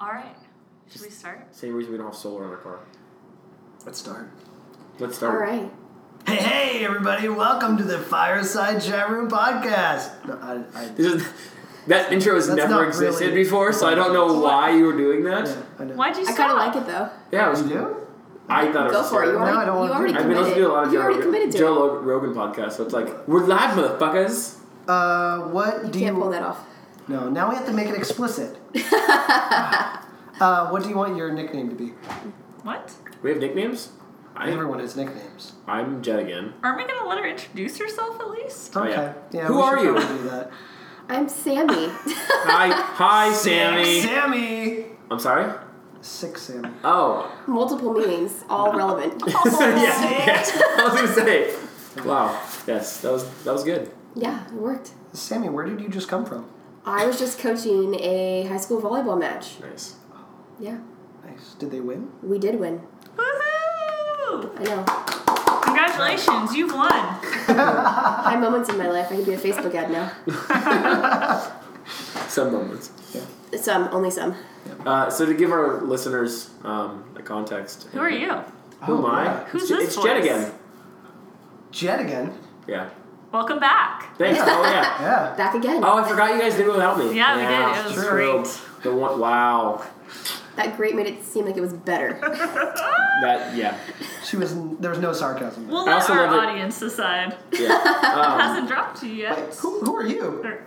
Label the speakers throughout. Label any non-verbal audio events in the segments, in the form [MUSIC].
Speaker 1: All right. Should we start?
Speaker 2: Same reason we don't have solar on our car.
Speaker 3: Let's start.
Speaker 2: Let's
Speaker 4: All
Speaker 2: start.
Speaker 4: right.
Speaker 3: Hey, hey, everybody! Welcome to the Fireside Chat Room podcast. No, I, I,
Speaker 2: This is,
Speaker 3: [LAUGHS]
Speaker 2: that intro has
Speaker 3: That's
Speaker 2: never
Speaker 3: not
Speaker 2: existed
Speaker 3: really-
Speaker 2: before, so I don't know why you were doing that.
Speaker 3: yeah, I know.
Speaker 1: Why'd you
Speaker 4: I
Speaker 1: stop?
Speaker 4: kind of like it though.
Speaker 2: Yeah, it was,
Speaker 3: You do?
Speaker 2: I thought it
Speaker 4: Go
Speaker 2: was
Speaker 4: for it. You
Speaker 2: terrible.
Speaker 4: already,
Speaker 3: I don't wanna
Speaker 4: you already
Speaker 3: do it.
Speaker 2: I've been listening to a lot of
Speaker 4: committed. You
Speaker 2: Joe,
Speaker 4: already
Speaker 2: Rogan-
Speaker 4: committed to
Speaker 2: Joe
Speaker 4: it.
Speaker 2: Log- Rogan podcasts, so it's like, we're live, motherfuckers.
Speaker 3: Uh, what do
Speaker 4: You can't
Speaker 3: you?
Speaker 4: pull that off.
Speaker 3: No, now we have to make it
Speaker 4: [LAUGHS]
Speaker 3: explicit. uh, what do you want your nickname to be?
Speaker 1: What?
Speaker 2: We have nicknames? I,
Speaker 3: Everyone has nicknames.
Speaker 2: I'm Jed again.
Speaker 1: Aren't we gonna let her introduce herself at least?
Speaker 2: Oh,
Speaker 3: Okay.
Speaker 2: yeah.
Speaker 3: Yeah,
Speaker 2: Who
Speaker 3: we should
Speaker 2: are you?
Speaker 3: probably Do that.
Speaker 2: [LAUGHS]
Speaker 4: I'm Sammy. [LAUGHS]
Speaker 2: Hi, [LAUGHS] hi, Sammy.
Speaker 3: Sammy.
Speaker 2: I'm sorry?
Speaker 3: Sick Sammy.
Speaker 2: Oh.
Speaker 4: Multiple meanings, all relevant.
Speaker 2: [LAUGHS] yeah, yeah. I was gonna say. Wow. Yes, that was that was good.
Speaker 4: yeah, it worked.
Speaker 3: Sammy, where did you just come from?
Speaker 4: I was just coaching a high school volleyball match.
Speaker 2: Nice.
Speaker 4: Yeah,
Speaker 3: Nice. Did they win?
Speaker 4: we did win.
Speaker 1: Woohoo!
Speaker 4: I know.
Speaker 1: Congratulations, you've won.
Speaker 4: High moments in my life. I could be a Facebook ad now.
Speaker 2: Some moments.
Speaker 3: Yeah.
Speaker 4: Some, only some.
Speaker 2: Uh, so to give our listeners um, a context.
Speaker 1: Who are you?
Speaker 2: Who am
Speaker 3: Oh,
Speaker 2: I?
Speaker 3: yeah.
Speaker 1: Who's
Speaker 2: it's,
Speaker 1: this
Speaker 2: It's Jed
Speaker 1: voice?
Speaker 2: again.
Speaker 3: Jed again.
Speaker 2: Yeah.
Speaker 1: Welcome back.
Speaker 2: Thanks. Oh yeah.
Speaker 3: Yeah.
Speaker 4: Back again.
Speaker 2: Oh, I forgot you guys did it without me.
Speaker 1: Yeah, we did. It was
Speaker 2: true.
Speaker 1: great.
Speaker 2: The one. Wow.
Speaker 4: That great made it seem like it was better.
Speaker 2: That. Yeah.
Speaker 3: She was. There was no sarcasm. there.
Speaker 1: We'll
Speaker 2: I
Speaker 1: let
Speaker 2: also
Speaker 1: our
Speaker 2: love it.
Speaker 1: audience decide. [LAUGHS]
Speaker 2: Yeah. Um,
Speaker 1: Hasn't dropped you yet.
Speaker 3: Who, who are you?
Speaker 1: Or-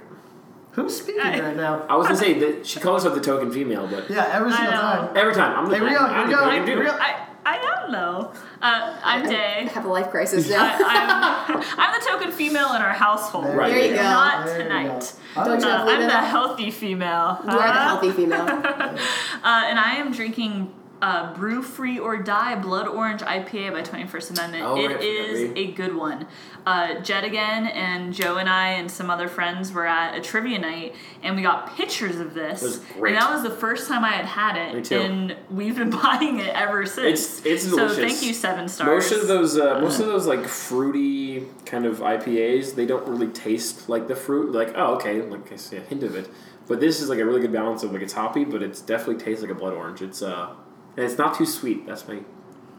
Speaker 3: Who's speaking
Speaker 1: I-
Speaker 3: right now?
Speaker 2: I was gonna say that she calls herself the token female, but
Speaker 3: Yeah, every
Speaker 1: I
Speaker 3: single
Speaker 1: know.
Speaker 3: time.
Speaker 2: every time I'm the
Speaker 3: Hey, Rio,
Speaker 2: I'm the
Speaker 3: Rio,
Speaker 2: token dude.
Speaker 3: Rio.
Speaker 1: I, I don't know. Uh, I'm
Speaker 4: I
Speaker 1: Day.
Speaker 4: have a life crisis now.
Speaker 1: I, I'm, [LAUGHS] I'm the token female in our household.
Speaker 3: There
Speaker 2: There you
Speaker 4: go.
Speaker 1: Not
Speaker 3: There you go.
Speaker 1: tonight.
Speaker 3: Oh,
Speaker 4: Don't
Speaker 1: Uh,
Speaker 4: you- Yeah,
Speaker 1: I'm
Speaker 4: leave it
Speaker 1: the
Speaker 4: up.
Speaker 1: healthy female.
Speaker 4: [LAUGHS] you are the
Speaker 1: Huh?
Speaker 4: healthy female.
Speaker 1: Uh, and I am drinking uh, Brew Free or Die Blood Orange IPA by 21st Amendment.
Speaker 2: Oh,
Speaker 1: It
Speaker 2: right,
Speaker 1: is
Speaker 2: yeah, we-
Speaker 1: a good one. Uh, Jed again and Joe and I and some other friends were at a trivia night and we got pictures of this.
Speaker 2: It was great.
Speaker 1: And that was the first time I had had it.
Speaker 2: Me too.
Speaker 1: And we've been [LAUGHS] buying it ever since.
Speaker 2: It's- it's
Speaker 1: So
Speaker 2: delicious.
Speaker 1: thank you, Seven Stars. Uh-huh.
Speaker 2: Most of those, uh, most of those like fruity kind of IPAs, they don't really taste like the fruit. Like, oh, okay, like I see a hint of it. But this is like a really good balance of like it's hoppy, but it's definitely tastes like a blood orange. It's uh, and it's not too sweet. That's my,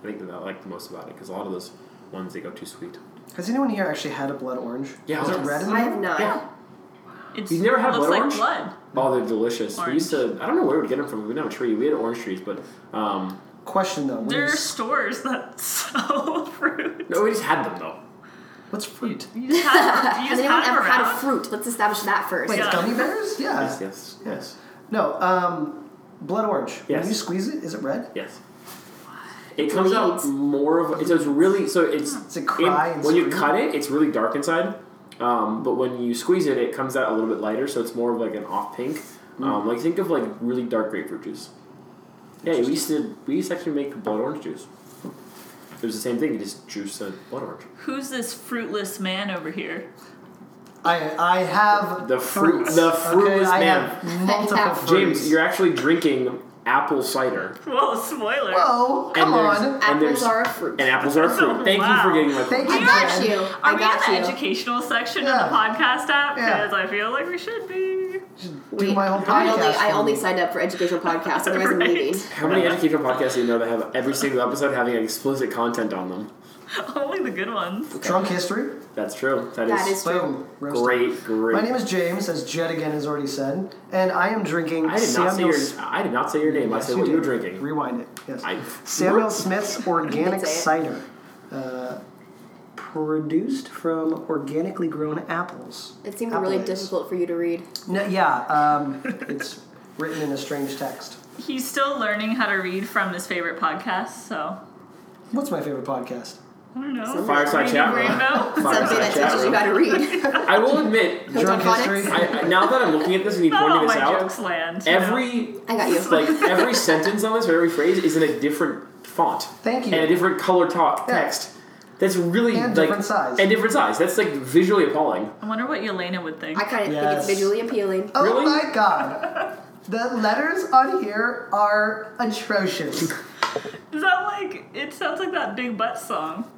Speaker 2: I think that I like the most about it because a lot of those ones they go too sweet.
Speaker 3: Has anyone here actually had a blood orange?
Speaker 2: Yeah,
Speaker 3: Is it
Speaker 2: yes.
Speaker 3: red in
Speaker 4: I
Speaker 3: there?
Speaker 4: have
Speaker 1: Uh-huh.
Speaker 4: not.
Speaker 2: Yeah.
Speaker 1: It's,
Speaker 2: You've never had
Speaker 1: looks
Speaker 2: blood
Speaker 1: like
Speaker 2: orange?
Speaker 1: blood.
Speaker 2: Oh, they're delicious. We used
Speaker 1: Orange.
Speaker 2: to. I don't know where we get them from. We didn't have a tree. We had orange trees, but um,
Speaker 3: Question though. what
Speaker 1: There are
Speaker 3: is-
Speaker 1: stores that [LAUGHS] sell fruit.
Speaker 2: no, we just had them
Speaker 1: Uh-huh.
Speaker 2: though.
Speaker 3: what's fruit?
Speaker 1: You just have, you
Speaker 4: Has
Speaker 1: just
Speaker 4: anyone
Speaker 1: have
Speaker 4: ever had a
Speaker 1: around.
Speaker 4: fruit? Let's establish that first.
Speaker 3: Wait,
Speaker 1: Yeah.
Speaker 3: gummy bears? Yeah.
Speaker 2: Yes, yes, yes,
Speaker 3: No. Um, blood orange.
Speaker 2: Yes.
Speaker 3: When you squeeze it, is it red?
Speaker 2: yes. It comes out
Speaker 4: Weeds.
Speaker 2: more of a, so it's really so it's
Speaker 3: Does it cry
Speaker 2: It-
Speaker 3: and
Speaker 2: when you
Speaker 3: scream?
Speaker 2: cut it, it's really dark inside. Um, but when you squeeze it, it comes out a little bit lighter, so it's more of like an off pink. Um, like think of like really dark grapefruit juice. Yeah, we used to we used to actually make blood orange juice. It was the same thing. You just juice a blood orange.
Speaker 1: Who's this fruitless man over here?
Speaker 3: I I have
Speaker 2: The fruit-
Speaker 3: fruits,
Speaker 2: the
Speaker 3: okay?
Speaker 2: fruitless
Speaker 3: I
Speaker 2: man.
Speaker 3: have multiple
Speaker 4: James,
Speaker 3: fruits.
Speaker 2: James, you're actually drinking apple cider.
Speaker 1: [LAUGHS] Whoa, spoiler.
Speaker 3: Whoa! Come
Speaker 2: and there's-
Speaker 3: on.
Speaker 2: And
Speaker 4: Apples
Speaker 2: there's,
Speaker 4: are a fruit.
Speaker 2: And apples are a fruit. Thank you for
Speaker 1: Wow.
Speaker 2: getting my
Speaker 3: Thank
Speaker 2: point.
Speaker 4: I
Speaker 3: you,
Speaker 4: got
Speaker 3: Jen.
Speaker 4: you.
Speaker 1: Are
Speaker 4: I
Speaker 1: we
Speaker 4: got
Speaker 1: in
Speaker 4: you.
Speaker 1: the educational section
Speaker 3: Yeah.
Speaker 1: of the podcast app?
Speaker 3: Yeah.
Speaker 1: Because I feel like we should be. [LAUGHS]
Speaker 3: Do
Speaker 4: Wait,
Speaker 3: my whole podcast.
Speaker 4: I only, I
Speaker 3: for
Speaker 4: only
Speaker 3: me.
Speaker 4: signed up for educational podcasts, otherwise I'm
Speaker 1: Right.
Speaker 4: leaving.
Speaker 2: How many educational podcasts do you know that have every single episode having explicit content on them?
Speaker 1: Only the good ones.
Speaker 3: drunk history.
Speaker 2: That's true.
Speaker 4: That is true.
Speaker 3: Boom. Roasted.
Speaker 2: great, great.
Speaker 3: My name is James, as Jed again has already said, and I am drinking
Speaker 2: I did
Speaker 3: Samuel
Speaker 2: not say your. I did not say your name. I
Speaker 3: Yes,
Speaker 2: said what you were
Speaker 3: did.
Speaker 2: drinking.
Speaker 3: Rewind it. Yes.
Speaker 2: I-
Speaker 3: Samuel
Speaker 2: What?
Speaker 3: Smith's organic
Speaker 4: Say it.
Speaker 3: cider, uh, produced from organically grown apples.
Speaker 4: It seemed
Speaker 3: Apple
Speaker 4: really
Speaker 3: is.
Speaker 4: difficult for you to read.
Speaker 3: No, yeah, um, it's written in a strange text.
Speaker 1: He's still learning how to read from his favorite podcast, so
Speaker 3: What's my favorite podcast?
Speaker 1: I don't
Speaker 4: Oh,
Speaker 1: know.
Speaker 2: Fireside
Speaker 1: Reading
Speaker 2: chat room. [LAUGHS]
Speaker 1: Rainbow.
Speaker 4: Something
Speaker 2: Fireside
Speaker 4: that
Speaker 2: chat
Speaker 4: teaches you how
Speaker 2: room.
Speaker 4: to read.
Speaker 2: I will admit,
Speaker 4: Coach
Speaker 3: Drunk
Speaker 4: on phonics?
Speaker 3: history.
Speaker 2: I, I- now that I'm looking at this and you
Speaker 1: Not
Speaker 4: Oh,
Speaker 2: pointed
Speaker 1: all
Speaker 2: this
Speaker 1: my
Speaker 2: out,
Speaker 1: jokes land. you know.
Speaker 2: every
Speaker 4: [LAUGHS] I got you.
Speaker 2: like every sentence on this or every phrase is in a different font.
Speaker 3: Thank you.
Speaker 2: And a different color talk
Speaker 3: Yeah.
Speaker 2: text. That's really
Speaker 3: And
Speaker 2: like
Speaker 3: different size.
Speaker 2: and different size. That's like visually appalling.
Speaker 1: I wonder what Yelena would think.
Speaker 4: I kind of think
Speaker 3: Yes.
Speaker 4: it's visually appealing.
Speaker 3: Oh
Speaker 2: Really?
Speaker 3: my god. The letters on here are
Speaker 1: [LAUGHS]
Speaker 3: atrocious.
Speaker 1: Is that like? It sounds like that Big Butt song.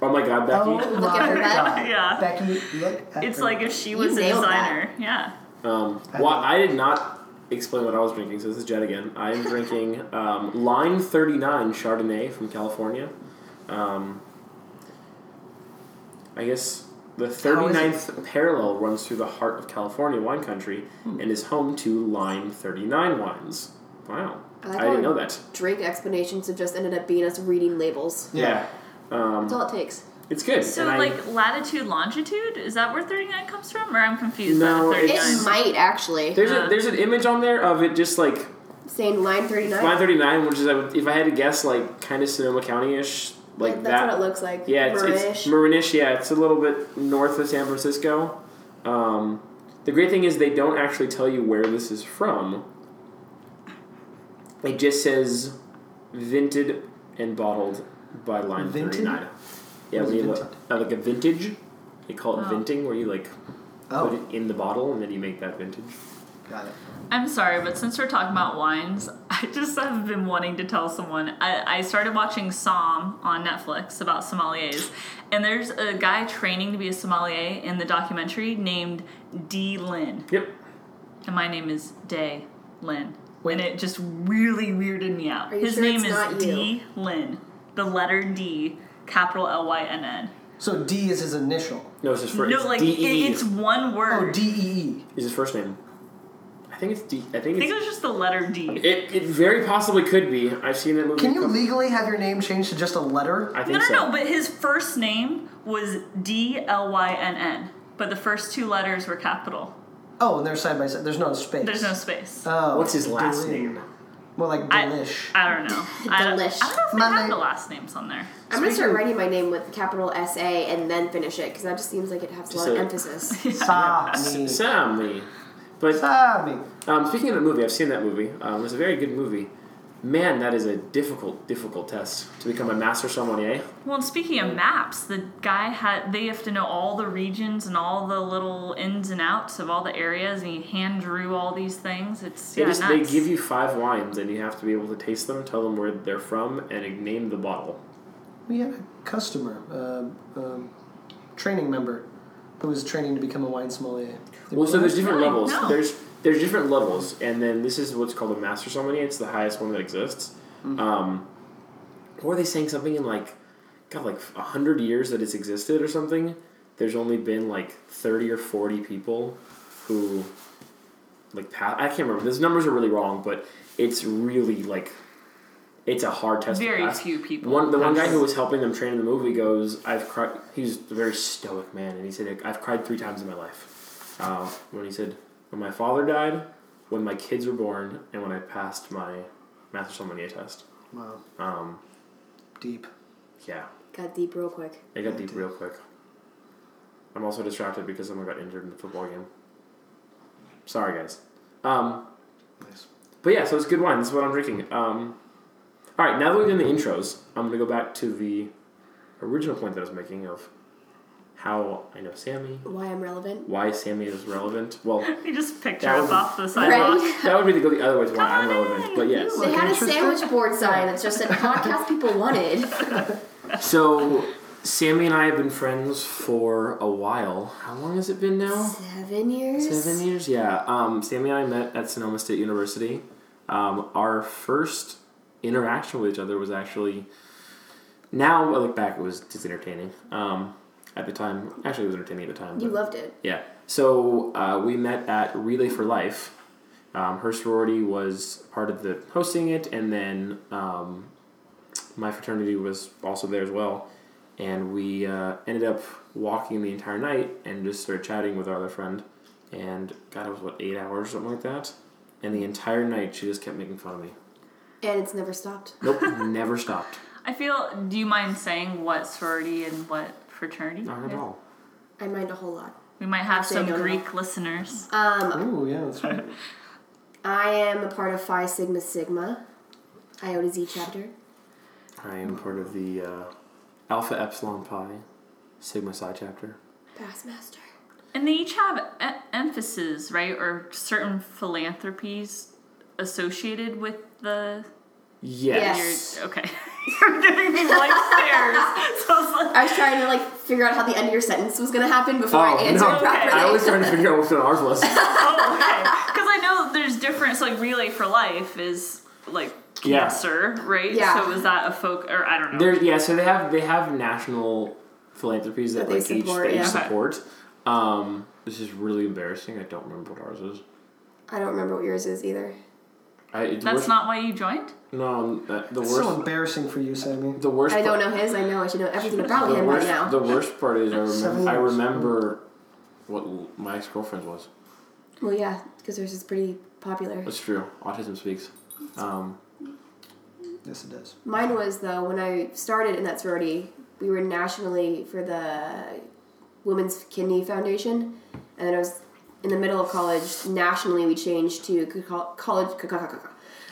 Speaker 2: Oh my god,
Speaker 3: Oh
Speaker 2: Becky.
Speaker 3: my god.
Speaker 1: Yeah.
Speaker 3: Becky, look at
Speaker 1: It's
Speaker 3: her.
Speaker 1: like if she was a
Speaker 4: nailed that.
Speaker 1: designer. Yeah.
Speaker 2: Um, why I did not explain what I was drinking. So this is Jed again. I am drinking [LAUGHS] um, Line 39 Chardonnay from California. Um, I guess the
Speaker 3: How is
Speaker 2: 39th parallel runs through the heart of California wine country and is home to Line 39 wines. Wow.
Speaker 4: I
Speaker 2: I,
Speaker 4: like
Speaker 2: didn't
Speaker 4: how-
Speaker 2: know that.
Speaker 4: Drink explanations have just ended up being us reading labels.
Speaker 3: Yeah.
Speaker 2: Um,
Speaker 4: That's all it takes.
Speaker 2: It's good.
Speaker 1: So,
Speaker 2: and I-
Speaker 1: like latitude, longitude, is that where 39 comes from? Or I'm confused
Speaker 2: No,
Speaker 1: by the
Speaker 2: it's-
Speaker 4: It
Speaker 1: 39.
Speaker 4: might actually
Speaker 2: there's,
Speaker 1: uh,
Speaker 2: a, there's an image on there of it just like
Speaker 4: saying line thirty
Speaker 2: Line
Speaker 4: nine.
Speaker 2: 39, which is, I would- if I had to guess, like kind of Sonoma County ish. Like
Speaker 4: That's
Speaker 2: that.
Speaker 4: what it looks like.
Speaker 2: Yeah, it's, it's
Speaker 4: Maroonish.
Speaker 2: Marinish. Yeah, it's a little bit north of San Francisco. Um, the great thing is they don't actually tell you where this is from. It just says vinted and bottled by Line
Speaker 3: Vinted?
Speaker 2: Thirty Nine. Yeah,
Speaker 3: What
Speaker 2: when
Speaker 3: is
Speaker 2: you look, uh, like a vintage, they call it
Speaker 1: Oh.
Speaker 2: vinting, where you like put
Speaker 3: Oh,
Speaker 2: it in the bottle and then you make that vintage.
Speaker 3: got it.
Speaker 1: I'm sorry, but since we're talking about wines, [LAUGHS] I just have been wanting to tell someone. I, I started watching Psalm on Netflix about sommeliers, and there's a guy training to be a sommelier in the documentary named D. Lynn,
Speaker 2: Yep.
Speaker 1: and my name is Day Lynn. And it just really weirded me out.
Speaker 4: Are you
Speaker 1: His
Speaker 4: sure
Speaker 1: name
Speaker 4: it's not
Speaker 1: is D. Lynn, the letter D, capital L Y N N.
Speaker 3: So D is his initial.
Speaker 2: No, it's his first.
Speaker 1: No, like it,
Speaker 4: E.
Speaker 2: DE.
Speaker 1: it's one
Speaker 3: Oh,
Speaker 1: word.
Speaker 3: D E E.
Speaker 2: is his first name. I think it's D. I think
Speaker 1: I think
Speaker 2: it's.
Speaker 1: it was just the letter D.
Speaker 2: It, it very possibly could be. I've seen it.
Speaker 3: Can you legally have your name changed to just a letter?
Speaker 2: I
Speaker 1: No,
Speaker 2: think
Speaker 1: no,
Speaker 2: so.
Speaker 1: no. But his first name was D L Y N N, but the first two letters were capital.
Speaker 3: Oh, and they're side by side. There's no space.
Speaker 1: There's no space.
Speaker 3: Oh,
Speaker 2: What's his last
Speaker 3: Delish.
Speaker 2: name?
Speaker 3: More like
Speaker 1: I,
Speaker 3: delish.
Speaker 1: I don't
Speaker 4: [LAUGHS]
Speaker 1: know. I don't, I
Speaker 4: Delish.
Speaker 1: don't know if
Speaker 3: My
Speaker 1: they have
Speaker 3: name-
Speaker 1: the last names on there.
Speaker 4: I'm gonna start
Speaker 3: Speaking-
Speaker 4: writing my name with capital S A and then finish it because that just seems like it has a lot
Speaker 2: So- [LAUGHS]
Speaker 4: of emphasis.
Speaker 3: Sami.
Speaker 2: Sammy. But
Speaker 3: Sami.
Speaker 2: um, speaking of the movie, I've seen that movie. Um, it was a very good movie. Man, that is a difficult, difficult test to become a master sommelier.
Speaker 1: Well, and speaking of maps, the guy had they have to know all the regions and all the little ins and outs of all the areas, and he hand drew all these things. It's
Speaker 2: They
Speaker 1: yeah,
Speaker 2: just
Speaker 1: nuts.
Speaker 2: they give you five wines, and you have to be able to taste them, tell them where they're from, and name the bottle.
Speaker 3: We had a customer, uh, um, training member, who was training to become a wine sommelier.
Speaker 2: Well, so there's different
Speaker 1: Really?
Speaker 2: levels.
Speaker 1: No.
Speaker 2: There's there's different levels, and then this is what's called a master sommelier. It's the highest one that exists.
Speaker 1: Mm.
Speaker 2: Um, or they saying something in like, God, like a hundred years that it's existed or something. There's only been like thirty or forty people who, like, pa- I can't remember. These numbers are really wrong, but it's really like, it's a hard test. to
Speaker 1: Very
Speaker 2: pass.
Speaker 1: few people
Speaker 2: One, the one guy
Speaker 1: pass.
Speaker 2: who was helping them train in the movie goes, "I've cried." He's a very stoic man, and he said, "I've cried three times in my life." Uh, when he said, "When my father died, when my kids were born, and when I passed my master sommelier test."
Speaker 3: Wow,
Speaker 2: Um,
Speaker 3: deep.
Speaker 2: yeah,
Speaker 4: Got deep real quick.
Speaker 2: it got deep real quick. I'm also distracted because someone got injured in the football game. Sorry, guys. Um,
Speaker 3: Nice.
Speaker 2: but yeah, so it's good wine. This is what I'm drinking. Um, all right, now that we've done the intros, I'm going to go back to the original point that I was making of how I know Sammy,
Speaker 4: Why I'm relevant?
Speaker 2: why Sammy is relevant. Well,
Speaker 1: You just picked
Speaker 2: That
Speaker 1: her up
Speaker 2: was-
Speaker 1: off the sidewalk.
Speaker 4: Right.
Speaker 2: that would be to go the other way to why I'm
Speaker 1: Come on
Speaker 2: relevant.
Speaker 1: in.
Speaker 2: But yes.
Speaker 4: They had a
Speaker 3: interested?
Speaker 4: sandwich board sign that just said podcast people wanted.
Speaker 2: So Sammy and I have been friends for a while. How long has it been now?
Speaker 4: Seven years.
Speaker 2: Seven years, yeah. Um, Sammy and I met at Sonoma State University. Um, our first interaction with each other was actually. Now I look back, it was just entertaining. Um, at the time, actually, it was entertaining at the time.
Speaker 4: You
Speaker 2: but-
Speaker 4: loved it.
Speaker 2: yeah. So uh, we met at Relay for Life. Um, her sorority was part of the hosting it, and then um, my fraternity was also there as well. And we uh, ended up walking the entire night and just started chatting with our other friend. And God, it was what eight hours or something like that. And the entire night, she just kept making fun [LAUGHS] of me.
Speaker 4: And it's never stopped.
Speaker 2: Nope, never stopped.
Speaker 1: I feel. Do you mind saying what sorority and what fraternity?
Speaker 2: Not at all.
Speaker 4: I mind a whole lot.
Speaker 1: We might have
Speaker 4: Actually, I
Speaker 1: some
Speaker 4: don't know.
Speaker 1: Greek listeners.
Speaker 4: Um,
Speaker 3: Ooh, yeah,
Speaker 1: [LAUGHS]
Speaker 3: that's right.
Speaker 4: I am a part of Phi Sigma Sigma, Iota Z chapter.
Speaker 2: I am part of the uh, Alpha Epsilon Pi Sigma Psi chapter.
Speaker 4: Past master.
Speaker 1: And they each have e- emphases, right, or certain philanthropies associated with the
Speaker 2: Yes.
Speaker 4: Yes.
Speaker 1: You're, okay. [LAUGHS] You're giving me blank stares. So I was like,
Speaker 4: [LAUGHS] I was trying to like figure out how the end of your sentence was gonna happen before I answered
Speaker 1: Okay.
Speaker 4: properly.
Speaker 2: Oh, I was trying to figure out what ours
Speaker 4: [LAUGHS]
Speaker 2: was.
Speaker 1: oh, okay. Because I know there's different. So like Relay for Life is like
Speaker 2: Yeah.
Speaker 1: cancer, right?
Speaker 4: Yeah.
Speaker 1: So is that a folk or I don't know.
Speaker 2: There, yeah, so they have they have national philanthropies that,
Speaker 4: That they
Speaker 2: like each
Speaker 4: support,
Speaker 2: that each
Speaker 4: yeah.
Speaker 1: Okay.
Speaker 2: support. Um, this is really embarrassing. I don't remember what ours is.
Speaker 4: I don't remember what yours is either.
Speaker 2: I, it's
Speaker 1: That's
Speaker 2: worth-
Speaker 1: not why you joined.
Speaker 2: no that, the
Speaker 3: It's
Speaker 2: worst.
Speaker 3: so embarrassing for you, Sammy.
Speaker 2: the worst.
Speaker 4: I don't
Speaker 2: part-
Speaker 4: know his. I know I should know everything about
Speaker 2: The
Speaker 4: him
Speaker 2: worst,
Speaker 4: right now.
Speaker 2: the worst part is I
Speaker 3: Seven
Speaker 2: remember, I
Speaker 3: years.
Speaker 2: remember what l- my ex girlfriend was.
Speaker 4: well, yeah, because yours is pretty popular.
Speaker 2: That's true. Autism speaks. Um,
Speaker 4: [LAUGHS]
Speaker 3: Yes, it does.
Speaker 4: Mine was though when I started in that sorority, we were nationally for the Women's Kidney Foundation, and then I was in the middle of college. Nationally, we changed to co- college co- co- co- co-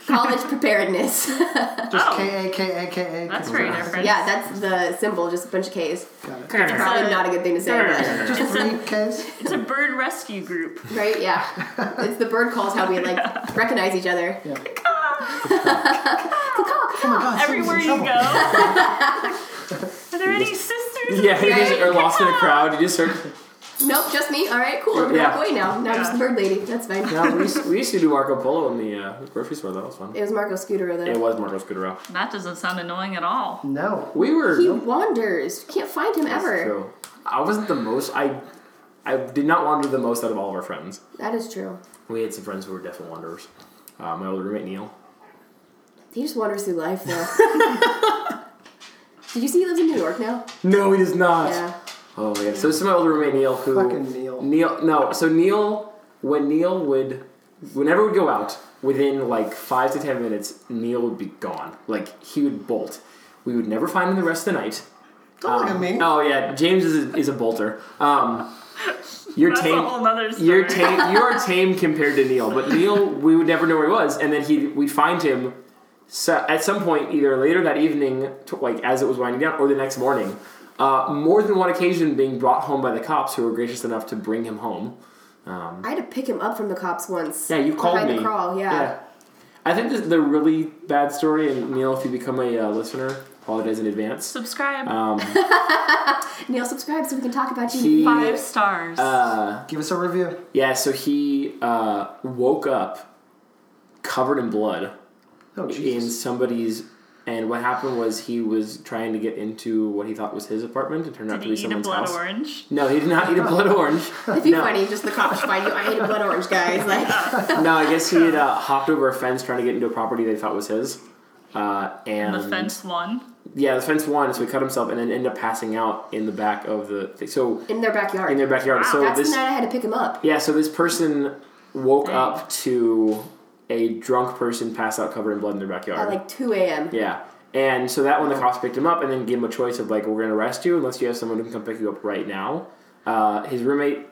Speaker 4: college preparedness. yeah,
Speaker 3: Just
Speaker 1: Oh.
Speaker 3: K A K A K A.
Speaker 1: That's very different.
Speaker 4: that's the symbol, just a bunch of K's.
Speaker 3: Got it.
Speaker 1: It's
Speaker 2: yeah,
Speaker 4: Probably
Speaker 1: a-
Speaker 4: not a good thing to say, but
Speaker 3: Just three K's.
Speaker 1: It's a bird rescue group.
Speaker 4: right? Yeah, it's the bird calls how we like recognize each other.
Speaker 3: Yeah.
Speaker 4: Caw, caw.
Speaker 3: God, Sammy's in
Speaker 1: Everywhere you
Speaker 3: trouble.
Speaker 1: go.
Speaker 3: [LAUGHS]
Speaker 1: Are there any sisters?
Speaker 2: you just
Speaker 4: Right?
Speaker 2: are lost in a crowd. You just start.
Speaker 4: Nope, just me. All right, cool. I'm gonna
Speaker 2: Yeah.
Speaker 4: walk away now. Now just the bird lady. That's fine.
Speaker 2: No, we used, we used to do Marco Polo in the uh, grocery store. That was fun.
Speaker 4: It was Marco Scudero though.
Speaker 2: It was Marco Scudero.
Speaker 1: That doesn't sound annoying at all.
Speaker 3: No.
Speaker 2: We were.
Speaker 4: He wanders. You can't find him
Speaker 2: That's
Speaker 4: ever.
Speaker 2: true. I wasn't the most. I I did not wander the most out of all of our friends.
Speaker 4: That is true.
Speaker 2: We had some friends who were definite wanderers. Uh, my old roommate Neil.
Speaker 4: He just wanders through life, though. [LAUGHS] Did you see he lives in New York now?
Speaker 2: No, he does not.
Speaker 4: Yeah.
Speaker 2: Oh my god. So this is my old roommate Neil who
Speaker 3: Fucking Neil.
Speaker 2: Neil no, so Neil when Neil would whenever we'd go out, within like five to ten minutes, Neil would be gone. Like he would bolt. We would never find him the rest of the night.
Speaker 3: Don't look at me.
Speaker 2: Oh yeah, James is a, is a bolter. Um you're
Speaker 1: That's a
Speaker 2: tame.
Speaker 1: whole nother story.
Speaker 2: You're tame. You
Speaker 4: [LAUGHS]
Speaker 2: are tame compared to Neil, but Neil, we would never know where he was, and then he, we'd find him so, at some point, either later that evening, t- like as it was winding down, or the next morning. Uh, more than one occasion, being brought home by the cops, who were gracious enough to bring him home.
Speaker 4: I had to pick him up from the cops once.
Speaker 2: Yeah, you called
Speaker 4: Behind
Speaker 2: me.
Speaker 4: the crawl, yeah.
Speaker 2: I think this is a really bad story, and Neil, if you become a uh, listener, apologize in advance.
Speaker 1: Subscribe.
Speaker 2: Um,
Speaker 4: Neil, subscribe so we can talk about you.
Speaker 2: He-
Speaker 1: Five stars.
Speaker 2: uh,
Speaker 3: Give us a review.
Speaker 2: yeah, so he uh, woke up covered in blood.
Speaker 3: Oh,
Speaker 2: in
Speaker 3: Jesus.
Speaker 2: somebody's and what happened was he was trying to get into what he thought was his apartment it turned out
Speaker 1: Did
Speaker 2: to be
Speaker 1: he eat a
Speaker 2: someone's
Speaker 1: blood
Speaker 2: house
Speaker 1: orange?
Speaker 2: no he did not eat
Speaker 1: [LAUGHS]
Speaker 2: a blood orange
Speaker 4: It'd be
Speaker 2: no,
Speaker 4: funny, just the cops find you. I ate a blood orange,
Speaker 2: [LAUGHS]
Speaker 4: guys. Like,
Speaker 2: no i guess he had uh, hopped over a fence trying to get into a property they thought was his uh, and
Speaker 1: The fence one.
Speaker 2: yeah the fence won so he cut himself and then ended up passing out in the back of the thing so
Speaker 4: in their backyard.
Speaker 2: in their backyard
Speaker 1: Wow,
Speaker 2: so
Speaker 4: That's
Speaker 2: this
Speaker 4: the night I had to pick him up.
Speaker 2: yeah so this person woke
Speaker 1: Dang.
Speaker 2: up to a drunk person passed out covered in blood in their backyard
Speaker 4: At like 2 a.m.
Speaker 2: Yeah. And so that when the cops picked him up and then gave him a choice of like, we're going to arrest you unless you have someone who can come pick you up right now. Uh, his roommate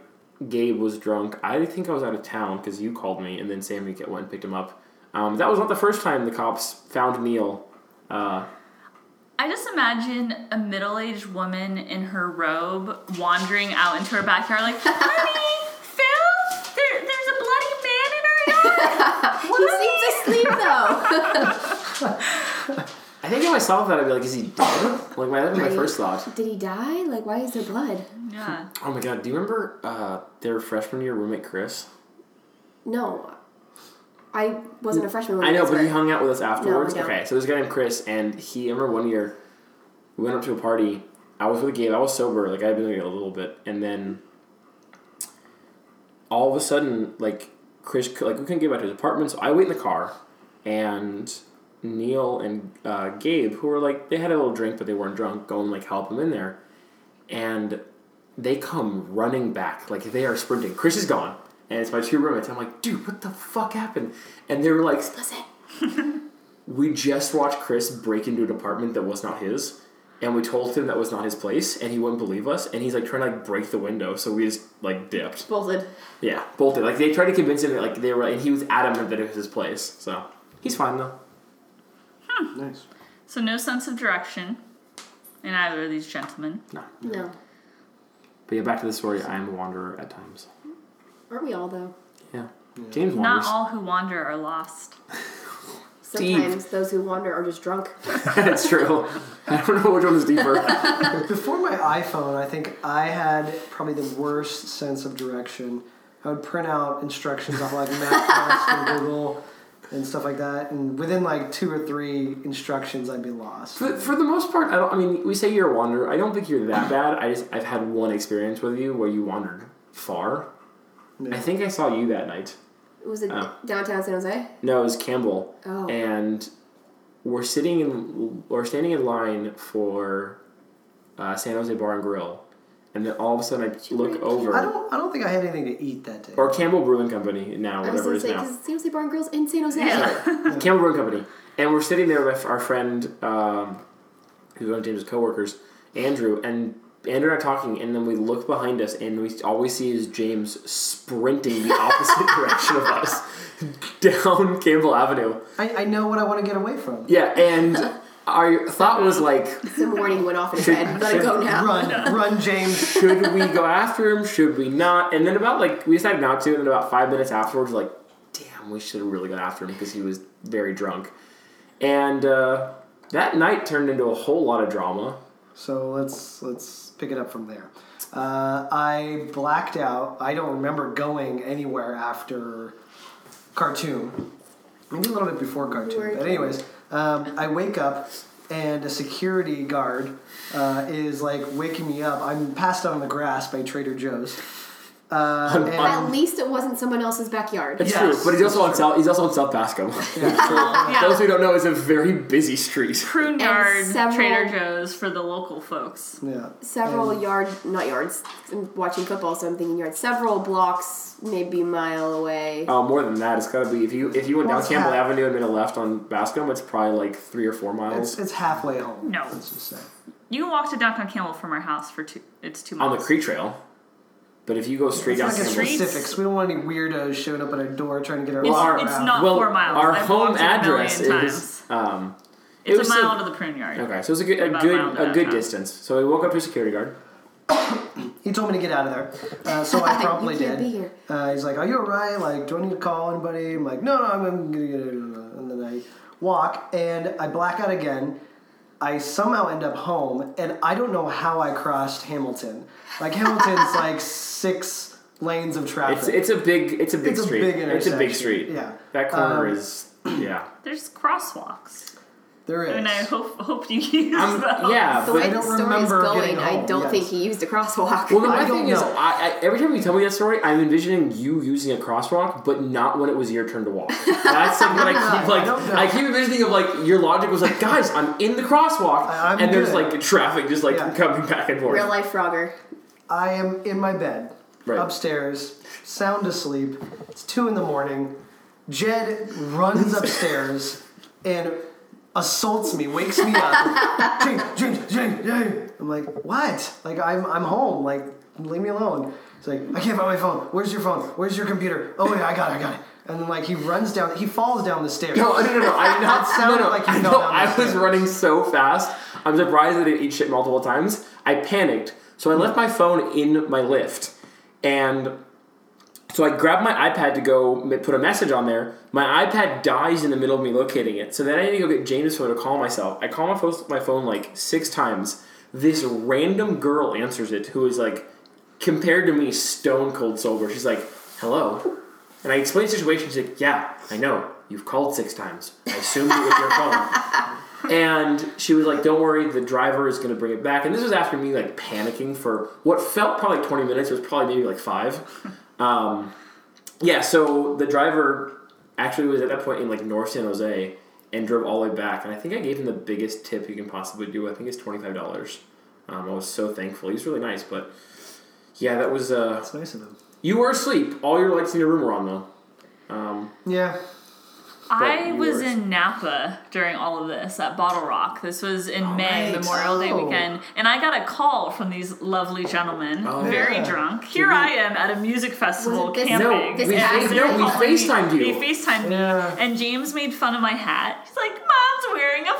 Speaker 2: Gabe was drunk. I think I was out of town because you called me, and then Sammy get- went and picked him up. Um, that was not the first time the cops found Neil. Uh,
Speaker 1: I just imagine a middle-aged woman in her robe wandering out into her backyard, like,
Speaker 2: [LAUGHS]
Speaker 1: "Honey, Phil, there, there's a bloody man in our yard."
Speaker 4: He
Speaker 1: What?
Speaker 4: seems asleep, though. [LAUGHS]
Speaker 2: I think if I saw that, I'd be like, is he dead? like, my, that was my first thought.
Speaker 4: Did he die? Like, why is there blood?
Speaker 2: [LAUGHS]
Speaker 1: Yeah.
Speaker 2: Oh my god, do you remember uh, their freshman year roommate, Chris?
Speaker 4: No. I wasn't a freshman when
Speaker 2: I know,
Speaker 4: was
Speaker 2: but he
Speaker 4: birthed.
Speaker 2: hung out with us afterwards.
Speaker 4: don't.
Speaker 2: okay, so this guy named Chris, and he, I remember one year, we went up to a party. I was with Gabe, I was sober, like I had been drinking a little bit, and then all of a sudden, like Chris, cou- like we couldn't get back to his apartment, so I wait in the car, and Neil and uh, Gabe, who were like they had a little drink, but they weren't drunk, go and like help him in there, and they come running back like they are sprinting. Chris is gone, and it's my two roommates. I'm like, dude, what the fuck happened? And they were like,
Speaker 4: Listen.
Speaker 2: we just watched Chris break into an apartment that was not his, and we told him that was not his place, and he wouldn't believe us, and he's like trying to like break the window, so we just like dipped.
Speaker 4: Bolted.
Speaker 2: Yeah, bolted. Like they tried to convince him that like they were, and he was adamant that it was his place. So he's fine though. [LAUGHS]
Speaker 3: Nice.
Speaker 1: So no sense of direction in either of these gentlemen.
Speaker 2: No,
Speaker 4: No.
Speaker 2: but yeah, back to the story. I am a wanderer at times.
Speaker 4: Aren't we all, though?
Speaker 2: Yeah, James
Speaker 1: Not
Speaker 2: wanders.
Speaker 1: all who wander are lost.
Speaker 4: Sometimes those who wander are just drunk.
Speaker 2: [LAUGHS] That's [LAUGHS] true. I don't know which one is deeper.
Speaker 3: Before my iPhone, I think I had probably the worst sense of direction. I would print out instructions off
Speaker 2: [LAUGHS]
Speaker 3: like MapQuest and Google and stuff like that, and within like two or three instructions, I'd be lost.
Speaker 2: For, for the most part, I don't. I mean, we say you're a wanderer. I don't think you're that bad. I just I've had one experience with you where you wandered far. I think I saw you that night.
Speaker 4: Was it
Speaker 2: Oh.
Speaker 4: downtown San Jose?
Speaker 2: No, it was Campbell.
Speaker 4: Oh.
Speaker 2: And we're sitting in we're standing in line for uh, San Jose Bar and Grill, and then all of a sudden I look
Speaker 3: I
Speaker 2: over.
Speaker 3: don't. I don't think I had anything to eat that day.
Speaker 2: Or Campbell Brewing Company now,
Speaker 4: I
Speaker 2: whatever
Speaker 4: was gonna
Speaker 2: it is
Speaker 4: say
Speaker 2: now.
Speaker 4: because San Jose Barn Girls in San Jose.
Speaker 2: Campbell Brewing Company. And we're sitting there with our friend, um, who's one of James' coworkers, Andrew, and Andrew and I are talking, and then we look behind us, and we all we see is James sprinting the
Speaker 4: [LAUGHS]
Speaker 2: opposite direction of us down Campbell Avenue.
Speaker 3: I, I know what I want to get away from.
Speaker 2: Yeah, and our thought was like,
Speaker 4: Some warning went off in his head. Gotta go now.
Speaker 3: Run,
Speaker 2: [LAUGHS]
Speaker 3: run, James.
Speaker 2: should we go after him? Should we not? And then about like we decided not to, and then about five minutes afterwards, like, damn, we should have really gone after him because he was very drunk. And uh, that night turned into a whole lot of drama.
Speaker 3: So let's let's pick it up from there. Uh, I blacked out. I don't remember going anywhere after Khartoum. Maybe a little bit before
Speaker 4: Where
Speaker 3: Khartoum. But
Speaker 4: to?
Speaker 3: anyways, um, I wake up and a security guard uh, is like waking me up. I'm passed out on the grass by Trader Joe's. Uh, and-
Speaker 4: At least it wasn't someone else's backyard.
Speaker 2: It's
Speaker 3: Yes,
Speaker 2: true, but he's also on
Speaker 3: that's
Speaker 2: South. He's also on South Bascom. [LAUGHS] Those
Speaker 1: yeah.
Speaker 2: who don't know, it's a very busy street.
Speaker 1: Prune Yard,
Speaker 4: several-
Speaker 1: Trader Joe's for the local folks.
Speaker 3: yeah.
Speaker 4: Several
Speaker 3: And-
Speaker 4: yard, not yards. I'm watching football, so I'm thinking yards. Several blocks, maybe mile away.
Speaker 2: Uh, more than that, it's gotta be if you if you went down
Speaker 3: What's
Speaker 2: Campbell
Speaker 3: that?
Speaker 2: Avenue and made a left on Bascom, it's probably like three or four
Speaker 3: It's,
Speaker 2: miles
Speaker 3: it's halfway home.
Speaker 1: No.
Speaker 3: Let's just say.
Speaker 1: You can walk to downtown Campbell from our house for two. It's two miles.
Speaker 2: on the Cree Trail. But if you go straight
Speaker 3: It's
Speaker 2: down
Speaker 3: not
Speaker 2: Campbell,
Speaker 1: street. Streets?
Speaker 3: specifics. We don't want any weirdos showing up at our door trying to get our
Speaker 1: It's,
Speaker 3: car
Speaker 1: it's
Speaker 3: around.
Speaker 1: not
Speaker 2: well,
Speaker 1: four miles.
Speaker 2: our
Speaker 1: I've
Speaker 2: home
Speaker 1: walked it a million
Speaker 2: address is
Speaker 1: times.
Speaker 2: um, it
Speaker 1: It's
Speaker 2: was
Speaker 1: a mile to the prune yard.
Speaker 2: Okay, so it's a good,
Speaker 1: About
Speaker 2: a
Speaker 1: a mile
Speaker 2: good,
Speaker 1: to
Speaker 2: a
Speaker 1: that
Speaker 2: good
Speaker 1: town.
Speaker 2: distance. So we woke up to a security guard.
Speaker 3: He told me to get out of there,
Speaker 4: [LAUGHS]
Speaker 3: uh, so I promptly
Speaker 4: You can't
Speaker 3: did.
Speaker 4: be here.
Speaker 3: Uh, he's like, "Are you alright? Like, do I need to call anybody?" I'm like, "No, no, I'm, I'm gonna get it." And then I walk and I black out again. I somehow end up home, and I don't know how I crossed Hamilton. Like
Speaker 4: [LAUGHS]
Speaker 3: Hamilton's like six lanes of traffic.
Speaker 2: It's it's a big it's a big
Speaker 3: It's a
Speaker 2: street.
Speaker 3: big
Speaker 2: it's a big
Speaker 3: intersection,
Speaker 2: street.
Speaker 3: yeah.
Speaker 2: that corner
Speaker 3: Um,
Speaker 2: is
Speaker 3: [CLEARS THROAT]
Speaker 2: yeah.
Speaker 1: There's crosswalks,
Speaker 3: there is.
Speaker 1: and I hope hope you [LAUGHS] use
Speaker 2: Um,
Speaker 1: those.
Speaker 2: yeah,
Speaker 4: The
Speaker 2: but
Speaker 4: way
Speaker 3: I
Speaker 4: the
Speaker 3: don't
Speaker 4: story is
Speaker 3: remember
Speaker 4: going,
Speaker 3: getting
Speaker 4: I
Speaker 3: home,
Speaker 4: don't
Speaker 3: yes.
Speaker 4: think he used a crosswalk.
Speaker 2: Well, no,
Speaker 3: I
Speaker 2: my
Speaker 3: don't
Speaker 2: thing is,
Speaker 3: know.
Speaker 2: I, I, every time you tell me that story, I'm envisioning you using a crosswalk, but not when it was your turn to walk. That's something I keep like.
Speaker 3: I don't know.
Speaker 2: I, keep envisioning of like your logic was like, guys, I'm in the crosswalk,
Speaker 3: I- I'm
Speaker 2: and there's
Speaker 3: good.
Speaker 2: like traffic just like
Speaker 3: Yeah.
Speaker 2: coming back and forth.
Speaker 4: [LAUGHS] Real life Frogger.
Speaker 3: I am in my bed,
Speaker 2: Right.
Speaker 3: upstairs, sound asleep. It's two in the morning. Jed runs upstairs and assaults me, wakes me
Speaker 1: [LAUGHS]
Speaker 3: up. Jing, jing, jing, jing. I'm like, what? Like, I'm, I'm home. Like, leave me alone. He's like, I can't find my phone. Where's your phone? Where's your computer? Oh, yeah, I got it, I got it. And then, like, he runs down, he falls down the stairs.
Speaker 2: No, no, no, no.
Speaker 3: [LAUGHS]
Speaker 2: I not
Speaker 3: That sounded
Speaker 2: no, no,
Speaker 3: like you
Speaker 2: I,
Speaker 3: fell
Speaker 2: know,
Speaker 3: down the
Speaker 2: I was
Speaker 3: stairs.
Speaker 2: running so fast. I'm surprised I didn't eat shit multiple times. I panicked, so I left my phone in my lift, and so I grabbed my iPad to go m- put a message on there. My iPad dies in the middle of me locating it, so then I need to go get James' phone to call myself. I call my phone, my phone like six times. This random girl answers it, who is like, compared to me, stone cold sober. She's like, "Hello," and I explained the situation. She's like, "Yeah, I know. You've called six times. I assumed it was your phone." And she was like, "Don't worry, the driver is going to bring it back." And this was after me like panicking for what felt probably twenty minutes. It was probably maybe like five. Um, yeah, so the driver actually was at that point in like North San Jose and drove all the way back. And I think I gave him the biggest tip you can possibly do. I think it's twenty five dollars. Um, I was so thankful. He was really nice, but yeah, that was. Uh,
Speaker 3: That's nice of him.
Speaker 2: you were asleep. All your lights in your room were on though.
Speaker 3: Yeah.
Speaker 1: I
Speaker 2: you
Speaker 1: was
Speaker 2: were-
Speaker 1: in Napa during all of this at Bottle Rock. This was
Speaker 2: Oh,
Speaker 1: in May,
Speaker 3: right.
Speaker 1: Memorial Day
Speaker 3: Oh.
Speaker 1: weekend, and I got a call from these lovely gentlemen,
Speaker 2: Oh.
Speaker 1: very
Speaker 3: Yeah.
Speaker 1: drunk. Here I am at a music festival
Speaker 4: Wasn't this-
Speaker 1: camping.
Speaker 2: No,
Speaker 4: This
Speaker 2: we,
Speaker 4: is
Speaker 2: fa-
Speaker 4: accident.
Speaker 2: no, we FaceTimed you.
Speaker 1: He FaceTimed
Speaker 3: Yeah.
Speaker 1: me, and James made fun of my hat. He's like, "Mom's wearing a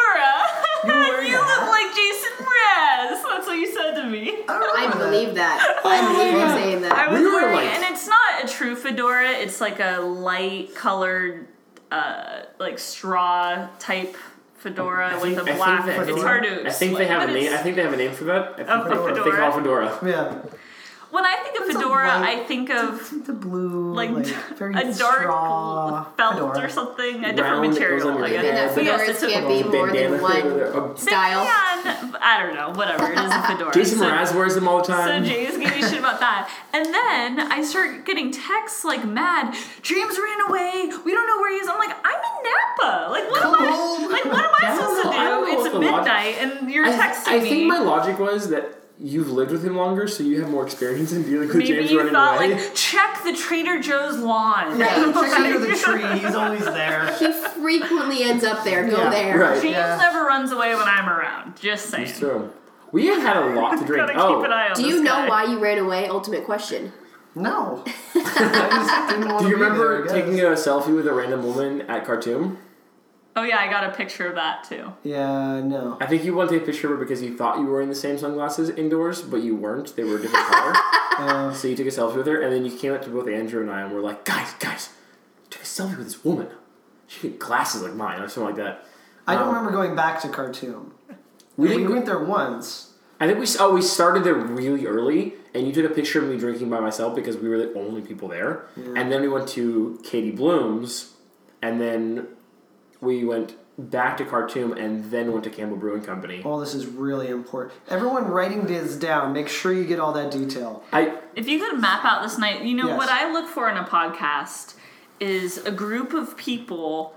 Speaker 1: fedora. [LAUGHS]
Speaker 3: wearing
Speaker 1: you
Speaker 3: a
Speaker 1: look
Speaker 3: hat?"
Speaker 1: like Jason Mraz." That's what you said to me.
Speaker 3: I don't
Speaker 4: I
Speaker 3: remember that.
Speaker 4: believe that. I believe you
Speaker 2: God.
Speaker 4: saying
Speaker 1: I
Speaker 4: that.
Speaker 1: was
Speaker 2: We were
Speaker 1: wearing,
Speaker 2: like-
Speaker 1: and it's not a true fedora. It's like a light colored uh, like straw type fedora
Speaker 2: think-
Speaker 1: with a
Speaker 2: I think
Speaker 1: black.
Speaker 2: that-
Speaker 1: it's
Speaker 3: Fedora?
Speaker 1: hard to.
Speaker 2: I think they
Speaker 1: explain,
Speaker 2: have a
Speaker 1: but
Speaker 2: name.
Speaker 1: it's-
Speaker 2: I think they have a name for that. I think,
Speaker 1: Oh,
Speaker 2: I think
Speaker 1: fedora.
Speaker 2: called fedora.
Speaker 3: Yeah.
Speaker 1: when I think of
Speaker 3: It's a
Speaker 1: fedora,
Speaker 3: light-
Speaker 1: I think of
Speaker 3: It's like the blue,
Speaker 1: like,
Speaker 3: like, very
Speaker 1: a dark
Speaker 3: straw
Speaker 1: felt
Speaker 3: fedora.
Speaker 1: or something, a
Speaker 2: Round,
Speaker 1: different
Speaker 2: it goes
Speaker 1: material.
Speaker 2: on
Speaker 1: I
Speaker 2: your
Speaker 1: guess.
Speaker 4: Even that
Speaker 2: Yeah,
Speaker 1: yes,
Speaker 4: fedoras
Speaker 1: it's a-
Speaker 4: can't be more than
Speaker 2: Bandana
Speaker 4: one
Speaker 2: fedora. Oh,
Speaker 4: style.
Speaker 1: And- I don't know, whatever. It is a fedora.
Speaker 2: Jason
Speaker 1: So-
Speaker 2: Mraz wears them all the
Speaker 1: So
Speaker 2: time.
Speaker 1: James gave me shit about that. And then I start getting texts like mad. James ran away. We don't know where he is. I'm like, I'm in Napa. Like what
Speaker 3: Come
Speaker 1: am I
Speaker 3: home.
Speaker 1: like what am I
Speaker 2: I don't
Speaker 1: supposed
Speaker 2: know- I don't know
Speaker 1: to do?
Speaker 2: what
Speaker 1: It's
Speaker 2: the logic-
Speaker 1: midnight and you're
Speaker 2: I,
Speaker 1: texting
Speaker 2: I
Speaker 1: me.
Speaker 2: think my logic was that you've lived with him longer, so you have more experience in dealing with
Speaker 1: Maybe
Speaker 2: James
Speaker 1: you
Speaker 2: running
Speaker 1: thought
Speaker 2: away. [LAUGHS]
Speaker 1: like check the Trader Joe's lawn.
Speaker 3: Yeah,
Speaker 1: Like,
Speaker 3: check under the tree. He's always there.
Speaker 4: He frequently ends up there. Go
Speaker 3: Yeah.
Speaker 4: there.
Speaker 2: Right.
Speaker 1: James
Speaker 3: Yeah.
Speaker 1: never runs away when I'm around. Just saying.
Speaker 2: so we have had a lot to
Speaker 1: [LAUGHS]
Speaker 2: drink.
Speaker 1: Gotta
Speaker 2: oh,
Speaker 1: keep an eye on
Speaker 4: Do
Speaker 1: this
Speaker 4: you know
Speaker 1: guy.
Speaker 4: why you ran away? Ultimate question.
Speaker 3: [LAUGHS] No. I just didn't want
Speaker 2: do you
Speaker 3: to be
Speaker 2: remember
Speaker 3: there, I
Speaker 2: taking
Speaker 3: guess.
Speaker 2: a selfie with a random woman at Khartoum?
Speaker 1: Oh yeah, I got a picture of that too.
Speaker 3: Yeah, no.
Speaker 2: I think you wanted to take a picture of her because you thought you were wearing the same sunglasses indoors, but you weren't. They were a different color.
Speaker 3: Uh,
Speaker 2: So you took a selfie with her, and then you came up to both Andrew and I, and we're like, guys, guys, I took a selfie with this woman. She had glasses like mine, or something like that.
Speaker 3: I
Speaker 2: Um,
Speaker 3: don't remember going back to Khartoum.
Speaker 2: We
Speaker 3: We
Speaker 2: didn't.
Speaker 3: went there once.
Speaker 2: I think we s- oh we started there really early, and you took a picture of me drinking by myself because we were the only people there. And then we went to Katie Bloom's, and then we went back to Khartoum, and then went to Campbell Brewing Company.
Speaker 3: All this is really important. Everyone writing this down. Make sure you get all that detail.
Speaker 2: I
Speaker 1: If you could map out this night, you know
Speaker 3: Yes.
Speaker 1: what I look for in a podcast is a group of people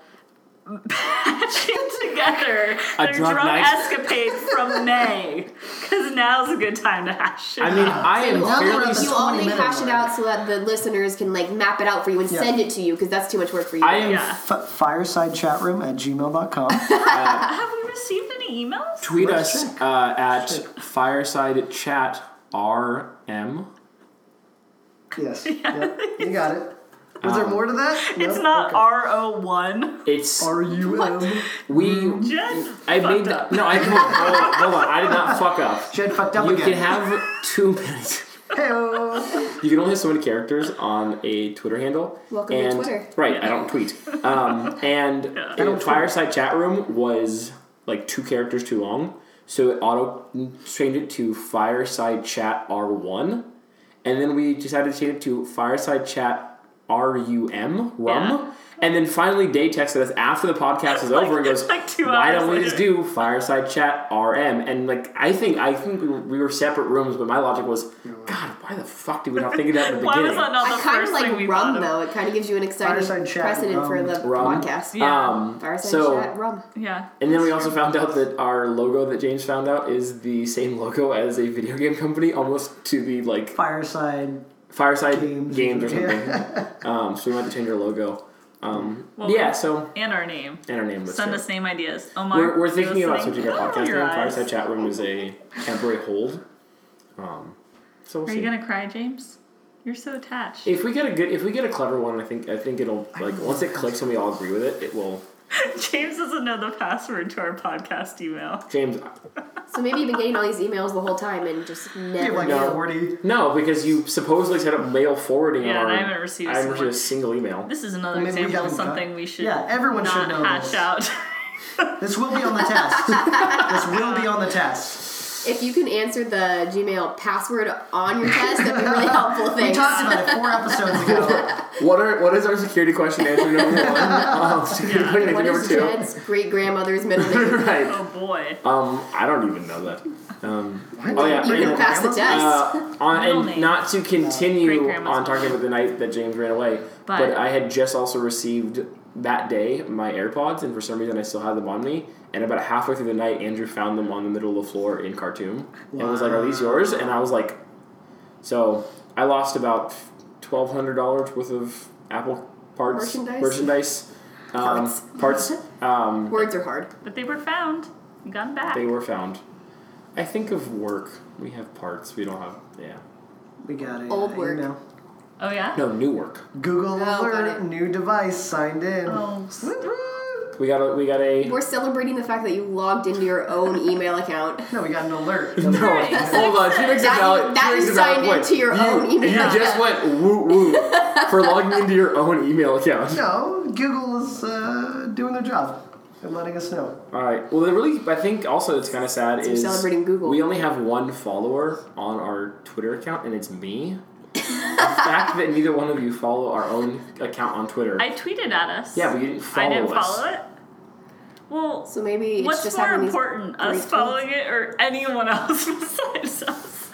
Speaker 1: patching together
Speaker 2: A
Speaker 1: their
Speaker 2: drunk
Speaker 1: drunk
Speaker 2: night.
Speaker 1: escapade
Speaker 2: [LAUGHS]
Speaker 1: from May, because now's a good time to hash it.
Speaker 2: I mean
Speaker 1: out.
Speaker 2: I am
Speaker 4: You
Speaker 3: Well, we're
Speaker 2: fairly
Speaker 3: at
Speaker 4: only,
Speaker 3: the
Speaker 4: you
Speaker 3: 20
Speaker 4: only
Speaker 3: minute
Speaker 4: hash it
Speaker 3: mark.
Speaker 4: out so that the listeners can like map it out for you and
Speaker 3: Yeah.
Speaker 4: send it to you because that's too much work for you.
Speaker 2: I am
Speaker 1: yeah.
Speaker 3: F- firesidechatroom at [LAUGHS] gmail.com.
Speaker 1: Have we received any emails?
Speaker 2: tweet
Speaker 3: Let's
Speaker 2: us
Speaker 3: check.
Speaker 2: uh, at
Speaker 3: Shit.
Speaker 2: fireside chat rm.
Speaker 3: yes. Yep. You got it. Was
Speaker 2: Um,
Speaker 3: there more to that?
Speaker 1: It's
Speaker 3: No?
Speaker 1: not
Speaker 3: Okay.
Speaker 1: R01.
Speaker 2: It's
Speaker 3: R U M.
Speaker 2: we.
Speaker 1: [LAUGHS] Jen
Speaker 2: I made
Speaker 1: fucked
Speaker 2: that.
Speaker 1: up.
Speaker 2: No, I hold on, hold on. I did not fuck up.
Speaker 3: Jed fucked up
Speaker 2: You
Speaker 3: again.
Speaker 2: can have two minutes.
Speaker 3: Heyo.
Speaker 2: You can only have so many characters on a Twitter handle.
Speaker 4: Welcome to
Speaker 2: and,
Speaker 4: Twitter.
Speaker 2: Right, I don't tweet.
Speaker 4: [LAUGHS]
Speaker 2: Um, and the fireside chat room was like two characters too long, so it auto changed it to fireside chat R one, and then we decided to change it to fireside chat R U M rum.
Speaker 1: Yeah.
Speaker 2: And then finally, Day texted us after the podcast is
Speaker 1: [LAUGHS] Like-
Speaker 2: over and goes,
Speaker 1: like two
Speaker 2: "Why
Speaker 1: hours
Speaker 2: don't we just
Speaker 1: later."
Speaker 2: do fireside chat RM?" And like, I think I think we were- we were separate rooms, but my logic was, "God, why the fuck did we not think of that in the
Speaker 1: [LAUGHS] Why
Speaker 2: beginning?"
Speaker 1: was that not
Speaker 4: I
Speaker 1: the
Speaker 4: kind of
Speaker 1: first thing we
Speaker 4: like
Speaker 1: thought
Speaker 4: rum
Speaker 1: of?
Speaker 4: though. It kind of gives you an exciting
Speaker 3: Fireside chat,
Speaker 4: precedent for
Speaker 3: rum.
Speaker 4: the
Speaker 2: Rum?
Speaker 4: podcast.
Speaker 1: Yeah.
Speaker 2: Um,
Speaker 4: Fireside
Speaker 2: so,
Speaker 4: chat rum.
Speaker 1: Yeah.
Speaker 2: and then we also found out that our logo that James found out is the same logo as a video game company, almost to the like
Speaker 3: Fireside.
Speaker 2: Fireside
Speaker 3: Games.
Speaker 2: Games, or something.
Speaker 3: Yeah.
Speaker 2: um, so we might have to change our logo. Um,
Speaker 1: Well,
Speaker 2: yeah, so
Speaker 1: And our name.
Speaker 2: and our name. was
Speaker 1: Send
Speaker 2: there.
Speaker 1: us name ideas. Omar,
Speaker 2: We're, we're
Speaker 1: you
Speaker 2: thinking about
Speaker 1: listening?
Speaker 2: switching our
Speaker 1: Cover
Speaker 2: podcast name.
Speaker 1: your eyes.
Speaker 2: Fireside chat room is a temporary hold. Um, so we'll
Speaker 1: Are
Speaker 2: see.
Speaker 1: you gonna cry, James? You're so attached.
Speaker 2: if we get a good, if we get a clever one, I think I think it'll like once it clicks and we all agree with it, it will.
Speaker 1: James doesn't know the password to our podcast email.
Speaker 2: James,
Speaker 4: So maybe you've been getting all these emails the whole time and just
Speaker 3: You have
Speaker 4: never.
Speaker 3: like
Speaker 2: No.
Speaker 3: 40.
Speaker 2: no, because you supposedly set up mail forwarding.
Speaker 1: Yeah, and
Speaker 2: on our,
Speaker 1: I haven't received
Speaker 2: I haven't
Speaker 1: someone.
Speaker 2: received a
Speaker 1: [LAUGHS]
Speaker 2: single email.
Speaker 1: This is another
Speaker 3: Maybe we
Speaker 1: example of
Speaker 3: haven't got-
Speaker 1: something we should
Speaker 3: Yeah, everyone should
Speaker 1: not
Speaker 3: know
Speaker 1: hatch
Speaker 3: this.
Speaker 1: out. [LAUGHS]
Speaker 3: This will be on the [LAUGHS] test. this will be on the test.
Speaker 4: If you can answer the Gmail password on your test, that'd
Speaker 3: [LAUGHS]
Speaker 4: be really helpful.
Speaker 3: We
Speaker 4: Thanks.
Speaker 3: talked about it four episodes ago.
Speaker 2: What are what is our security question answer number one? um, security question answer
Speaker 4: What
Speaker 2: number
Speaker 4: is
Speaker 2: two.
Speaker 4: Jed's great grandmother's middle
Speaker 1: [LAUGHS]
Speaker 2: [LAUGHS]
Speaker 4: name?
Speaker 2: right.
Speaker 1: oh boy.
Speaker 2: Um, I don't even know that. Um, oh yeah.
Speaker 4: You
Speaker 2: and-
Speaker 4: can pass the test.
Speaker 2: Uh, on,
Speaker 1: Middle
Speaker 2: and
Speaker 1: name.
Speaker 2: not to continue
Speaker 1: Great-grandma's
Speaker 2: on talking about the night that James ran away, but,
Speaker 1: But-
Speaker 2: I had just also received that day my AirPods, and for some reason I still had them on me. And about halfway through the night, Andrew found them on the middle of the floor in Khartoum and was like, "Are these yours?" And I was like, "So I lost about twelve hundred dollars worth of Apple parts,
Speaker 4: Merchandise?
Speaker 2: merchandise, um, parts. Um,
Speaker 4: Words are hard.
Speaker 1: But they were found. You got 'em back.
Speaker 2: they were found. I think of work. We have parts. We don't have yeah.
Speaker 3: [LAUGHS] We got it.
Speaker 4: Old work. Oh,
Speaker 3: Email.
Speaker 1: oh yeah.
Speaker 2: No new work."
Speaker 3: Google
Speaker 4: got
Speaker 3: alert,
Speaker 4: it.
Speaker 3: new device signed in.
Speaker 1: Oh, s-
Speaker 3: Woo-woo.
Speaker 2: We got a we got a
Speaker 4: We're celebrating the fact that you logged into your own email account.
Speaker 3: [LAUGHS] No, we got an alert.
Speaker 2: No,
Speaker 1: Right.
Speaker 2: [LAUGHS] hold on. She makes a
Speaker 4: That you-
Speaker 2: valid.
Speaker 4: that
Speaker 2: she makes
Speaker 4: you
Speaker 2: a valid
Speaker 4: signed
Speaker 2: point.
Speaker 4: into your
Speaker 2: you,
Speaker 4: own email [LAUGHS]
Speaker 2: You just went woo woo for logging into your own email account.
Speaker 3: No, Google is Michelle's uh, doing their job and letting us know.
Speaker 2: All right. Well, it really, I think also it's kind of sad
Speaker 4: So we're
Speaker 2: is
Speaker 4: celebrating Google.
Speaker 2: We only have one follower on our Twitter account, and it's me.
Speaker 4: [LAUGHS]
Speaker 2: the fact that neither one of you follow our own account on Twitter.
Speaker 1: I tweeted at us.
Speaker 2: yeah, but you didn't follow
Speaker 1: I didn't
Speaker 2: us.
Speaker 1: follow it. Well,
Speaker 4: So maybe it's
Speaker 1: what's
Speaker 4: just
Speaker 1: more
Speaker 4: having these
Speaker 1: important,
Speaker 4: great
Speaker 1: us
Speaker 4: tweets?
Speaker 1: following it or anyone [LAUGHS] else besides us?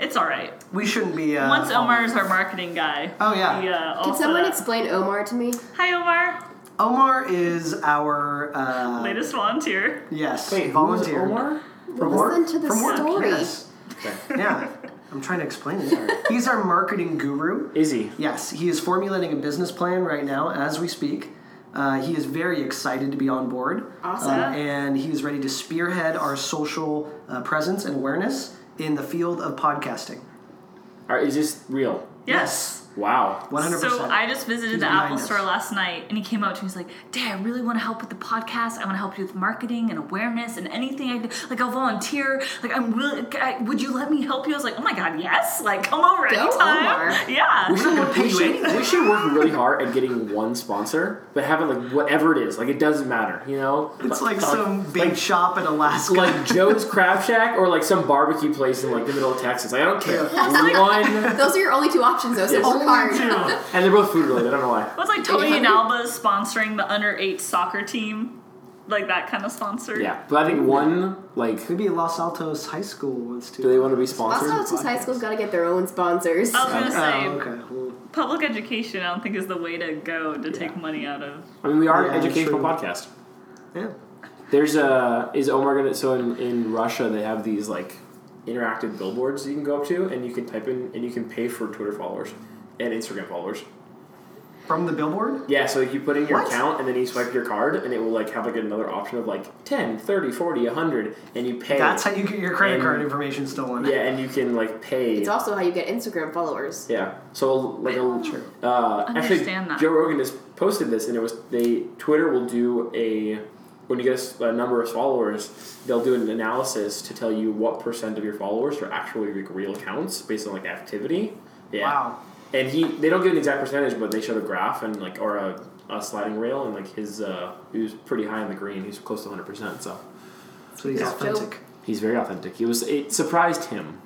Speaker 1: It's all right.
Speaker 3: We shouldn't be. Uh,
Speaker 1: Once Omar is our marketing guy.
Speaker 3: Oh, yeah.
Speaker 1: Yeah.
Speaker 4: Can someone explain Omar to me?
Speaker 1: Hi, Omar.
Speaker 3: Omar is our uh,
Speaker 1: Latest volunteer.
Speaker 3: yes
Speaker 2: Wait, who was
Speaker 3: volunteer.
Speaker 2: Omar?
Speaker 3: From work?
Speaker 4: Listen to the
Speaker 3: From work,
Speaker 4: story.
Speaker 3: yes.
Speaker 2: Okay.
Speaker 3: Yeah, I'm trying to explain it. He's our marketing guru.
Speaker 2: Izzy.
Speaker 3: Yes, he is formulating a business plan right now as we speak. Uh, he is very excited to be on board.
Speaker 4: Awesome.
Speaker 3: Uh, and he is ready to spearhead our social uh, presence and awareness in the field of podcasting.
Speaker 2: All right, is this real?
Speaker 1: Yes.
Speaker 2: Wow.
Speaker 3: 100%.
Speaker 1: So I just visited
Speaker 3: He's
Speaker 1: the
Speaker 3: behind
Speaker 1: Apple
Speaker 3: us.
Speaker 1: store last night, and he came up to me. He's like, "Dad, I really want to help with the podcast. I want to help you with marketing and awareness and anything. I can, like, I'll volunteer. Like, I'm really. I, would you let me help you?" I was like, "Oh my god, yes! Like, come over
Speaker 4: Go,
Speaker 1: anytime.
Speaker 4: Omar.
Speaker 1: [LAUGHS] Yeah,
Speaker 2: We should, we, should, we should work really hard at getting one sponsor, but having like whatever it is, like it doesn't matter, you know.
Speaker 3: it's like
Speaker 2: Uh,
Speaker 3: some big shop in Alaska. [LAUGHS]
Speaker 2: like Joe's Crab Shack or like some barbecue place in like the middle of Texas. Like, I don't care. One,
Speaker 4: Those are your only two options,
Speaker 1: [LAUGHS]
Speaker 4: though. So work hard.
Speaker 2: and they're both food related. I don't know why.
Speaker 1: What's like Tony and
Speaker 4: 800?
Speaker 1: Alba sponsoring the under eight soccer team, like that kind of sponsor.
Speaker 2: Yeah, but I think one like do
Speaker 3: Maybe Los Altos High School wants to.
Speaker 2: they want to be
Speaker 4: Also,
Speaker 2: sponsored?
Speaker 4: Altos High School's got to get their own sponsors.
Speaker 1: I was gonna say
Speaker 3: Oh, okay. Well,
Speaker 1: public education. I don't think is the way to go to take money out of.
Speaker 2: I mean, we are
Speaker 3: Yeah,
Speaker 2: an educational
Speaker 3: true.
Speaker 2: podcast.
Speaker 3: yeah.
Speaker 2: There's a is Omar gonna so in, in Russia they have these like interactive billboards you can go up to and you can type in and you can pay for Twitter followers and Instagram followers.
Speaker 3: From the billboard?
Speaker 2: Yeah, so like you put in your
Speaker 3: What?
Speaker 2: account and then you swipe your card and it will like have like another option of like 10, 30, 40, 100 and you pay.
Speaker 3: That's how you get your credit
Speaker 2: And-
Speaker 3: card information
Speaker 2: [LAUGHS]
Speaker 3: stolen.
Speaker 2: Yeah, and you can like pay.
Speaker 4: It's also how you get Instagram followers.
Speaker 2: Yeah. So like a
Speaker 3: [LAUGHS] Sure.
Speaker 2: uh, actually,
Speaker 1: Understand that.
Speaker 2: Joe Rogan has posted this, and it was they Twitter will do a when you get a s- a, number of followers, they'll do an analysis to tell you what percent of your followers are actually like real accounts based on like activity. Yeah.
Speaker 3: Wow.
Speaker 2: And he they don't give an exact percentage, but they showed a graph and like or a, a sliding rail, and like his uh, he was pretty high in the green. He's close to hundred percent. So
Speaker 3: So he's
Speaker 4: Yeah.
Speaker 3: authentic.
Speaker 2: he's very authentic. He was it surprised him.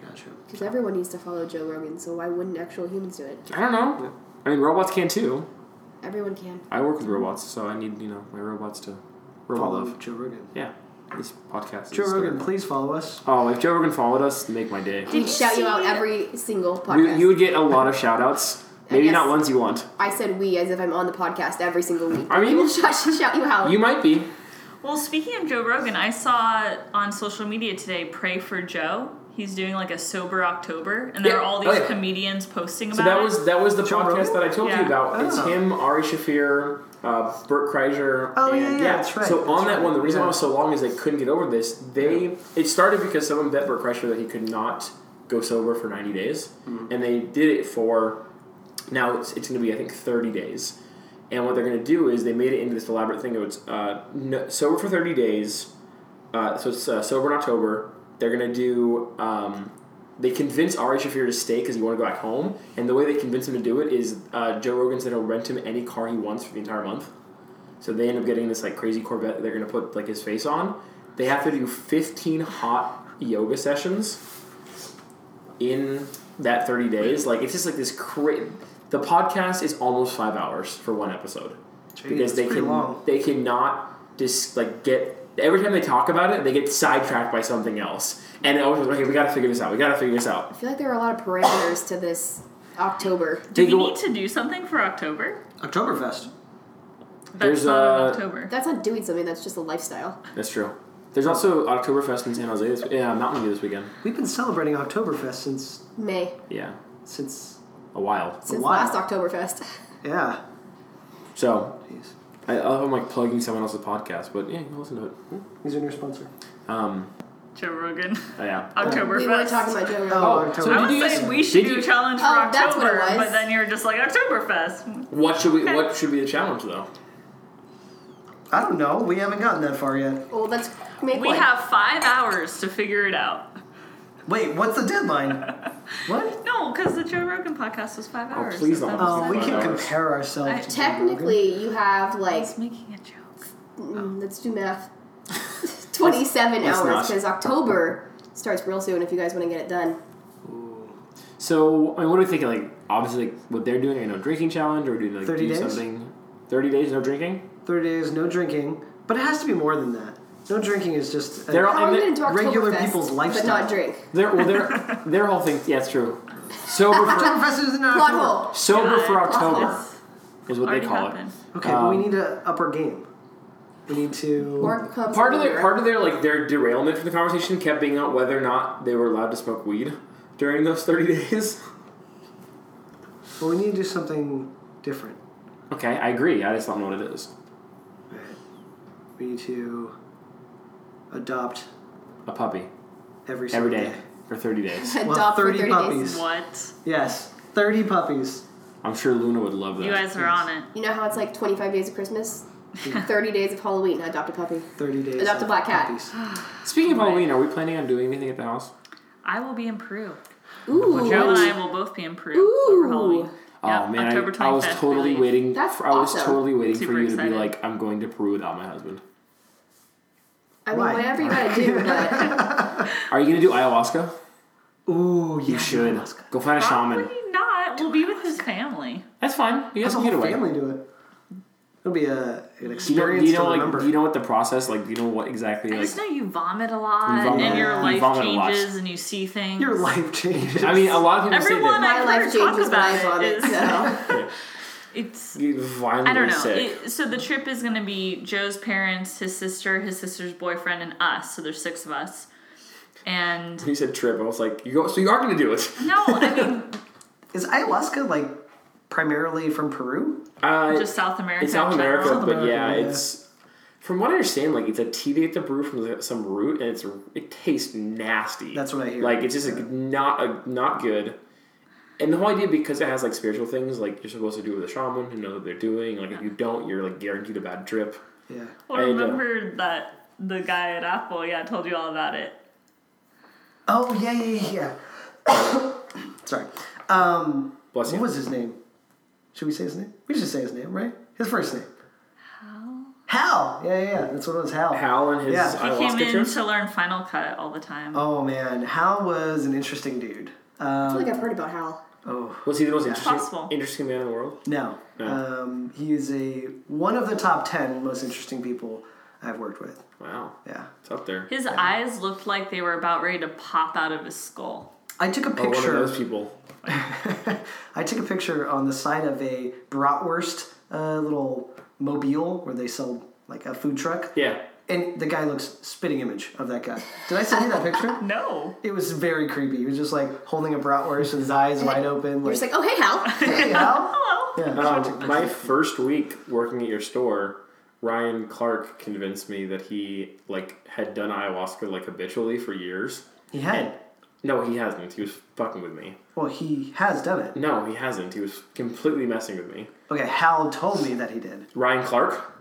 Speaker 3: Gotcha.
Speaker 4: Because everyone needs to follow Joe Rogan, so why wouldn't actual humans do it?
Speaker 2: I don't know. I mean, robots can too.
Speaker 4: Everyone can.
Speaker 2: I work with robots, so I need you know my robots to robot
Speaker 3: Follow
Speaker 2: love.
Speaker 3: Joe Rogan.
Speaker 2: Yeah, this podcast. is
Speaker 3: Joe Rogan,
Speaker 2: started.
Speaker 3: please follow us.
Speaker 2: Oh, if Joe Rogan followed us, it'd make my day.
Speaker 1: Did
Speaker 4: We
Speaker 1: you
Speaker 4: shout you out
Speaker 1: see-
Speaker 4: every single
Speaker 2: You,
Speaker 4: podcast.
Speaker 2: you would get a lot of shout outs. Maybe
Speaker 4: guess.
Speaker 2: not ones you want.
Speaker 4: I said we as if I'm on the podcast every single week.
Speaker 2: I mean-
Speaker 4: we will [LAUGHS] shout, shout you out.
Speaker 2: You might be.
Speaker 1: Well, speaking of Joe Rogan, I saw on social media today, pray for Joe. He's doing like a sober October, and there
Speaker 2: Yeah.
Speaker 1: are all
Speaker 2: Oh,
Speaker 1: these
Speaker 2: yeah.
Speaker 1: comedians posting about
Speaker 2: So that
Speaker 1: it.
Speaker 2: was that was the
Speaker 3: Joe
Speaker 2: podcast
Speaker 3: Rogan?
Speaker 2: that I told
Speaker 1: Yeah.
Speaker 2: you about. It's
Speaker 3: Oh.
Speaker 2: him, Ari Shafir, uh, Bert Kreischer.
Speaker 3: Oh,
Speaker 2: and
Speaker 3: yeah, yeah, that's right,
Speaker 2: So on
Speaker 3: that's
Speaker 2: that
Speaker 3: right,
Speaker 2: one, the reason
Speaker 3: yeah.
Speaker 2: why it was so long is they couldn't get over this. They it started because someone bet Bert Kreischer that he could not go sober for ninety days,
Speaker 3: Mm-hmm.
Speaker 2: and they did it for now it's, it's going to be I think thirty days. And what they're going to do is they made it into this elaborate thing. It's uh, no, sober for thirty days. Uh, so it's uh, sober in October. They're gonna do. Um, they convince Ari Shafir to stay because he want to go back home, and the way they convince him to do it is uh, Joe Rogan's gonna rent him any car he wants for the entire month. So they end up getting this like crazy Corvette that they're gonna put like his face on. They have to do fifteen hot yoga sessions in that thirty days. Like it's just like this cra The podcast is almost five hours for one episode
Speaker 3: Jeez,
Speaker 2: because
Speaker 3: it's
Speaker 2: they
Speaker 3: pretty
Speaker 2: can
Speaker 3: long.
Speaker 2: they cannot just like get every time they talk about it they get sidetracked by something else and it always okay we gotta figure this out we gotta figure this out
Speaker 4: I feel like there are a lot of parameters to this October.
Speaker 1: Do
Speaker 2: They
Speaker 1: we
Speaker 2: go-
Speaker 1: need to do something for October?
Speaker 3: Oktoberfest.
Speaker 1: That's
Speaker 2: There's,
Speaker 1: not in
Speaker 2: uh,
Speaker 1: October.
Speaker 4: That's not doing something, that's just a lifestyle.
Speaker 2: that's true there's also Oktoberfest in San Jose this, yeah Mountain View this weekend
Speaker 3: We've been celebrating Oktoberfest since
Speaker 4: May.
Speaker 2: yeah
Speaker 3: since
Speaker 2: a while
Speaker 4: Since
Speaker 3: Wow.
Speaker 4: last Oktoberfest.
Speaker 3: yeah.
Speaker 2: so
Speaker 3: Jeez.
Speaker 2: I, I love I'm like plugging someone else's podcast but yeah you can listen to it
Speaker 3: He's our new sponsor.
Speaker 2: um
Speaker 1: Joe
Speaker 2: [LAUGHS]
Speaker 1: Rogan.
Speaker 2: oh, yeah
Speaker 1: October.
Speaker 4: we were talking about Joe Rogan.
Speaker 3: Oh,
Speaker 2: so
Speaker 3: Oktoberfest.
Speaker 1: I
Speaker 2: did
Speaker 1: was
Speaker 2: you guys
Speaker 1: saying we should
Speaker 2: did
Speaker 1: do a
Speaker 2: you-
Speaker 1: challenge for
Speaker 4: Oh, that's what it
Speaker 1: October,
Speaker 4: was.
Speaker 1: but then you're just like Oktoberfest.
Speaker 2: what should we what should be the challenge though
Speaker 3: I don't know. We haven't gotten that far yet.
Speaker 4: Well, let's make
Speaker 1: We
Speaker 4: one.
Speaker 1: have five hours to figure it out.
Speaker 3: [LAUGHS] Wait, what's the deadline? What?
Speaker 1: No, because the Joe Rogan podcast was five hours.
Speaker 2: please
Speaker 1: so
Speaker 2: don't.
Speaker 1: that was
Speaker 3: Oh, we
Speaker 1: that.
Speaker 3: can
Speaker 2: Five hours.
Speaker 3: compare ourselves.
Speaker 1: I-
Speaker 3: to
Speaker 4: Technically, you have
Speaker 1: I
Speaker 4: like
Speaker 1: was making a joke.
Speaker 4: mm, let's do math. [LAUGHS] Twenty-seven
Speaker 2: Let's
Speaker 4: hours
Speaker 2: not.
Speaker 4: because October starts real soon. If you guys want to get it done,
Speaker 2: So, I mean, what are we thinking? Like, obviously, like, what they're doing, a no drinking challenge, or do they like
Speaker 3: 30
Speaker 2: do
Speaker 3: days?
Speaker 2: something? Thirty days, no drinking.
Speaker 3: Thirty days, no drinking, but it has to be more than that. No drinking is just.
Speaker 2: They're all-
Speaker 4: how are we
Speaker 2: And
Speaker 4: going to do Oktoberfest
Speaker 3: regular people's
Speaker 4: but
Speaker 3: lifestyle.
Speaker 4: not drink?
Speaker 2: Their well, their their whole thing. Yeah, it's true. Sober for
Speaker 3: Oktoberfest is in
Speaker 4: Plot
Speaker 3: October.
Speaker 4: hole.
Speaker 2: sober for
Speaker 1: God,
Speaker 2: October
Speaker 1: that's
Speaker 2: is what they
Speaker 1: already
Speaker 2: call
Speaker 1: happened.
Speaker 2: it.
Speaker 3: Okay, but we
Speaker 2: Um,
Speaker 3: need to up our game. We need to.
Speaker 4: Or comes
Speaker 2: Part of their
Speaker 4: later.
Speaker 2: part of their like their derailment from the conversation kept being out whether or not they were allowed to smoke weed during those thirty [LAUGHS] days.
Speaker 3: Well, we need to do something different.
Speaker 2: Okay, I agree. I just don't know what it is.
Speaker 3: We need to adopt
Speaker 2: A puppy
Speaker 3: every single
Speaker 2: every day for thirty days.
Speaker 4: [LAUGHS] adopt
Speaker 3: Well,
Speaker 4: for
Speaker 3: 30
Speaker 4: 30,
Speaker 3: puppies.
Speaker 4: days.
Speaker 1: What?
Speaker 3: Yes, thirty puppies.
Speaker 2: I'm sure Luna would love that.
Speaker 1: You guys are on it.
Speaker 4: You know how it's like 25 days of Christmas, 30 days of Halloween. Adopt a puppy.
Speaker 3: Thirty days.
Speaker 4: Adopt a
Speaker 3: of
Speaker 4: black cat.
Speaker 2: [GASPS]
Speaker 3: puppies.
Speaker 2: Speaking of Halloween, are we planning on doing anything at the house?
Speaker 1: I will be in Peru.
Speaker 4: Ooh,
Speaker 1: Joe and I will both be in Peru
Speaker 4: Ooh.
Speaker 1: over Halloween.
Speaker 2: Oh
Speaker 1: Yeah,
Speaker 2: man, I,
Speaker 1: October
Speaker 2: I was
Speaker 1: 25th,
Speaker 2: totally
Speaker 1: really.
Speaker 2: waiting.
Speaker 4: That's
Speaker 2: for, I was
Speaker 4: awesome.
Speaker 2: totally waiting for
Speaker 1: Super
Speaker 2: you to
Speaker 1: excited.
Speaker 2: be like, I'm going to Peru without my husband.
Speaker 4: I mean,
Speaker 3: Why?
Speaker 4: whatever you gotta do, but
Speaker 2: Are you gonna do ayahuasca?
Speaker 3: Ooh, yeah.
Speaker 2: You should
Speaker 3: Alaska.
Speaker 2: go find a shaman.
Speaker 1: Probably not. We'll be with his family.
Speaker 2: That's fine. You
Speaker 3: Have
Speaker 2: guys
Speaker 3: the
Speaker 2: can get
Speaker 3: whole
Speaker 2: away.
Speaker 3: family do it. It'll be a, an
Speaker 2: Do you know,
Speaker 3: experience
Speaker 2: do you know
Speaker 3: to
Speaker 2: like,
Speaker 3: remember.
Speaker 2: do you know what the process like? Do you know what exactly?
Speaker 1: I
Speaker 2: Like,
Speaker 1: just know you vomit a lot,
Speaker 2: You vomit
Speaker 1: and
Speaker 3: a
Speaker 1: your
Speaker 3: lot.
Speaker 2: You
Speaker 1: life
Speaker 2: vomit a lot.
Speaker 1: changes, and you see things.
Speaker 3: [LAUGHS] Your life changes.
Speaker 2: I mean, a lot of people
Speaker 1: Everyone
Speaker 2: say
Speaker 4: my
Speaker 1: I've
Speaker 4: life
Speaker 1: heard talk
Speaker 4: changes when I
Speaker 1: about it
Speaker 4: vomit. So
Speaker 1: It's
Speaker 2: that you violently
Speaker 1: I don't know.
Speaker 2: sick.
Speaker 1: It, so the trip is going to be Joe's parents, his sister, his sister's boyfriend, and us. So there's six of us. And
Speaker 2: He said trip. I was like, you go. So you are gonna do it.
Speaker 1: no, I
Speaker 2: [LAUGHS]
Speaker 1: mean
Speaker 3: is ayahuasca like primarily from Peru?
Speaker 2: Uh,
Speaker 1: just South America.
Speaker 2: it's South
Speaker 1: in
Speaker 2: America,
Speaker 1: general.
Speaker 3: South
Speaker 2: but
Speaker 3: America,
Speaker 2: yeah,
Speaker 3: yeah.
Speaker 2: it's from what I understand, like it's a tea they get to brew from the- some root, and it's it tastes nasty.
Speaker 3: That's what I hear.
Speaker 2: Like it's just like, not a, not good. And the whole idea, because it has like spiritual things, like you're supposed to do with a shaman and know what they're doing. Like if you don't, you're like guaranteed a bad trip.
Speaker 3: Yeah.
Speaker 1: Well,
Speaker 2: I, uh,
Speaker 1: remember that the guy at Apple, yeah, told you all about it.
Speaker 3: Oh yeah yeah yeah, yeah. [COUGHS] Sorry. Um,
Speaker 2: Bless you.
Speaker 3: what was his name? Should we say his name? We should say his name, right? His first name. Hal. Hal. Yeah yeah. yeah. That's what it was. Hal.
Speaker 2: Hal and his
Speaker 3: Yeah.
Speaker 1: He
Speaker 2: ayahuasca
Speaker 1: came in
Speaker 2: trip.
Speaker 1: to learn Final Cut all the time.
Speaker 3: Oh man, Hal was an interesting dude.
Speaker 4: I
Speaker 3: Um,
Speaker 4: feel like I've heard about Hal.
Speaker 3: oh
Speaker 2: Was he the most interesting,
Speaker 1: Possible.
Speaker 2: interesting man in the world?
Speaker 3: no, um, he is a one of the top ten most interesting people I've worked with.
Speaker 2: Wow,
Speaker 3: Yeah,
Speaker 2: it's up there.
Speaker 1: His eyes looked like they were about ready to pop out of his skull.
Speaker 3: I took a
Speaker 2: Oh, one of
Speaker 3: picture.
Speaker 2: those people.
Speaker 3: [LAUGHS] I took a picture on the side of a bratwurst uh, little mobile where they sell like a food truck.
Speaker 2: Yeah.
Speaker 3: And the guy looks spitting image of that guy. Did I send you that
Speaker 2: [LAUGHS]
Speaker 3: picture?
Speaker 1: No.
Speaker 3: It was very creepy. He was just like holding a bratwurst with his eyes wide open.
Speaker 4: You're
Speaker 3: Like,
Speaker 4: just like, oh hey Hal.
Speaker 3: [LAUGHS] "Hey,
Speaker 1: [LAUGHS]
Speaker 3: Hal."
Speaker 1: Hello.
Speaker 3: Yeah.
Speaker 2: Um, my first week working at your store, Ryan Clark convinced me that he like had done ayahuasca like habitually for years.
Speaker 3: He had.
Speaker 2: No, he hasn't. He was fucking with me.
Speaker 3: Well, he has done it.
Speaker 2: No, he hasn't. He was completely messing with me.
Speaker 3: Okay, Hal told me that he did.
Speaker 2: Ryan Clark?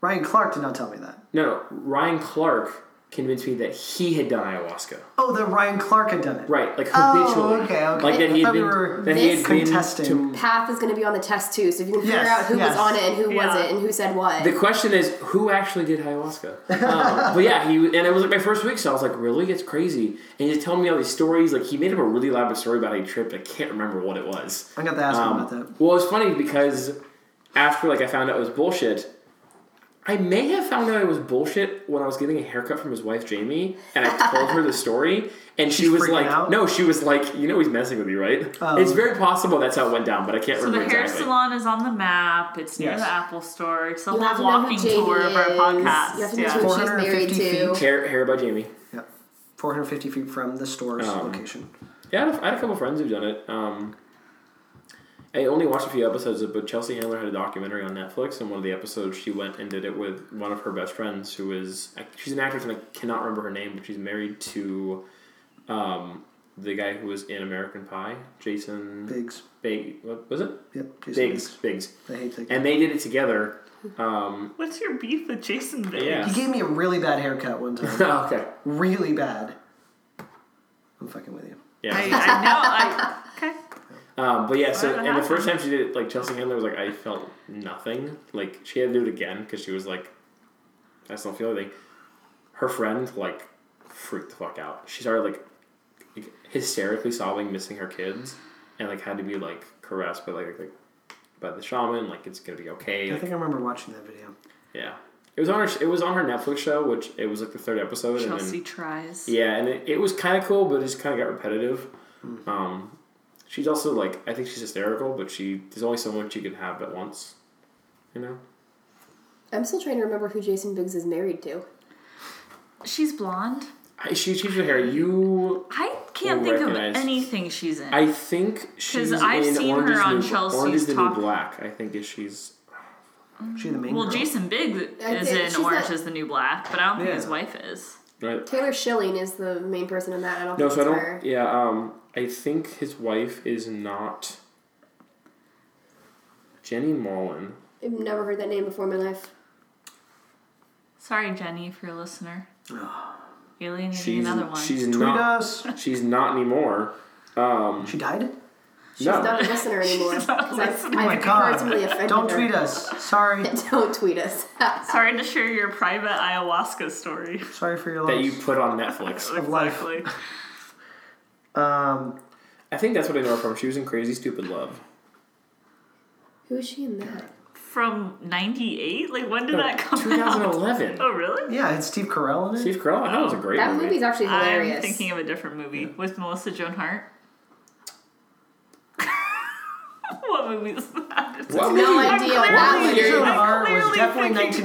Speaker 3: Ryan Clark did not tell me that.
Speaker 2: No, no. Ryan Clark convinced me that he had done ayahuasca.
Speaker 3: Oh, that Ryan Clark had done it.
Speaker 2: Right, like
Speaker 3: Oh,
Speaker 2: habitually.
Speaker 3: okay, okay.
Speaker 2: Like that
Speaker 3: I
Speaker 2: he had
Speaker 3: thought we
Speaker 2: been,
Speaker 3: were
Speaker 2: that he had
Speaker 4: this
Speaker 2: been
Speaker 3: contesting.
Speaker 2: to-
Speaker 4: Path is gonna be on the test too, so if you can figure
Speaker 3: Yes,
Speaker 4: out who
Speaker 3: yes.
Speaker 4: was on it and who
Speaker 1: Yeah.
Speaker 4: wasn't and who said what.
Speaker 2: The question is, who actually did ayahuasca? Um, but yeah, he and it was like my first week, so I was like, really, it's crazy. And he's telling me all these stories. Like he made up a really elaborate story about how he tripped. I can't remember what it was.
Speaker 3: I got to ask
Speaker 2: Um,
Speaker 3: him about
Speaker 2: Well, it's funny because after like I found out it was bullshit. I may have found out it was bullshit when I was getting a haircut from his wife Jamie, and I told
Speaker 3: [LAUGHS]
Speaker 2: her the story, and she
Speaker 3: She's
Speaker 2: was
Speaker 3: freaking
Speaker 2: like,
Speaker 3: out?
Speaker 2: "No, she was like, you know, he's messing with me, right?"
Speaker 3: Oh.
Speaker 2: It's very possible that's how it went down, but I can't
Speaker 1: So the
Speaker 2: remember
Speaker 1: hair
Speaker 2: exactly.
Speaker 1: salon is on the map. It's near
Speaker 3: Yes.
Speaker 1: the Apple store. It's a
Speaker 4: You have
Speaker 1: whole
Speaker 4: to know who
Speaker 1: walking
Speaker 4: Jamie
Speaker 1: tour of our
Speaker 4: is.
Speaker 1: podcast.
Speaker 4: You have to know
Speaker 1: yeah.
Speaker 4: who she's
Speaker 3: 450
Speaker 4: married to.
Speaker 2: Hair, hair by Jamie.
Speaker 3: that. Yep. 450 feet from the store's
Speaker 2: Um,
Speaker 3: location.
Speaker 2: Yeah, I had a, I had a couple friends who've done it. Um, I only watched a few episodes of, but Chelsea Handler had a documentary on Netflix, and one of the episodes she went and did it with one of her best friends, who is she's an actress, and I cannot remember her name, but she's married to um, the guy who was in American Pie, Jason
Speaker 3: Biggs.
Speaker 2: Big. What was it?
Speaker 3: Yep. Jason
Speaker 2: Biggs. Biggs.
Speaker 3: Biggs. I hate Biggs.
Speaker 2: And they did it together. Um, [LAUGHS]
Speaker 1: What's your beef with Jason Biggs?
Speaker 2: yeah.
Speaker 3: he gave
Speaker 2: [LAUGHS]
Speaker 3: me a really bad haircut one time.
Speaker 2: okay.
Speaker 3: really bad. I'm fucking with you.
Speaker 2: Yeah.
Speaker 1: I, I know. [LAUGHS] I, okay.
Speaker 2: Um, but yeah, so
Speaker 1: Whatever
Speaker 2: and the first time she did it, like Chelsea Handler was like, I felt nothing. Like she had to do it again because she was like, I still feel anything. Her friend like freaked the fuck out. She started like, like, hysterically sobbing, missing her kids, and like had to be like caressed by like like by the shaman. Like it's gonna be okay.
Speaker 3: I
Speaker 2: Like,
Speaker 3: think I remember watching that video.
Speaker 2: yeah, it was on her. It was on her Netflix show, which it was like the third episode. and then,
Speaker 1: Chelsea tries.
Speaker 2: yeah, and it, it was kind of cool, but it just kind of got repetitive. Um, she's also like, I think she's hysterical, but she there's only so much you can have at once. You know,
Speaker 4: I'm still trying to remember who Jason Biggs is married to.
Speaker 1: She's blonde.
Speaker 2: I, she keeps her hair. You,
Speaker 1: I can't
Speaker 2: Who
Speaker 1: think
Speaker 2: recognized-
Speaker 1: of anything she's in.
Speaker 2: I think she's
Speaker 1: I've
Speaker 2: in
Speaker 1: seen
Speaker 2: Orange
Speaker 1: her
Speaker 2: is
Speaker 1: on
Speaker 2: New-
Speaker 1: Chelsea's
Speaker 2: Orange is the
Speaker 1: Talk-
Speaker 2: New Black. I think is she's
Speaker 3: She the main
Speaker 1: well,
Speaker 3: girl.
Speaker 1: Jason Biggs is
Speaker 4: think she's
Speaker 1: in Orange
Speaker 4: not-
Speaker 1: is the New Black, but I don't think
Speaker 3: Yeah.
Speaker 1: his wife is.
Speaker 2: right.
Speaker 4: Taylor Schilling is the main person in that. I don't
Speaker 2: No,
Speaker 4: think
Speaker 2: so I
Speaker 4: it's
Speaker 2: don't.
Speaker 4: her.
Speaker 2: Yeah, um, I think his wife is not Jenny Mullen.
Speaker 4: I've never heard that name before in my life.
Speaker 1: Sorry, Jenny, if you're a listener. Alienating
Speaker 2: She's
Speaker 1: another one.
Speaker 2: she's
Speaker 3: Tweet
Speaker 2: not
Speaker 3: us.
Speaker 2: she's not anymore. Um,
Speaker 3: She died?
Speaker 4: She's
Speaker 1: [LAUGHS]
Speaker 2: no.
Speaker 4: not a listener anymore.
Speaker 1: She's not a
Speaker 4: 'cause I've,
Speaker 1: listener.
Speaker 4: I've
Speaker 3: Oh my
Speaker 4: personally
Speaker 3: god.
Speaker 4: offended
Speaker 3: Don't
Speaker 4: her. [LAUGHS]
Speaker 3: tweet us. Sorry.
Speaker 4: Don't tweet us. [LAUGHS]
Speaker 1: Sorry to share your private ayahuasca story.
Speaker 3: Sorry for your loss.
Speaker 2: that you put on Netflix.
Speaker 3: Of life.
Speaker 1: Exactly.
Speaker 3: um,
Speaker 2: I think that's what I know her from. She was in Crazy Stupid Love.
Speaker 4: Who is she in that?
Speaker 1: From 98? Like, when did that come out?
Speaker 2: 2011.
Speaker 1: Oh, really?
Speaker 3: yeah, it's Steve Carell in it.
Speaker 2: Steve Carell. I thought it was a great
Speaker 4: That
Speaker 2: movie.
Speaker 4: movie's actually hilarious.
Speaker 1: I'm thinking of a different movie with Melissa Joan Hart. [LAUGHS] what movie is that?
Speaker 2: What
Speaker 4: no
Speaker 2: movie?
Speaker 4: idea.
Speaker 1: I'm
Speaker 4: That
Speaker 1: clearly-
Speaker 3: Melissa Joan
Speaker 4: one
Speaker 1: I'm
Speaker 4: is
Speaker 3: Hart was
Speaker 1: clearly
Speaker 3: definitely
Speaker 1: thinking-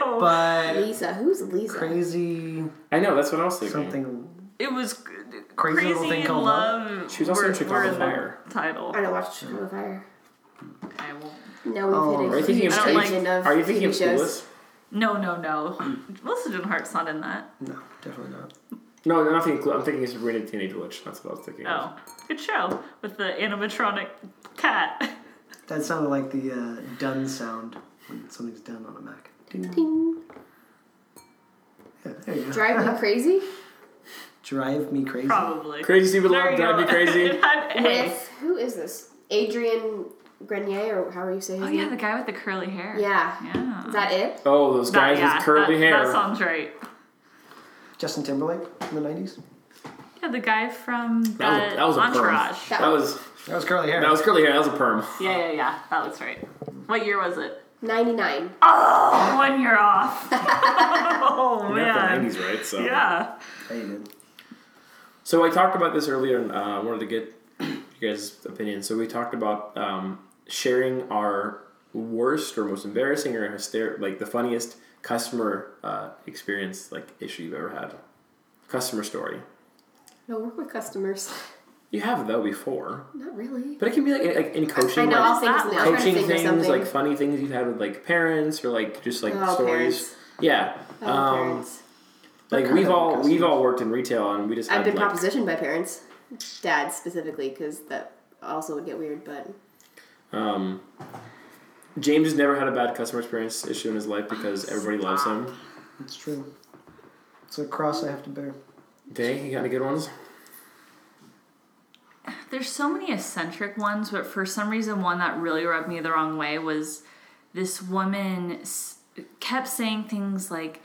Speaker 1: [LAUGHS] No.
Speaker 3: but
Speaker 4: Lisa. Who's Lisa?
Speaker 3: crazy
Speaker 2: I know. That's what I was thinking.
Speaker 3: something.
Speaker 1: it was c-
Speaker 3: Crazy
Speaker 1: crazy,
Speaker 3: Little Thing
Speaker 1: in
Speaker 3: Called Love.
Speaker 1: love.
Speaker 2: She was also in
Speaker 1: were- were
Speaker 2: Chicago
Speaker 1: the
Speaker 2: Fire.
Speaker 1: Title.
Speaker 4: I don't watch Chicago Fire.
Speaker 1: I won't.
Speaker 4: No, we've
Speaker 3: Oh.
Speaker 4: hit a
Speaker 2: Are you thinking of?
Speaker 4: huge
Speaker 1: I don't like-
Speaker 4: region of
Speaker 2: are you thinking of
Speaker 4: TV shows.
Speaker 2: Clueless?
Speaker 1: No, no, no. Melissa Joan Hart's not in that.
Speaker 3: No, definitely not.
Speaker 2: No, I'm not thinking. Of Clueless. I'm thinking of Sabrina the Teenage Witch. That's what I was thinking. of.
Speaker 1: Oh, good show with the animatronic cat. [LAUGHS]
Speaker 3: That sounded like the uh, done sound when something's done on a Mac.
Speaker 4: Ding.
Speaker 3: Yeah, there you
Speaker 2: [LAUGHS]
Speaker 3: go.
Speaker 4: Drive Me Crazy
Speaker 3: Drive me crazy.
Speaker 1: Probably.
Speaker 2: Crazy Stupid
Speaker 1: There
Speaker 2: Love.
Speaker 1: you
Speaker 2: Drive
Speaker 1: go. [LAUGHS]
Speaker 2: Me Crazy.
Speaker 1: It had A.
Speaker 4: with who is this? Adrian Grenier or how are you saying?
Speaker 1: Oh
Speaker 4: his
Speaker 1: yeah,
Speaker 4: name?
Speaker 1: the guy with the curly hair.
Speaker 4: Yeah.
Speaker 1: Yeah.
Speaker 4: Is that it?
Speaker 2: Oh, those
Speaker 1: That-
Speaker 2: guys
Speaker 1: yeah,
Speaker 2: with curly
Speaker 1: that,
Speaker 2: hair.
Speaker 1: That sounds right.
Speaker 3: Justin Timberlake in the 90s.
Speaker 1: Yeah, the guy from the
Speaker 2: That was, that was a
Speaker 1: Entourage.
Speaker 2: perm. That was
Speaker 3: That was curly hair.
Speaker 2: that was curly hair. That was a perm.
Speaker 1: Yeah, yeah, yeah. That looks right. What year was it?
Speaker 4: 99.
Speaker 1: Oh, one year
Speaker 2: [LAUGHS]
Speaker 1: off. oh
Speaker 2: We're not the
Speaker 1: man.
Speaker 2: nineties, right? So
Speaker 1: Yeah.
Speaker 3: Hey, dude.
Speaker 2: So I talked about this earlier, and uh, I wanted to get [CLEARS THROAT] you guys' opinion. So we talked about um, sharing our worst or most embarrassing or hyster- like the funniest customer uh, experience, like issue you've ever had, customer story.
Speaker 4: No, work with customers. [LAUGHS]
Speaker 2: You have though before,
Speaker 4: Not really.
Speaker 2: but it can be like, like in coaching,
Speaker 4: I know.
Speaker 2: like,
Speaker 4: I'll think of
Speaker 1: that
Speaker 4: something. I'm trying to
Speaker 2: coaching
Speaker 4: think of
Speaker 2: things,
Speaker 4: something.
Speaker 2: like funny things you've had with like parents or like just like
Speaker 4: Oh,
Speaker 2: stories.
Speaker 4: parents.
Speaker 2: Yeah,
Speaker 4: Oh,
Speaker 2: um,
Speaker 4: parents.
Speaker 2: like
Speaker 3: kind
Speaker 2: we've
Speaker 3: of
Speaker 2: all we've
Speaker 3: customers.
Speaker 2: all worked in retail, and we just
Speaker 4: I've
Speaker 2: had
Speaker 4: been
Speaker 2: like,
Speaker 4: propositioned by parents, dad specifically, because that also would get weird. But
Speaker 2: Um, James has never had a bad customer experience issue in his life because everybody loves him.
Speaker 3: It's true. It's a cross I have to bear.
Speaker 2: Dang, you got any good ones?
Speaker 1: There's so many eccentric ones, but for some reason, one that really rubbed me the wrong way was this woman s- kept saying things like,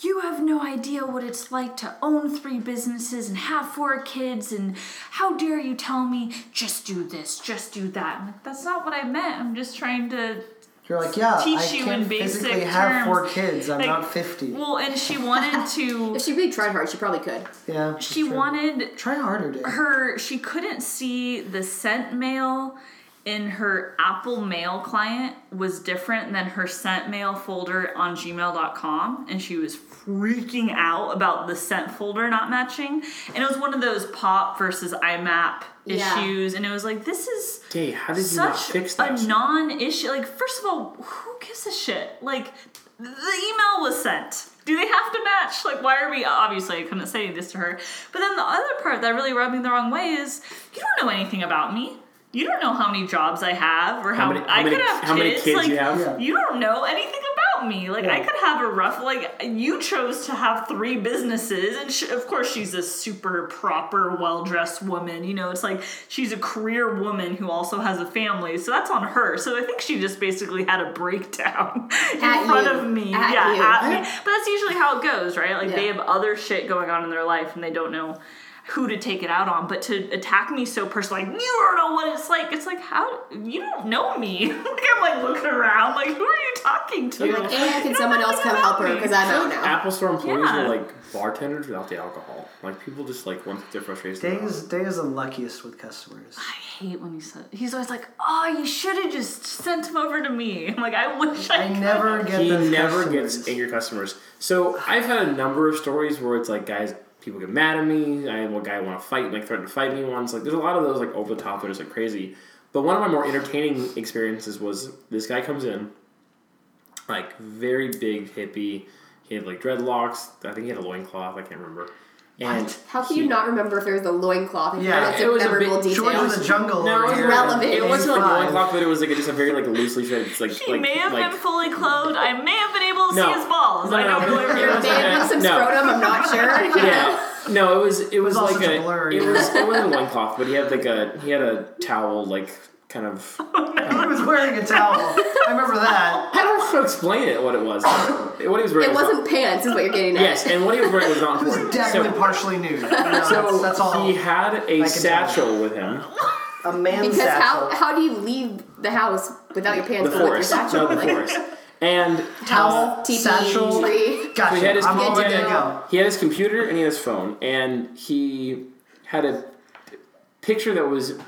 Speaker 1: You have no idea what it's like to own three businesses and have four kids, and how dare you tell me, just do this, just do that. I'm like, That's not what I meant. I'm just trying to
Speaker 3: You're like, yeah,
Speaker 1: Teach
Speaker 3: I
Speaker 1: you
Speaker 3: can't
Speaker 1: in basic
Speaker 3: physically have four
Speaker 1: terms.
Speaker 3: kids. I'm
Speaker 1: Like,
Speaker 3: not 50.
Speaker 1: Well, and she wanted to.
Speaker 4: if she really tried hard, she probably could.
Speaker 3: yeah. that's
Speaker 1: she
Speaker 3: true.
Speaker 1: wanted
Speaker 3: Try harder, dude.
Speaker 1: her. She couldn't see the scent mail in her Apple Mail client was different than her sent mail folder on gmail.com and she was freaking out about the sent folder not matching and it was one of those pop versus imap
Speaker 4: Yeah.
Speaker 1: issues and it was like this is
Speaker 2: Dang, how did you not
Speaker 1: such
Speaker 2: fix
Speaker 1: a
Speaker 2: that?
Speaker 1: non-issue. Like, first of all, who gives a shit? Like, the email was sent. Do they have to match? Like, why are we? Obviously, I couldn't say this to her. But then the other part that really rubbed me the wrong way is you don't know anything about me. You don't know how many jobs I have or how,
Speaker 2: How many- how
Speaker 1: I
Speaker 2: many-
Speaker 1: could have
Speaker 2: how many
Speaker 1: kids.
Speaker 2: kids
Speaker 1: like,
Speaker 2: you have?
Speaker 3: Yeah.
Speaker 1: You don't know anything about me. Like I could have a rough. Like you chose to have three businesses, and she, of course she's a super proper, well dressed woman. You know, it's like she's a career woman who also has a family, so that's on her. So I think she just basically had a breakdown [LAUGHS] in
Speaker 4: At
Speaker 1: front
Speaker 4: you.
Speaker 1: of me.
Speaker 4: At
Speaker 1: yeah,
Speaker 4: you.
Speaker 1: at me. But that's usually how it goes, right? Like they
Speaker 4: Yeah.
Speaker 1: have other shit going on in their life, and they don't know. Who to take it out on, but to attack me so personally, like, you don't know what it's like. It's like, how you don't know me. [LAUGHS] like, I'm like looking around, like, who are you talking to?
Speaker 2: Yeah.
Speaker 4: And can
Speaker 1: No,
Speaker 4: someone
Speaker 1: no,
Speaker 4: else
Speaker 1: no,
Speaker 4: come
Speaker 1: no,
Speaker 4: help her?
Speaker 1: no.
Speaker 4: Because I'm out now.
Speaker 2: Apple Store employees
Speaker 1: Yeah.
Speaker 2: were like bartenders without the alcohol. Like people just like once their frustrations.
Speaker 3: Day
Speaker 2: out.
Speaker 3: is, Day is the luckiest with customers.
Speaker 1: I hate when he says he's always like, "Oh, you should have just sent him over to me." [LAUGHS] I'm like, I wish I,
Speaker 3: I
Speaker 1: could.
Speaker 3: never get
Speaker 2: he
Speaker 3: those
Speaker 2: never
Speaker 3: customers.
Speaker 2: gets angry customers. So I've had a number of stories where it's like guys, people get mad at me. I had one guy want to fight, like threatened to fight me once. Like there's a lot of those like over the top that are just like crazy. But one of my more entertaining experiences was this guy comes in, like very big hippie. He had like dreadlocks. I think he had a loincloth. I can't remember. And
Speaker 4: How can you
Speaker 2: he-
Speaker 4: not remember if there was a loincloth? and
Speaker 3: Yeah,
Speaker 4: that's
Speaker 2: it was a
Speaker 4: memorable
Speaker 2: big-
Speaker 4: detail.
Speaker 3: George of the Jungle.
Speaker 2: No,
Speaker 3: over
Speaker 2: it's
Speaker 3: here in
Speaker 4: relevant.
Speaker 2: It wasn't like a
Speaker 3: 85.
Speaker 2: loincloth, but it was like just a very like loosely fitted. It's like
Speaker 1: He
Speaker 2: like,
Speaker 1: may have
Speaker 2: like,
Speaker 1: been fully clothed. I may have been able to
Speaker 2: No.
Speaker 1: see his balls.
Speaker 2: No,
Speaker 1: I
Speaker 2: no,
Speaker 1: don't
Speaker 2: no.
Speaker 1: really
Speaker 2: It
Speaker 1: remember.
Speaker 2: was-
Speaker 4: May have been some
Speaker 2: No.
Speaker 4: scrotum, I'm not sure.
Speaker 2: [LAUGHS] yeah. No, it was it was,
Speaker 3: all
Speaker 2: like
Speaker 3: such a
Speaker 2: a,
Speaker 3: blur,
Speaker 2: it
Speaker 3: yeah.
Speaker 2: was it wasn't a loincloth, but he had like a he had a towel like kind of
Speaker 3: [LAUGHS] He was wearing a towel. I remember that.
Speaker 2: I don't know how to explain it what it was. what he was wearing
Speaker 4: It
Speaker 2: was
Speaker 4: wasn't pants, is what you're getting
Speaker 2: [LAUGHS]
Speaker 4: at.
Speaker 2: yes, and what he was wearing was not
Speaker 3: He was
Speaker 2: important.
Speaker 3: definitely
Speaker 2: So,
Speaker 3: partially nude. No, that's,
Speaker 2: so
Speaker 3: that's all.
Speaker 2: he had a
Speaker 3: tell.
Speaker 2: satchel with him.
Speaker 3: a man
Speaker 4: Because how, how do you leave the house without your
Speaker 2: The
Speaker 4: pants on with your
Speaker 2: forest. No,
Speaker 4: satchel?
Speaker 2: the
Speaker 4: Like, [LAUGHS]
Speaker 2: forest. And
Speaker 3: towel,
Speaker 4: teepee,
Speaker 3: satchel.
Speaker 4: tree.
Speaker 3: Gotcha.
Speaker 2: So he had his
Speaker 3: I'm all
Speaker 4: computer.
Speaker 3: ready to go.
Speaker 2: He had his computer and he had his phone, and he had a picture that was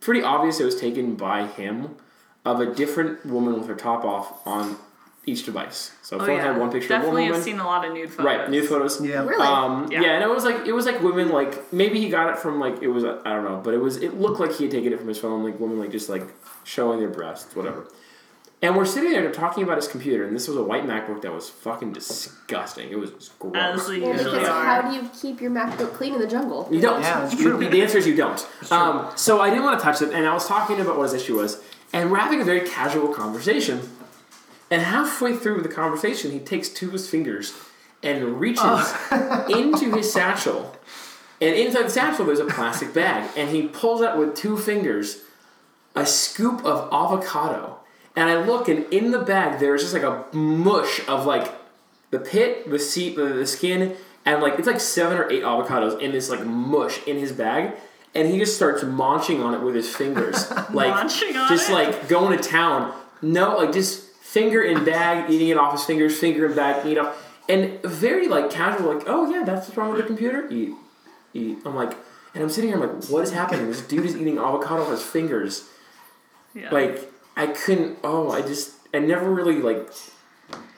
Speaker 2: pretty obvious. It was taken by him of a different woman with her top off on each device. So
Speaker 1: Oh,
Speaker 2: phone
Speaker 1: yeah.
Speaker 2: had one picture of one
Speaker 1: Definitely
Speaker 2: woman,
Speaker 1: have seen a lot of nude photos.
Speaker 2: right? New photos.
Speaker 3: Yeah.
Speaker 4: Really?
Speaker 2: Um,
Speaker 1: Yeah.
Speaker 2: yeah. and it was like it was like women like maybe he got it from like it was I don't know, but it was it looked like he had taken it from his phone, like women like just like showing their breasts, whatever. And we're sitting there talking about his computer, and this was a white MacBook that was fucking disgusting. It was gross.
Speaker 1: As they
Speaker 4: Well,
Speaker 1: usually
Speaker 4: because
Speaker 1: are.
Speaker 4: how do you keep your MacBook clean in the jungle?
Speaker 2: You don't.
Speaker 3: Yeah, that's
Speaker 2: You-
Speaker 3: true.
Speaker 2: the answer is you don't. Um, so I didn't want to touch it, and I was talking about what his issue was, and we're having a very casual conversation. And halfway through the conversation, he takes two of his fingers and reaches
Speaker 3: Oh. [LAUGHS]
Speaker 2: into his satchel. And inside the satchel, there's a plastic bag, and he pulls out with two fingers a scoop of avocado. And I look, and in the bag, there's just like a mush of like the pit, the seat, the, the skin, and like it's like seven or eight avocados in this like mush in his bag, and he just starts munching on it with his
Speaker 1: [LAUGHS]
Speaker 2: fingers, like
Speaker 1: Munching on
Speaker 2: just
Speaker 1: it?
Speaker 2: like going to town. No, like just finger
Speaker 1: [LAUGHS]
Speaker 2: in bag, eating it off his fingers, finger in bag, eat off, and very like casual, like oh yeah, that's what's wrong with the computer. Eat, eat. I'm like, and I'm sitting here, I'm like, what is happening? This dude is eating avocado off his fingers.
Speaker 1: Yeah.
Speaker 2: Like I couldn't. Oh, I just I never really like.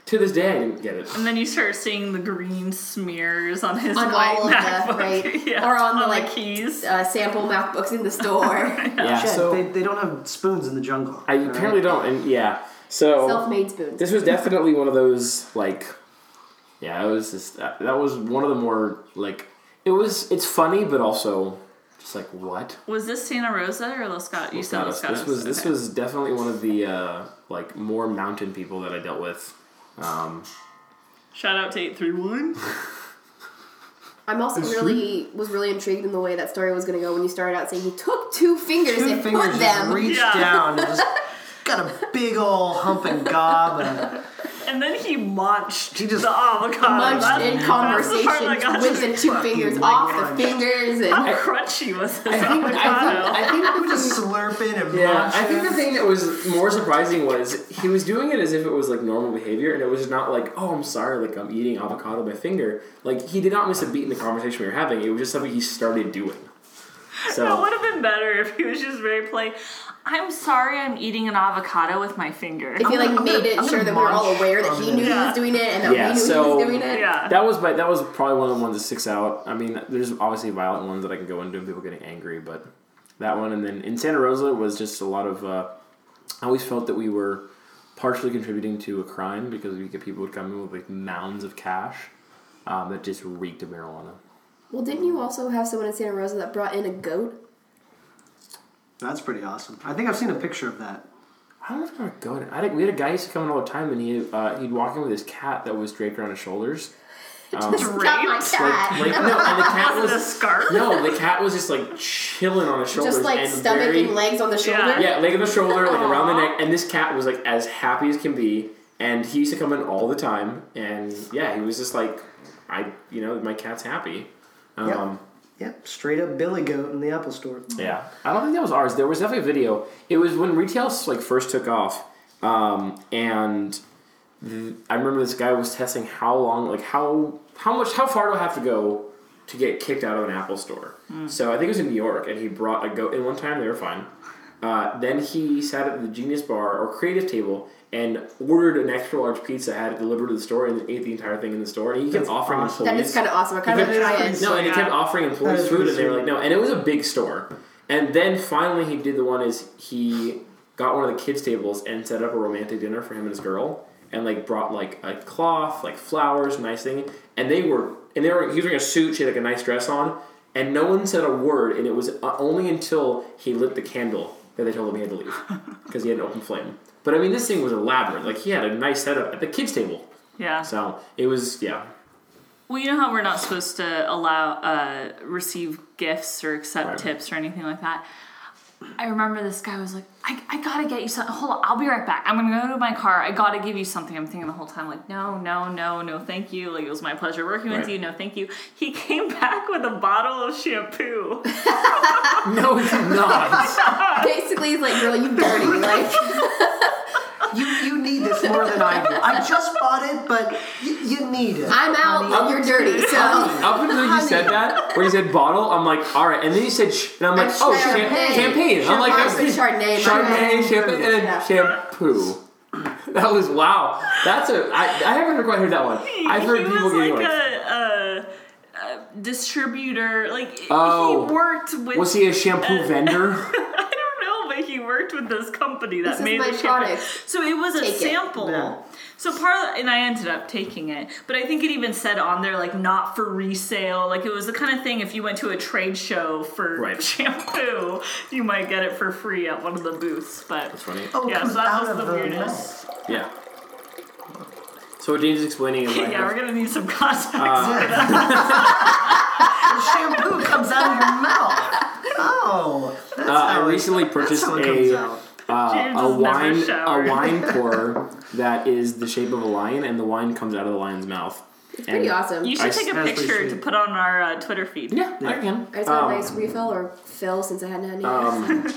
Speaker 2: To this day, I didn't get it.
Speaker 1: And then you start seeing the green smears on [LAUGHS] his
Speaker 4: On
Speaker 1: white
Speaker 4: all of the-
Speaker 1: MacBook. [LAUGHS]
Speaker 4: right.
Speaker 1: yeah.
Speaker 4: Or on the, like,
Speaker 1: keys.
Speaker 4: Uh, sample MacBooks in
Speaker 1: [LAUGHS]
Speaker 4: the store.
Speaker 2: Yeah,
Speaker 3: Shit,
Speaker 2: so
Speaker 3: they, they don't have spoons in the jungle.
Speaker 2: I
Speaker 3: all right?
Speaker 2: apparently don't, and yeah. So
Speaker 4: Self-made spoons.
Speaker 2: this was definitely one of those like, yeah, it was just that, that was one of the more like it was it's funny, but also just like what
Speaker 1: Was this Santa Rosa or Los Gatos? You said Los
Speaker 2: Got
Speaker 1: Gatos.
Speaker 2: us. This was this
Speaker 1: okay.
Speaker 2: was definitely one of the uh, like more mountain people that I dealt with. Um,
Speaker 1: Shout out to eight three one.
Speaker 4: I'm also really was really intrigued in the way that story was going to go when you started out saying he took two fingers
Speaker 3: Two
Speaker 4: and
Speaker 3: fingers
Speaker 4: put
Speaker 3: just
Speaker 4: them.
Speaker 3: reached
Speaker 1: Yeah.
Speaker 3: down and just got a big old humping gob. And
Speaker 1: And then he munched
Speaker 3: He just [LAUGHS]
Speaker 1: the avocado.
Speaker 4: Munched
Speaker 1: That's-
Speaker 4: in
Speaker 1: that's the part that
Speaker 4: conversation
Speaker 1: got
Speaker 4: with
Speaker 1: me.
Speaker 4: the two fingers off the fingers and
Speaker 1: How crunchy was this
Speaker 2: I think,
Speaker 1: avocado?
Speaker 2: I think, I think
Speaker 3: just slurping and
Speaker 2: Yeah,
Speaker 3: munching.
Speaker 2: I think the thing that was more surprising was he was doing it as if it was like normal behavior, and it was not like, oh, I'm sorry, like I'm eating avocado by finger. Like he did not miss a beat in the conversation we were having. It was just something he started doing.
Speaker 1: [LAUGHS] That would
Speaker 2: So
Speaker 1: have been better if he was just very plain. I'm sorry, I'm eating an avocado with my finger.
Speaker 4: if he like
Speaker 3: I'm gonna-
Speaker 4: made it
Speaker 3: I'm
Speaker 4: sure
Speaker 3: gonna
Speaker 4: that we were all
Speaker 3: munch
Speaker 4: aware that
Speaker 3: on
Speaker 4: he
Speaker 3: this.
Speaker 4: knew he
Speaker 1: Yeah.
Speaker 4: was doing it and that
Speaker 2: Yeah,
Speaker 4: we knew
Speaker 2: so-
Speaker 4: he was doing it.
Speaker 1: yeah,
Speaker 2: that was my, that was probably one of the ones that sticks out. I mean, there's obviously violent ones that I can go into and people getting angry, but that one, and then in Santa Rosa was just a lot of. Uh, I always felt that we were partially contributing to a crime because we get people would come in with like mounds of cash um, that just reeked of marijuana.
Speaker 4: Well, didn't you also have someone in Santa Rosa that brought in a goat?
Speaker 3: That's pretty awesome. I think I've seen a picture of that.
Speaker 2: I don't know if I would go. to- I think we had a guy used to come in all the time, and he uh, he'd walk in with his cat that was draped around his shoulders.
Speaker 5: [LAUGHS]
Speaker 2: Um,
Speaker 1: Draped?
Speaker 5: Not my
Speaker 1: Was
Speaker 5: cat. [LAUGHS]
Speaker 2: like, like, no, and the cat
Speaker 1: it a
Speaker 2: was
Speaker 1: scarf?
Speaker 2: no, the cat was just like chilling on his shoulders,
Speaker 5: Just like
Speaker 2: and
Speaker 5: stomach
Speaker 2: very,
Speaker 5: and legs on the shoulder.
Speaker 1: Yeah.
Speaker 2: Yeah, leg on the shoulder, like around the
Speaker 1: Aw.
Speaker 2: neck, and this cat was like as happy as can be, and he used to come in all the time, and yeah, he was just like, I, you know, my cat's happy. Um,
Speaker 3: Yep, straight up Billy Goat in the Apple Store.
Speaker 2: Yeah, I don't think that was ours. There was definitely a video. It was when retail like first took off, um, and th- I remember this guy was testing how long, like how how much, how far do I have to go to get kicked out of an Apple store? So I think it was in New York, and he brought a goat. And one time they were fine. Uh, then he sat at the Genius Bar or Creative table and ordered an extra large pizza, had it delivered to the store, and ate the entire thing in the store. And he kept
Speaker 3: That's
Speaker 2: offering
Speaker 3: awesome.
Speaker 2: employees.
Speaker 5: That is kind of awesome. I kind of
Speaker 2: Even-
Speaker 5: want to try
Speaker 2: [LAUGHS]
Speaker 5: it.
Speaker 2: No, and he
Speaker 1: Yeah.
Speaker 2: kept offering
Speaker 3: That
Speaker 2: employees
Speaker 3: is
Speaker 2: food,
Speaker 3: really
Speaker 2: and they were
Speaker 3: sweet.
Speaker 2: like, no. And it was a big store. And then finally, he did the one is he got one of the kids' tables and set up a romantic dinner for him and his girl, and like brought like a cloth, like flowers, nice thing. And they were, and they were. He was wearing a suit. She had like a nice dress on, and no one said a word. And it was uh, only until he lit the candle that they told him he had to leave because he had an open flame. But I mean, this thing was elaborate. Like he had a nice setup at the kids' table.
Speaker 1: Yeah.
Speaker 2: So it was, yeah,
Speaker 1: Well, you know how we're not supposed to allow, uh, receive gifts or accept
Speaker 2: Right.
Speaker 1: tips or anything like that. I remember this guy was like, I, I gotta get you something. Hold on, I'll be right back. I'm gonna go to my car. I gotta give you something. I'm thinking the whole time, like, no, no, no, no, thank you. Like, it was my pleasure working with
Speaker 2: Right.
Speaker 1: you. No, thank you. He came [LAUGHS] back with a bottle of shampoo.
Speaker 2: no, it's not.
Speaker 5: Basically, it's like, girl, you
Speaker 2: [LAUGHS]
Speaker 5: dirty. Like,
Speaker 3: You you need this more than I do. I just bought it, but y- you need it.
Speaker 5: I'm out.
Speaker 3: Honey.
Speaker 5: You're dirty. So
Speaker 2: Up until you said that, when you said bottle, I'm like, all right. And then you said, sh- and I'm like,
Speaker 5: I'm
Speaker 2: oh,
Speaker 5: champagne.
Speaker 2: champagne. champagne. I'm like,
Speaker 5: Champagne.
Speaker 2: that's good.
Speaker 5: Chardonnay, my
Speaker 2: Chardonnay,
Speaker 5: bad.
Speaker 2: champagne, and then
Speaker 5: Yeah.
Speaker 2: shampoo. [LAUGHS] That was wow. That's a I, I haven't quite heard that one. I've heard
Speaker 1: he
Speaker 2: people
Speaker 1: was
Speaker 2: getting
Speaker 1: like
Speaker 2: like,
Speaker 1: a, a, a distributor. Like,
Speaker 2: Oh.
Speaker 1: he worked with.
Speaker 2: was he a shampoo
Speaker 1: [LAUGHS]
Speaker 2: vendor?
Speaker 1: I don't know, but he worked with this company that
Speaker 5: This is
Speaker 1: made
Speaker 5: my
Speaker 1: the shampoo.
Speaker 5: product.
Speaker 1: So it was a
Speaker 5: Take it.
Speaker 1: sample.
Speaker 3: Yeah.
Speaker 1: So part, and I ended up taking it, but I think it even said on there like not for resale. Like it was the kind of thing if you went to a trade show for
Speaker 2: Right.
Speaker 1: [LAUGHS] shampoo, you might get it for free at one of the booths. But that's
Speaker 2: funny.
Speaker 3: Oh, it
Speaker 1: yeah, so
Speaker 3: comes
Speaker 1: that
Speaker 3: out
Speaker 1: was
Speaker 3: of
Speaker 1: the
Speaker 3: the
Speaker 1: weirdest.
Speaker 2: [LAUGHS] yeah. So what James is explaining is
Speaker 1: [LAUGHS]
Speaker 2: like,
Speaker 1: Yeah, we're gonna need some context.
Speaker 2: Uh,
Speaker 3: [LAUGHS] The shampoo comes out of your mouth. Oh, that's
Speaker 2: uh, I
Speaker 3: how it-
Speaker 2: recently purchased
Speaker 3: how it comes
Speaker 2: a
Speaker 3: out.
Speaker 2: uh,
Speaker 1: James
Speaker 2: a
Speaker 1: has never
Speaker 2: wine
Speaker 1: showered. [LAUGHS]
Speaker 2: a wine pourer that is the shape of a lion, and the wine comes out of the lion's mouth. It's
Speaker 5: pretty awesome.
Speaker 1: you
Speaker 5: I
Speaker 1: should
Speaker 2: I-
Speaker 1: take a
Speaker 3: that's pretty
Speaker 1: picture to
Speaker 3: sweet.
Speaker 1: put on our uh, Twitter feed.
Speaker 2: Yeah, I can.
Speaker 5: just got
Speaker 2: Um,
Speaker 5: a nice refill or fill since I hadn't had any.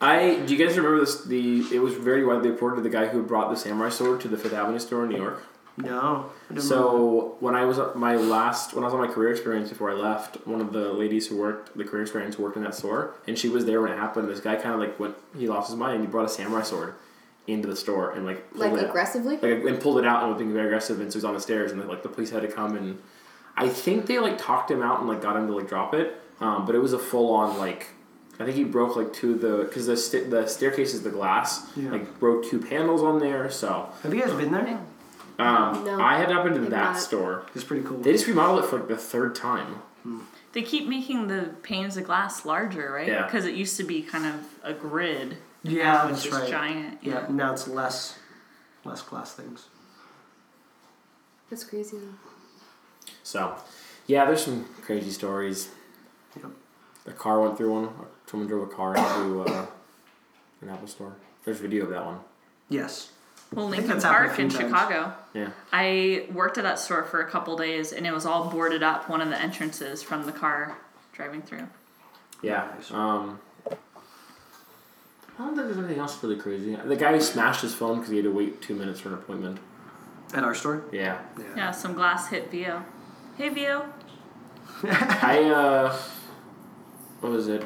Speaker 2: I do you guys remember this? The it was very widely reported the guy who brought the samurai sword to the Fifth Avenue store in New York.
Speaker 3: No. I don't know.
Speaker 2: So when I was at my last when I was on my career experience before I left, one of the ladies who worked the career experience worked in that store, and she was there when it happened. This guy kind of like went he lost his mind and he brought a samurai sword into the store and like pulled
Speaker 5: [LAUGHS] like
Speaker 2: it out.
Speaker 5: aggressively.
Speaker 2: like and pulled it out and was being very aggressive and so he's on the stairs and like the police had to come and I think they like talked him out and like got him to like drop it um, but it was a full on like I think he broke like two of the because the sta the staircase is the glass
Speaker 3: Yeah.
Speaker 2: like broke two panels on there so
Speaker 3: Have you guys been there?
Speaker 2: um,
Speaker 5: No.
Speaker 2: I had not been to
Speaker 5: They've
Speaker 2: that
Speaker 5: not.
Speaker 2: store
Speaker 3: It's pretty cool.
Speaker 2: they just remodeled it for like the third time
Speaker 1: They keep making the panes of glass larger, right?
Speaker 2: Yeah.
Speaker 1: Because it used to be kind of a grid.
Speaker 3: yeah,
Speaker 1: It's
Speaker 3: that's
Speaker 1: just
Speaker 3: right.
Speaker 1: giant.
Speaker 3: Yeah. now it's less, less glass things.
Speaker 5: That's crazy. though.
Speaker 2: so yeah there's some crazy stories
Speaker 3: Yep.
Speaker 2: a car went through one someone drove a car into uh, [COUGHS] an Apple store there's a video of that one
Speaker 3: Yes.
Speaker 1: Well,
Speaker 3: think
Speaker 1: Lincoln
Speaker 3: that's happened
Speaker 1: Park
Speaker 3: a
Speaker 1: in
Speaker 3: few times.
Speaker 1: Chicago.
Speaker 2: yeah
Speaker 1: I worked at that store for a couple days, and it was all boarded up. One of the entrances from the car driving through.
Speaker 2: Yeah.
Speaker 3: Nice.
Speaker 2: Um, I don't think there's anything else really crazy. The guy who smashed his phone because he had to wait two minutes for an appointment.
Speaker 3: At our store.
Speaker 2: Yeah.
Speaker 1: Yeah, some glass hit Vio. Hey Vio.
Speaker 2: [LAUGHS] I, uh, what was it?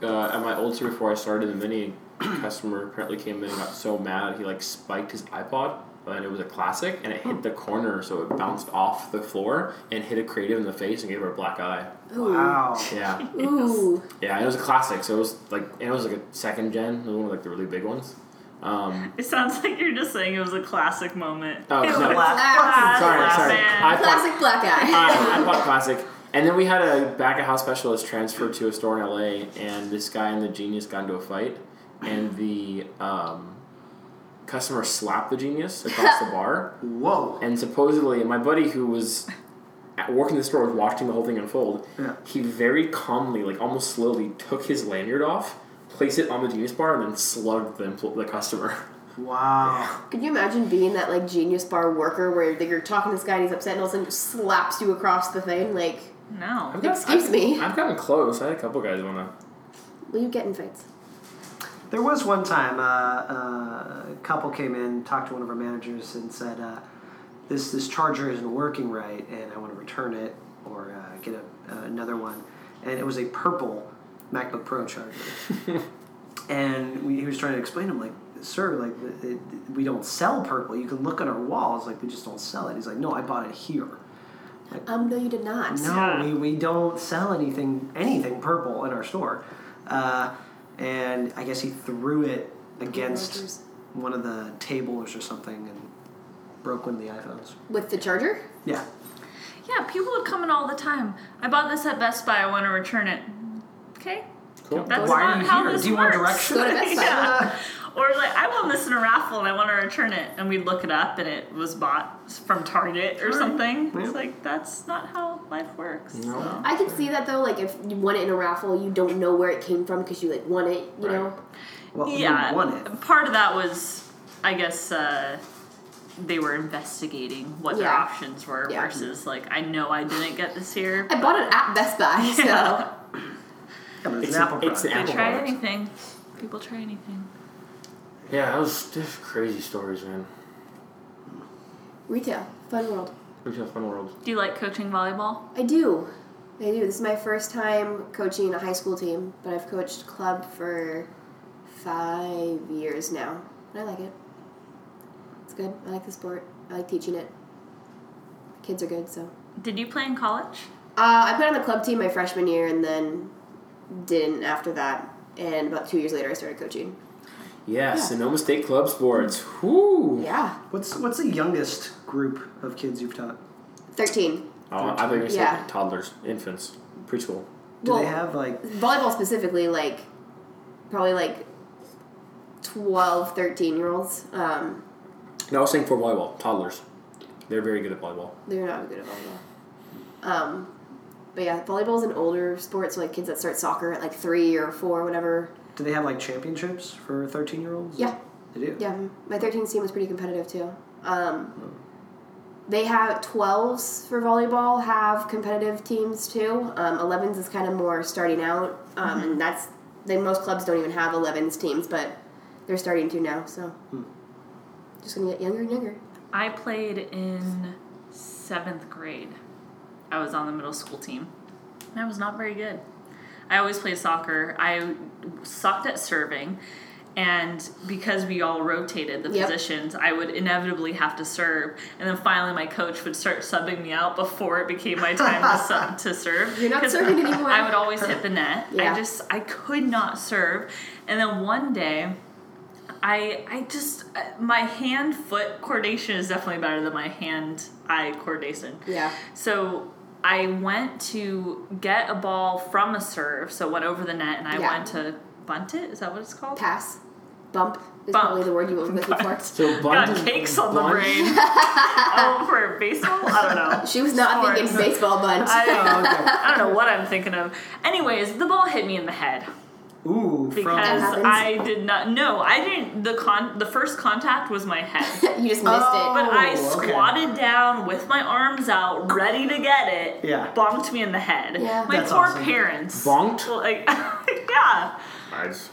Speaker 2: Uh, at my old store before I started in the mini, [CLEARS THROAT] a customer apparently came in and got so mad he like spiked his iPod. And it was a classic, and it hit the corner, so it bounced off the floor and hit a creative in the face and gave her a black eye.
Speaker 5: Ooh.
Speaker 3: Wow.
Speaker 2: Yeah,
Speaker 5: Ooh.
Speaker 2: [LAUGHS] yeah, and it was a classic, so it was like, and it was like a second gen, it was one of like the really big ones. Um,
Speaker 1: It sounds [LAUGHS] like you're just saying it was a classic moment.
Speaker 2: oh,
Speaker 1: It
Speaker 2: no,
Speaker 1: was
Speaker 5: Ah,
Speaker 2: Sorry,
Speaker 1: Classic.
Speaker 2: sorry. iPod,
Speaker 5: Classic black guy.
Speaker 2: I, iPod Classic. And then we had a back of house specialist transfer to a store in LA, and this guy and the genius got into a fight, and the um, customer slapped the genius across the [LAUGHS] bar.
Speaker 3: Whoa.
Speaker 2: And supposedly, my buddy who was at working the store was watching the whole thing unfold.
Speaker 3: Yeah.
Speaker 2: He very calmly, like almost slowly, took his lanyard off, placed it on the genius bar, and then slugged the, empl- the customer.
Speaker 3: Wow.
Speaker 4: Could you imagine being that like genius bar worker where like, you're talking to this guy and he's upset and all of a sudden just slaps you across the thing? Like,
Speaker 1: No.
Speaker 2: got- [LAUGHS]
Speaker 4: Excuse
Speaker 2: I've-
Speaker 4: me.
Speaker 2: I've gotten close. I had a couple guys on that.
Speaker 4: will you get in fights?
Speaker 3: There was one time uh, uh, a couple came in, talked to one of our managers, and said, uh, "This this charger isn't working right, and I want to return it or uh, get a, uh, another one." And it was a purple MacBook Pro charger. and we, he was trying to explain to him, like, "Sir, like, it, it- we don't sell purple. You can look on our walls, like, we just don't sell it." He's like, "No, I bought it here."
Speaker 4: Um, no, you did not.
Speaker 3: No,
Speaker 1: Yeah.
Speaker 3: we, we don't sell anything anything purple in our store. Uh, and I guess he threw it against
Speaker 4: Rogers.
Speaker 3: one of the tables or something and broke one of the iPhones.
Speaker 4: With the charger?
Speaker 3: Yeah.
Speaker 1: Yeah, people would come in all the time. I bought this at Best Buy. I want to return it. Okay.
Speaker 2: Cool.
Speaker 1: That's
Speaker 3: Why are
Speaker 1: not
Speaker 3: you
Speaker 1: how
Speaker 3: here?
Speaker 1: this
Speaker 3: Do you want
Speaker 1: works.
Speaker 3: directions?
Speaker 4: Go to Best
Speaker 1: [LAUGHS]
Speaker 4: Buy.
Speaker 1: yeah. Or like, I won this in a raffle and I want to return it, and we'd look it up and it was bought from Target or something.
Speaker 3: Yeah.
Speaker 1: It's like that's not how life works.
Speaker 2: No.
Speaker 1: so.
Speaker 4: I can see that though. Like, if you won it in a raffle, you don't know where it came from because you like won it. You
Speaker 2: Right.
Speaker 4: know,
Speaker 3: [LAUGHS] Well,
Speaker 1: yeah,
Speaker 3: we won it.
Speaker 1: part of that was, I guess, uh, they were investigating what their
Speaker 4: Yeah.
Speaker 1: options were
Speaker 4: Yeah.
Speaker 1: versus like, I know I didn't get this here.
Speaker 4: [LAUGHS] I bought it at
Speaker 1: [LAUGHS]
Speaker 4: Best Buy, so
Speaker 1: Yeah.
Speaker 3: Yeah, but it's,
Speaker 2: It's
Speaker 3: an
Speaker 2: an-
Speaker 3: Apple
Speaker 2: it's an
Speaker 1: They
Speaker 3: product.
Speaker 2: Apple
Speaker 1: try
Speaker 2: product.
Speaker 1: anything. People try anything.
Speaker 2: Yeah, that was just crazy stories, man.
Speaker 4: retail, fun world.
Speaker 2: We should have fun world.
Speaker 1: Do you like coaching volleyball?
Speaker 4: I do, I do. This is my first time coaching a high school team, but I've coached club for five years now, and I like it. It's good. I like the sport. I like teaching it. Kids are good, so.
Speaker 1: Did you play in college?
Speaker 4: Uh, I put on the club team my freshman year, and then didn't after that. And about two years later, I started coaching.
Speaker 2: Yeah, Sonoma State Club Sports. Whoo!
Speaker 4: Yeah,
Speaker 3: What's what's the youngest group of kids you've taught?
Speaker 4: thirteen.
Speaker 2: Oh, I thought you were going to say
Speaker 4: Yeah.
Speaker 2: toddlers, infants, preschool.
Speaker 3: Do
Speaker 4: Well-
Speaker 3: they have like
Speaker 4: volleyball specifically like probably like 12 13 year olds um,
Speaker 2: No, I was saying for volleyball, toddlers. They're very good at volleyball.
Speaker 4: they're not good at volleyball um, but yeah volleyball is an older sport so like kids that start soccer at like three or four whatever
Speaker 3: do they have like championships for 13 year olds?
Speaker 4: yeah
Speaker 3: They do.
Speaker 4: yeah my 13 team was pretty competitive too um, they have 12s for volleyball have competitive teams too um, 11s is kind of more starting out um, and that's they, most clubs don't even have 11s teams but they're starting to now so just gonna get younger and younger
Speaker 1: I played in seventh grade. I was on the middle school team. And I was not very good. I always played soccer. I sucked at serving. And because we all rotated the
Speaker 4: Yep.
Speaker 1: positions, I would inevitably have to serve. And then finally, my coach would start subbing me out before it became my time to, sub,
Speaker 4: [LAUGHS]
Speaker 1: to serve.
Speaker 4: You're not
Speaker 1: 'Cause
Speaker 4: serving anymore.
Speaker 1: [LAUGHS] I would always hit the net.
Speaker 4: Yeah.
Speaker 1: I just, I could not serve. And then one day, I I just uh, my hand foot coordination is definitely better than my hand eye coordination.
Speaker 4: Yeah.
Speaker 1: So I went to get a ball from a serve, so it went over the net, and I
Speaker 4: Yeah.
Speaker 1: went to bunt it. Is that what it's called?
Speaker 4: Pass. Bump is
Speaker 1: Bump.
Speaker 4: probably the word you were looking for.
Speaker 2: So
Speaker 1: Got
Speaker 2: bunt is-
Speaker 1: cakes on the
Speaker 2: bunt-
Speaker 4: [LAUGHS]
Speaker 1: brain. oh, for baseball? I don't know.
Speaker 4: She was not
Speaker 1: Sports.
Speaker 4: thinking baseball bunch.
Speaker 1: I,
Speaker 3: Oh,
Speaker 1: I don't know what I'm thinking of. Anyways, the ball hit me in the head.
Speaker 3: okay. Ooh,
Speaker 1: because
Speaker 3: from
Speaker 4: happens.
Speaker 1: I did not. No, I didn't. The con the first contact was my head,
Speaker 4: [LAUGHS] you just missed
Speaker 3: Oh.
Speaker 4: it.
Speaker 1: but I
Speaker 3: Oh, okay.
Speaker 1: squatted down with my arms out, ready to get it.
Speaker 3: Yeah.
Speaker 1: bonked me in the head.
Speaker 4: Yeah.
Speaker 1: my
Speaker 3: That's
Speaker 1: poor
Speaker 3: awesome.
Speaker 1: parents.
Speaker 2: Bonked?
Speaker 1: Like, [LAUGHS] yeah,
Speaker 2: I just-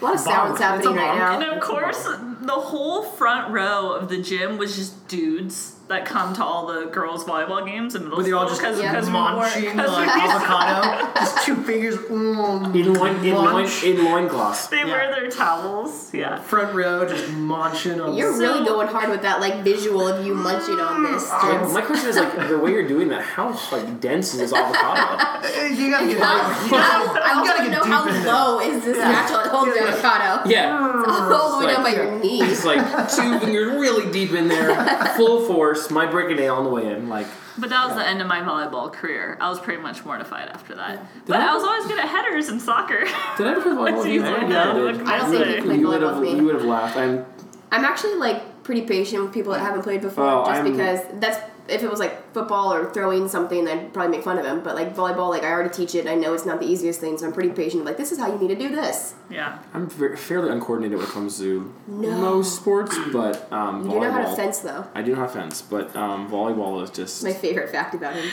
Speaker 4: A lot of sounds
Speaker 3: It's
Speaker 4: happening
Speaker 3: a
Speaker 4: right
Speaker 1: and
Speaker 4: now.
Speaker 1: of course the whole front row of the gym was just dudes that come to all the girls volleyball games in middle
Speaker 3: Were they
Speaker 1: school
Speaker 3: all just
Speaker 1: because
Speaker 4: Yeah.
Speaker 1: because we
Speaker 3: munching [LAUGHS]
Speaker 1: weren't. 'cause
Speaker 3: like
Speaker 1: we-
Speaker 3: avocado? [LAUGHS] Just two fingers. Mm,
Speaker 2: In loin, in loin,
Speaker 3: munch.
Speaker 2: in loincloths.
Speaker 1: They
Speaker 3: Yeah.
Speaker 1: wear their towels. Yeah.
Speaker 3: Front row, just munching on.
Speaker 4: You're
Speaker 1: So-
Speaker 4: really going hard with that like visual of you munching on this.
Speaker 2: Like,
Speaker 4: James.
Speaker 2: my question is like the way you're doing that. How like dense is this avocado?
Speaker 4: [LAUGHS]
Speaker 3: Hey, you gotta get.
Speaker 4: [LAUGHS] I don't- I also don't know how low is this natural it holds your [LAUGHS] avocado.
Speaker 2: [LAUGHS]
Speaker 4: Oh,
Speaker 2: Yeah,
Speaker 4: All the way
Speaker 2: Like-
Speaker 4: down by your knees.
Speaker 2: it's like two fingers really deep in there, full force. My breakaway on the way in, like
Speaker 1: But that was the end of my volleyball career. I was pretty much mortified after that. But I was always good at headers in soccer. [LAUGHS]
Speaker 2: Did I ever play volleyball?
Speaker 1: It's
Speaker 2: with you?
Speaker 1: easily
Speaker 2: I
Speaker 1: done.
Speaker 2: did.
Speaker 1: Look,
Speaker 4: I don't think you
Speaker 2: You
Speaker 4: played
Speaker 2: would
Speaker 4: volleyball
Speaker 2: have.
Speaker 4: with
Speaker 2: You
Speaker 4: me.
Speaker 2: would have laughed. I'm
Speaker 4: I'm actually like pretty patient with people that haven't played before,
Speaker 2: Oh,
Speaker 4: just
Speaker 2: I'm-
Speaker 4: because that's if it was like football or throwing something, I'd probably make fun of them. But like volleyball, like I already teach it, I know it's not the easiest thing, so I'm pretty patient. Like this is how you need to do this.
Speaker 1: Yeah.
Speaker 2: I'm fa- fairly uncoordinated when it comes to most sports, but um,
Speaker 4: You
Speaker 2: volleyball.
Speaker 4: do know how to fence though.
Speaker 2: I do know how to fence, but um, volleyball is just.
Speaker 4: My favorite fact about him: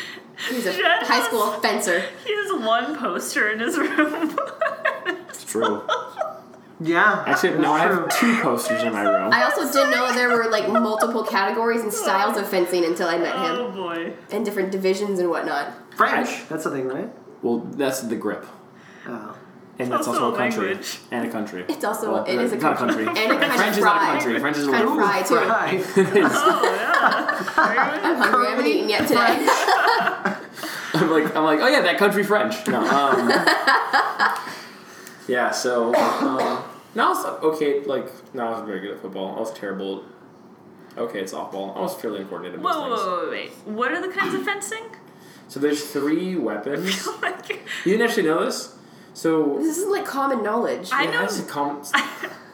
Speaker 4: he's a
Speaker 1: Jed
Speaker 4: high
Speaker 1: has-
Speaker 4: school fencer.
Speaker 1: He has one poster in his room. [LAUGHS]
Speaker 2: It's
Speaker 4: [LAUGHS]
Speaker 2: true.
Speaker 3: Yeah.
Speaker 2: Actually, no, I
Speaker 3: that's
Speaker 2: have two posters in my room.
Speaker 4: I also didn't know there were like multiple categories and styles of fencing until I met him,
Speaker 1: oh
Speaker 4: [LAUGHS]
Speaker 1: boy.
Speaker 4: and different divisions and whatnot.
Speaker 3: French. That's the thing, right?
Speaker 2: Well, that's the grip.
Speaker 3: Oh.
Speaker 2: And that's
Speaker 1: also
Speaker 2: also
Speaker 1: a
Speaker 2: a country.
Speaker 1: language.
Speaker 2: And a country.
Speaker 4: It's also-
Speaker 2: Well,
Speaker 4: it is a
Speaker 2: it's not
Speaker 4: country. And a kind of
Speaker 2: French is not a
Speaker 4: fry.
Speaker 2: country. French is a
Speaker 4: Kind of
Speaker 2: language.
Speaker 4: fry too.
Speaker 3: Oh. Right.
Speaker 4: I'm hungry. I haven't eaten yet today.
Speaker 2: [LAUGHS] I'm like, I'm like, oh yeah, that country French. No.
Speaker 4: [LAUGHS]
Speaker 2: Um, yeah. So. Um, no, I was okay. Like, no, I was very good at football. I was terrible. at- Okay, it's softball. I was fairly uncoordinated. at
Speaker 1: Whoa,
Speaker 2: most
Speaker 1: whoa,
Speaker 2: things.
Speaker 1: whoa, whoa, wait. What are the kinds of fencing? [LAUGHS] Oh,
Speaker 2: So there's three
Speaker 4: [LAUGHS]
Speaker 2: weapons.
Speaker 1: like,
Speaker 2: you didn't actually know this. So.
Speaker 4: [LAUGHS] This is like common knowledge.
Speaker 1: I
Speaker 2: Yeah,
Speaker 1: know.
Speaker 2: that's a
Speaker 4: [LAUGHS]
Speaker 2: com-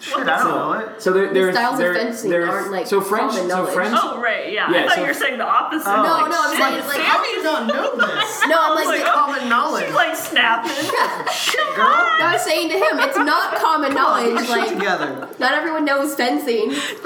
Speaker 3: Shit, I don't know it.
Speaker 2: so there, there's
Speaker 4: styles of
Speaker 2: there,
Speaker 4: fencing
Speaker 2: there's-
Speaker 4: aren't, like,
Speaker 2: so French.
Speaker 4: common
Speaker 2: So
Speaker 4: knowledge.
Speaker 2: French.
Speaker 1: Oh right, yeah. I
Speaker 2: Yeah,
Speaker 1: thought
Speaker 2: so-
Speaker 1: you were saying the opposite.
Speaker 3: Oh.
Speaker 4: no, no, I'm
Speaker 1: Shit,
Speaker 4: saying like
Speaker 1: Sam-
Speaker 3: How do you not know
Speaker 4: [LAUGHS]
Speaker 3: this?
Speaker 4: no, I'm like, oh,
Speaker 1: like, oh.
Speaker 4: the-
Speaker 3: Common
Speaker 1: [LAUGHS]
Speaker 3: knowledge.
Speaker 1: She's like snapping.
Speaker 4: [LAUGHS]
Speaker 3: Girl,
Speaker 4: I was saying to him,
Speaker 1: [LAUGHS]
Speaker 4: it's not common
Speaker 3: get
Speaker 4: knowledge.
Speaker 3: your shit
Speaker 4: Like [LAUGHS]
Speaker 3: together.
Speaker 4: not everyone knows fencing.
Speaker 1: James and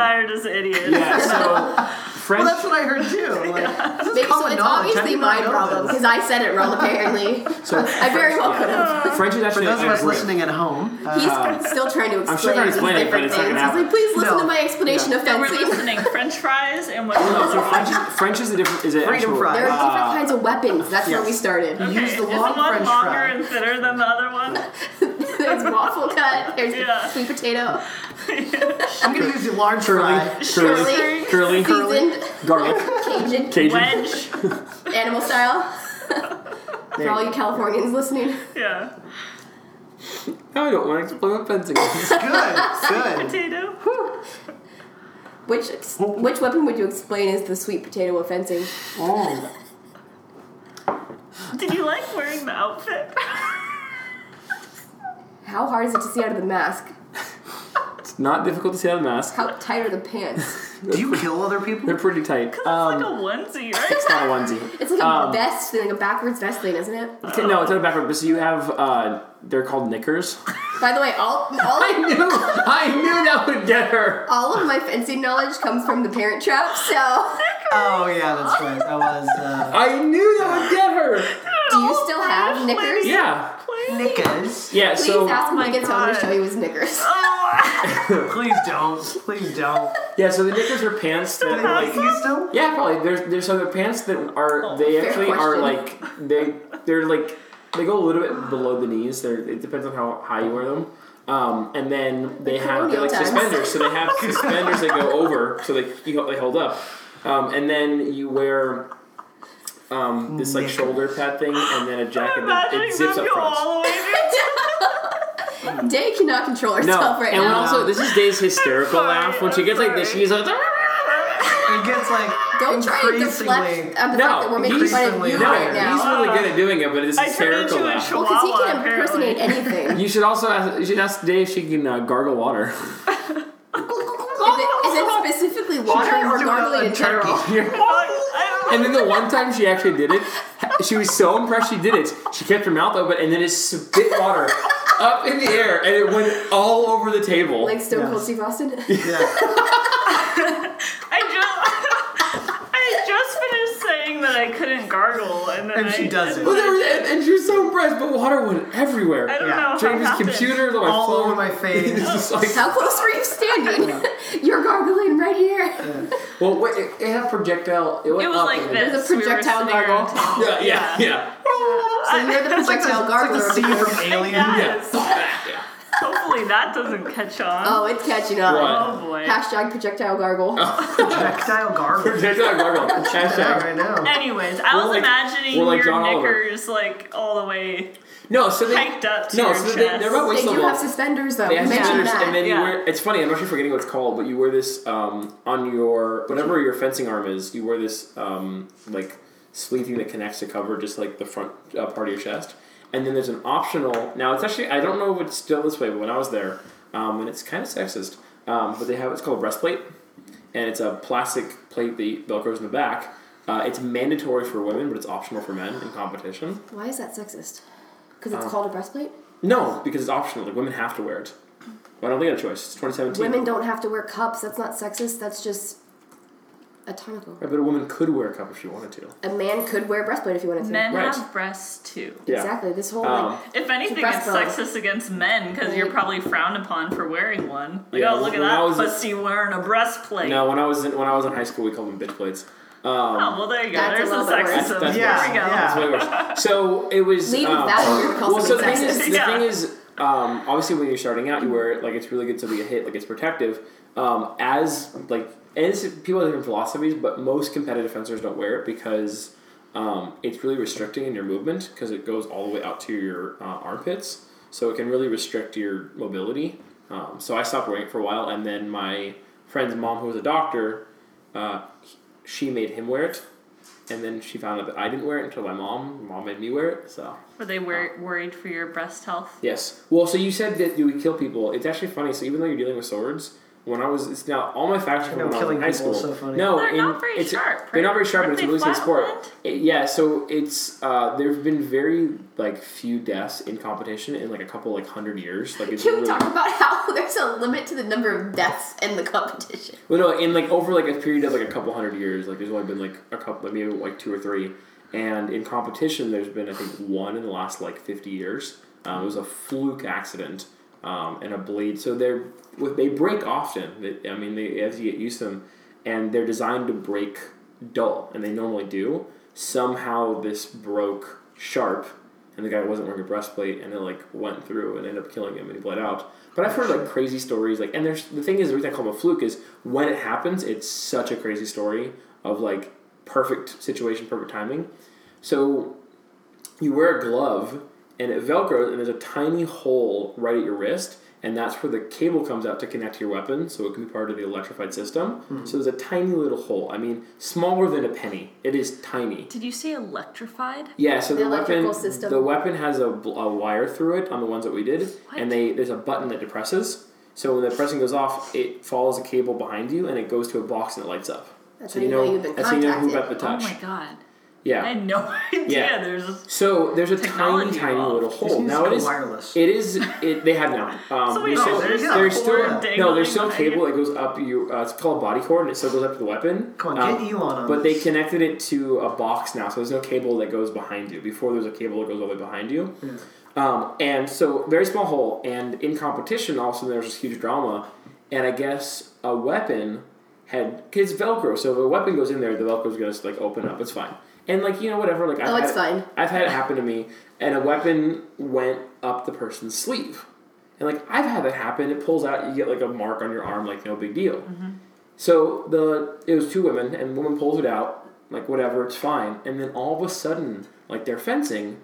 Speaker 1: I are just idiots.
Speaker 2: Yeah.
Speaker 4: [LAUGHS]
Speaker 2: So French.
Speaker 3: Well, that's what I heard too. Like, this is
Speaker 4: Maybe so
Speaker 3: common knowledge.
Speaker 4: it's
Speaker 3: How do
Speaker 4: obviously
Speaker 3: you
Speaker 4: my
Speaker 3: not know this?
Speaker 4: problem because I said it wrong apparently.
Speaker 2: [LAUGHS] so
Speaker 4: I very well could have.
Speaker 2: yeah. French is
Speaker 3: For
Speaker 2: actually
Speaker 3: those of
Speaker 2: a
Speaker 3: us
Speaker 2: grip.
Speaker 3: listening at home, uh,
Speaker 4: He's still trying to
Speaker 2: sure
Speaker 4: explain
Speaker 2: trying to
Speaker 4: these
Speaker 2: explain it, but
Speaker 4: different
Speaker 2: it's not gonna
Speaker 4: things. I was like,
Speaker 2: happen.
Speaker 4: please listen
Speaker 3: No.
Speaker 4: to my explanation
Speaker 3: Yeah.
Speaker 4: of
Speaker 1: We're
Speaker 4: fencing.
Speaker 1: listening. French fries and
Speaker 4: [LAUGHS]
Speaker 1: what?
Speaker 2: No, so French is, French is a different is an
Speaker 3: Freedom
Speaker 2: actual
Speaker 3: fries.
Speaker 4: There are different
Speaker 2: Uh,
Speaker 4: kinds of weapons. That's where
Speaker 3: yes.
Speaker 4: we started. [LAUGHS]
Speaker 1: Okay,
Speaker 3: use the
Speaker 1: is
Speaker 3: long
Speaker 1: one
Speaker 3: French
Speaker 1: longer
Speaker 3: fry.
Speaker 1: and thinner than the other one? [LAUGHS]
Speaker 4: There's waffle cut. There's
Speaker 1: Yeah.
Speaker 4: sweet potato.
Speaker 3: I'm gonna use the large fry.
Speaker 2: Uh, curly, curly,
Speaker 4: Curly.
Speaker 2: curly,
Speaker 4: Seasoned [LAUGHS]
Speaker 2: garlic,
Speaker 4: Cajun
Speaker 2: Cajun.
Speaker 1: Wedge.
Speaker 2: [LAUGHS]
Speaker 4: animal style. For all you Californians listening,
Speaker 1: Yeah.
Speaker 2: I don't want to explain what fencing is.
Speaker 3: Good, good.
Speaker 1: Potato.
Speaker 4: which which weapon would you explain is the sweet potato of fencing?
Speaker 3: Oh.
Speaker 1: Did you like wearing the outfit? [LAUGHS]
Speaker 4: How hard is it to see out of the mask?
Speaker 2: It's not difficult to see out of the mask.
Speaker 4: How tight are the pants?
Speaker 3: Do you kill other people?
Speaker 2: They're pretty tight.
Speaker 1: it's like
Speaker 2: Um,
Speaker 1: a onesie, right?
Speaker 2: [LAUGHS] it's not a onesie.
Speaker 4: It's like a
Speaker 2: Um,
Speaker 4: vest thing, like a backwards vest thing, isn't it?
Speaker 2: Okay, No, it's not a backward. But so you have uh, they're called knickers.
Speaker 4: By the way, all all,
Speaker 2: knew, [LAUGHS] I knew that would get her.
Speaker 4: all of my fencing knowledge comes from the Parent Trap.
Speaker 1: [LAUGHS]
Speaker 4: So,
Speaker 3: Oh yeah, that's right. That was uh,
Speaker 2: I knew that would get her.
Speaker 4: [LAUGHS] do
Speaker 1: Oh,
Speaker 4: you still have knickers?
Speaker 2: Yeah,
Speaker 3: knickers.
Speaker 2: yeah.
Speaker 4: Please
Speaker 2: So
Speaker 4: ask him
Speaker 1: Oh my
Speaker 4: when he gets home to
Speaker 1: God.
Speaker 4: show you his knickers.
Speaker 1: Oh,
Speaker 3: Please don't. Please don't.
Speaker 2: yeah, so the knickers are pants that
Speaker 3: They
Speaker 2: like
Speaker 3: like you still?
Speaker 2: Yeah, probably. There's there's other pants that are they
Speaker 4: Oh, fair
Speaker 2: actually are
Speaker 4: question.
Speaker 2: like they they're like they go a little bit below the knees. They're it depends on how high you wear them. Um, and then they have they're like
Speaker 4: colonial times.
Speaker 2: suspenders, so they
Speaker 4: [LAUGHS]
Speaker 2: have suspenders that go over, so they you ho- they hold up. Um, and then you wear um, this like shoulder pad thing, and then a jacket that
Speaker 1: imagining
Speaker 2: it zips
Speaker 1: them go
Speaker 2: up front.
Speaker 1: all the way
Speaker 4: [LAUGHS]
Speaker 1: to
Speaker 4: Day cannot control herself
Speaker 2: No,
Speaker 4: right
Speaker 2: and when
Speaker 4: now.
Speaker 2: also this is Dave's hysterical
Speaker 1: sorry,
Speaker 2: laugh when she
Speaker 1: I'm
Speaker 2: gets like this.
Speaker 1: sorry.
Speaker 2: She's like, "Ah!"
Speaker 3: It gets like
Speaker 4: Don't try to
Speaker 3: increasingly.
Speaker 4: deflect on the fact that we're making fun of
Speaker 3: increasingly
Speaker 4: you
Speaker 2: no,
Speaker 4: right
Speaker 3: higher.
Speaker 2: he's
Speaker 4: now.
Speaker 2: really good at doing it, but it's
Speaker 1: I turned
Speaker 2: hysterical
Speaker 1: into a
Speaker 2: laugh.
Speaker 1: chihuahua.
Speaker 4: Well, because he can
Speaker 1: apparently.
Speaker 4: impersonate anything.
Speaker 2: You should also ask, you should ask Dave if she can uh, gargle water. [LAUGHS]
Speaker 4: Is it, is it specifically water
Speaker 3: turns
Speaker 4: or
Speaker 3: to
Speaker 4: gargling
Speaker 3: a
Speaker 4: in general?
Speaker 1: I-
Speaker 2: and then the one time she actually did it, she was so impressed she did it. She kept her mouth open and then it spit water up in the air and it went all over the table.
Speaker 4: Like Stone Cold
Speaker 3: Yes.
Speaker 2: [LAUGHS]
Speaker 4: Steve Austin?
Speaker 3: Yeah.
Speaker 1: I just I just finished saying that I couldn't gargle, and then
Speaker 3: And she
Speaker 1: I-
Speaker 3: does
Speaker 2: [LAUGHS]
Speaker 3: it.
Speaker 1: and
Speaker 2: Well,
Speaker 1: then
Speaker 2: there
Speaker 1: I-
Speaker 2: was- and, and she was so impressed, but water went everywhere.
Speaker 1: I don't
Speaker 3: Yeah.
Speaker 1: know how it
Speaker 2: Jamie's
Speaker 1: happened. [LAUGHS]
Speaker 2: computer, the
Speaker 3: All
Speaker 2: floor.
Speaker 3: over my face.
Speaker 2: [LAUGHS] It's just like,
Speaker 4: How close were you standing? [LAUGHS] You're gargling right here.
Speaker 2: well, wait, it, it had projectile. It, went
Speaker 1: It was
Speaker 2: up
Speaker 1: like
Speaker 2: and it-
Speaker 1: this.
Speaker 4: There's a projectile
Speaker 1: we were sitting
Speaker 4: gargle.
Speaker 1: around-
Speaker 2: Yeah, yeah, yeah.
Speaker 4: So you're the
Speaker 3: It's like the,
Speaker 4: projectile gargler.
Speaker 3: it's like the scene from
Speaker 1: I
Speaker 3: Alien.
Speaker 1: guess. Hopefully that doesn't catch on.
Speaker 4: Oh, it's catching on.
Speaker 2: What? Oh,
Speaker 1: Oh, boy.
Speaker 4: Hashtag projectile gargle.
Speaker 2: [LAUGHS]
Speaker 3: Projectile gargler.
Speaker 2: Projectile
Speaker 1: [LAUGHS]
Speaker 2: gargle.
Speaker 3: Yeah,
Speaker 2: Hashtag
Speaker 3: right now.
Speaker 1: Anyways, I
Speaker 2: We're
Speaker 1: was
Speaker 2: like-
Speaker 1: imagining
Speaker 2: we're like
Speaker 1: your
Speaker 2: John Oliver.
Speaker 1: knickers like all the way.
Speaker 2: No, so they
Speaker 1: Hiked up to
Speaker 2: no,
Speaker 1: your
Speaker 2: so They,
Speaker 1: chest.
Speaker 2: they're about
Speaker 4: They
Speaker 2: waist
Speaker 4: do
Speaker 2: level.
Speaker 4: have suspenders though.
Speaker 2: They have
Speaker 4: Mention
Speaker 2: suspenders,
Speaker 4: that.
Speaker 2: and then
Speaker 1: Oh, Yeah.
Speaker 2: you wear. It's funny. I'm actually forgetting what it's called, but you wear this um, on your whatever your fencing arm is. You wear this um, like sleeve thing that connects to cover just like the front uh, part of your chest. And then there's an optional. Now it's actually I don't know if it's still this way, but when I was there, um, and it's kind of sexist. Um, but they have it's called a breastplate, and it's a plastic plate that velcros in the back. Uh, it's mandatory for women, but it's optional for men in competition.
Speaker 4: Why is that sexist? Because
Speaker 2: Oh.
Speaker 4: it's called a breastplate.
Speaker 2: No, because it's optional. Like women have to wear it. I don't think I had a choice. It's 2017.
Speaker 4: Women don't have to wear cups. That's not sexist. That's just anatomical.
Speaker 2: Right, but a woman could wear a cup if she wanted to.
Speaker 4: A man could wear a breastplate if he wanted to.
Speaker 1: Men
Speaker 2: Right.
Speaker 1: have breasts too.
Speaker 2: Yeah.
Speaker 4: Exactly. This whole
Speaker 2: Um,
Speaker 4: like,
Speaker 1: If anything, it's
Speaker 4: breast bone.
Speaker 1: sexist against men because you're probably frowned upon for wearing one. Like,
Speaker 2: Yeah,
Speaker 1: oh, look at
Speaker 2: when I
Speaker 1: that
Speaker 2: was a-
Speaker 1: pussy wearing a breastplate.
Speaker 2: No, when I was in, when I was in high school, we called them bitch plates. Um,
Speaker 1: Oh, well, there you go.
Speaker 4: That's a
Speaker 1: There's the
Speaker 4: little bit worse.
Speaker 1: sexism.
Speaker 2: That's- that's
Speaker 1: there we
Speaker 3: worse.
Speaker 1: go.
Speaker 3: Yeah.
Speaker 2: that's way worse. So it was.
Speaker 4: leave
Speaker 2: um,
Speaker 4: that or you're
Speaker 2: well,
Speaker 4: calling
Speaker 2: so
Speaker 4: something
Speaker 2: the thing is,
Speaker 4: sexist.
Speaker 2: the
Speaker 1: Yeah.
Speaker 2: thing is, um, obviously when you're starting out, you wear it like it's really good to be a hit, like it's protective. Um, as like, and it's, people have different philosophies, but most competitive fencers don't wear it because um, it's really restricting in your movement because it goes all the way out to your uh, armpits, so it can really restrict your mobility. Um, so I stopped wearing it for a while, and then my friend's mom, who was a doctor, uh, she made him wear it. And then she found out that I didn't wear it until my mom. Mom made me wear it, so
Speaker 1: Were they wor- worried for your breast health?
Speaker 2: Yes. Well, so you said that you would kill people. It's actually funny. So even though you're dealing with swords, when I was, it's now all my facts are
Speaker 3: No,
Speaker 2: from when I was
Speaker 3: killing
Speaker 2: in high
Speaker 3: people
Speaker 2: school.
Speaker 3: is so funny.
Speaker 2: No,
Speaker 1: They're
Speaker 2: and
Speaker 1: not very
Speaker 2: it's,
Speaker 1: sharp,
Speaker 2: They're not very
Speaker 1: right?
Speaker 2: sharp,
Speaker 1: Aren't
Speaker 2: but it's a
Speaker 1: they
Speaker 2: really good sport.
Speaker 1: violent?
Speaker 2: It- yeah. So it's uh, there have been very like few deaths in competition in like a couple like hundred years. Like it's
Speaker 5: Can we
Speaker 2: really,
Speaker 5: talk about
Speaker 4: [LAUGHS]
Speaker 5: how there's a limit to the number of deaths in the competition?
Speaker 2: Well, no, in like over like a period of like a couple hundred years, like there's only been like a couple, like maybe like two or three, and in competition, there's been I think one in the last like fifty years. Um, it was a fluke accident um, and a bleed. So they're with- they break often. They- I mean, they as you get used to them, and they're designed to break dull, and they normally do. Somehow this broke sharp, and the guy wasn't wearing a breastplate, and it like went through and ended up killing him, and he bled out. But I've heard like crazy stories, like, and there's the thing is the reason I call him a fluke is when it happens, it's such a crazy story of like perfect situation, perfect timing. So you wear a glove, and it velcros, and there's a tiny hole right at your wrist. And that's where the cable comes out to connect to your weapon, so it can be part of the electrified system. So there's a tiny little hole. I mean, smaller than a penny. It is tiny.
Speaker 1: Did you say electrified?
Speaker 2: Yeah, so the,
Speaker 5: electrical
Speaker 2: weapon
Speaker 5: system.
Speaker 2: the weapon has a, bl- a wire through it on the ones that we did, and they there's a button that depresses. So when the pressing goes off, it follows a cable behind you, and it goes to a box and it lights up.
Speaker 5: That's
Speaker 2: so
Speaker 5: how
Speaker 2: you
Speaker 5: you know
Speaker 2: know,
Speaker 5: you've been
Speaker 2: that's how you know who got the
Speaker 5: contacted.
Speaker 1: Oh
Speaker 2: touch.
Speaker 1: my god. I
Speaker 2: yeah.
Speaker 1: had no [LAUGHS] idea.
Speaker 2: Yeah.
Speaker 1: There's a-
Speaker 2: So there's a tiny,
Speaker 1: Technology
Speaker 2: tiny
Speaker 1: involved.
Speaker 2: little
Speaker 3: Just
Speaker 2: hole.
Speaker 3: needs
Speaker 2: Now
Speaker 3: to
Speaker 2: it
Speaker 3: go
Speaker 2: is.
Speaker 3: wireless.
Speaker 2: It is. It, they have now. Um,
Speaker 1: So wait,
Speaker 2: there's
Speaker 1: so
Speaker 2: still,
Speaker 1: there's a
Speaker 3: cord
Speaker 2: still no. There's still
Speaker 1: dangling
Speaker 2: cable that goes up. You. Uh, it's called a body cord, and it still goes up to the weapon.
Speaker 3: Come on,
Speaker 2: Um,
Speaker 3: get Elon on.
Speaker 2: But they
Speaker 3: this.
Speaker 2: connected it to a box now, so there's no cable that goes behind you. Before there's a cable that goes all the way behind you.
Speaker 1: Hmm.
Speaker 2: Um, and so very small hole, and in competition, all of a sudden there's this huge drama, and I guess a weapon had it's Velcro, so if a weapon goes in there, the Velcro's gonna like open up. It's fine, and like you know whatever. Like I've
Speaker 5: Oh,
Speaker 2: had
Speaker 5: it's
Speaker 2: it-
Speaker 5: fine.
Speaker 2: I've had it happen to me, and a weapon went up the person's sleeve, and like I've had that happen. It pulls out, you get like a mark on your arm, like no big deal.
Speaker 5: Mm-hmm.
Speaker 2: So the it was two women, and the woman pulls it out, like whatever, it's fine. And then all of a sudden, like they're fencing,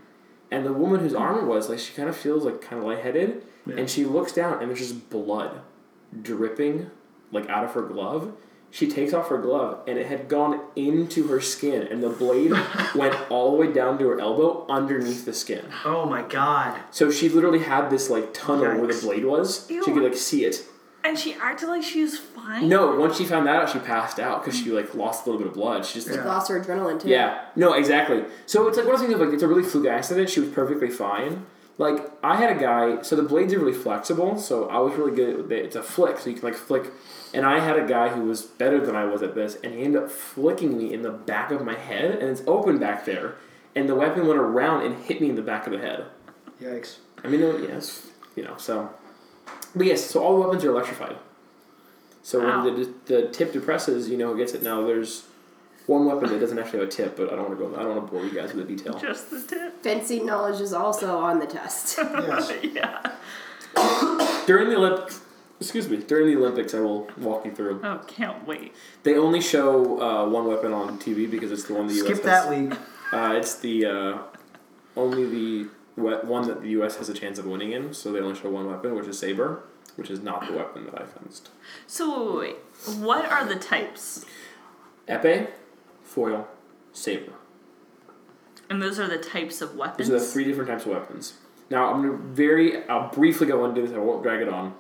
Speaker 2: and the woman whose arm it was, like she kind of feels like kind of lightheaded, and she looks down, and there's just blood dripping like out of her glove. She takes off her glove, and it had gone into her skin, and the blade went all the way down to her elbow underneath the skin.
Speaker 3: Oh my god.
Speaker 2: So she literally had this like tunnel where the
Speaker 3: Yikes.
Speaker 2: blade was. She
Speaker 1: Ew.
Speaker 2: could like see it.
Speaker 1: And she acted like she was fine.
Speaker 2: No, once she found that out, she passed out because she like lost a little bit of blood. She just like,
Speaker 4: Lost her adrenaline too.
Speaker 2: yeah. No, exactly. So it's like one of the things of like it's a really fluke accident. She was perfectly fine. Like I had a guy. So the blades are really flexible. So I was really good. At it. It's a flick, so you can like flick. And I had a guy who was better than I was at this, and he ended up flicking me in the back of my head, and it's open back there, and the weapon went around and hit me in the back of the head.
Speaker 3: Yikes.
Speaker 2: I mean, no, yes, you know. So, but yes, so all the weapons are electrified. So
Speaker 1: Wow.
Speaker 2: when the, the tip depresses, you know who gets it. Now there's one weapon that doesn't actually have a tip, but I don't want to go. I don't want to bore you guys with the detail.
Speaker 1: Just the tip.
Speaker 4: Fancy knowledge is also on the test.
Speaker 3: Yes.
Speaker 1: [LAUGHS] Yeah.
Speaker 2: During the Olymp, excuse me, during the Olympics, I will walk you through.
Speaker 1: Oh, can't wait.
Speaker 2: They only show uh, one weapon on TV because it's the one the U.S.
Speaker 3: Skip
Speaker 2: has.
Speaker 3: that league.
Speaker 2: Uh, it's the uh, only the we- one that the U.S. has a chance of winning in. So they only show one weapon, which is saber, which is not the weapon that I fenced.
Speaker 1: So wait, what are the types?
Speaker 2: Epee, foil, saber.
Speaker 1: And those are the types of weapons.
Speaker 2: These are the three different types of weapons. Now I'm gonna very I'll briefly go into this, I won't drag it on.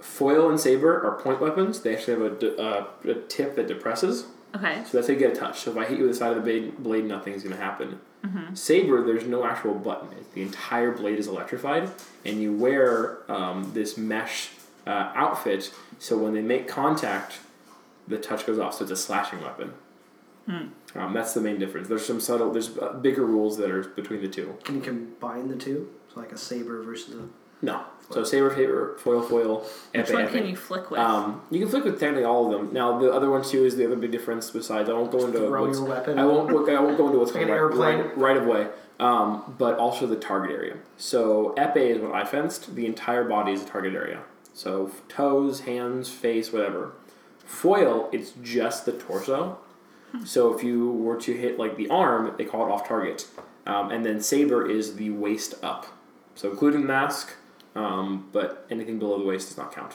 Speaker 2: Foil and saber are point weapons. They actually have a, d- uh, a tip that depresses,
Speaker 1: Okay.
Speaker 2: so that's how you get a touch. So if I hit you with the side of the blade, blade nothing's going to happen.
Speaker 1: Mm-hmm.
Speaker 2: Saber, there's no actual button. It- The entire blade is electrified, and you wear um, this mesh uh, outfit. So when they make contact, the touch goes off. So it's a slashing weapon.
Speaker 1: Hmm.
Speaker 2: Um, that's the main difference. There's some subtle, there's uh, bigger rules that are between the two.
Speaker 3: Can you combine the two? So like a saber versus a.
Speaker 2: No. So saber, saber, foil, foil.
Speaker 1: Which
Speaker 2: epee,
Speaker 1: one
Speaker 2: epee.
Speaker 1: can you flick with?
Speaker 2: Um, you can flick with technically all of them. Now the other one too is the other big difference. Besides, I won't go into
Speaker 3: throw
Speaker 2: what's-
Speaker 3: your weapon.
Speaker 2: I won't. Look, I won't go into what's
Speaker 3: [LAUGHS] Like
Speaker 2: called
Speaker 3: an
Speaker 2: right,
Speaker 3: airplane.
Speaker 2: right, right of way. Um, but also the target area. So epee is what I fenced. The entire body is a target area. So toes, hands, face, whatever. Foil, it's just the torso.
Speaker 3: Hmm.
Speaker 2: So if you were to hit like the arm, they call it off target. Um, and then saber is the waist up. So including mask, um, but anything below the waist does not count.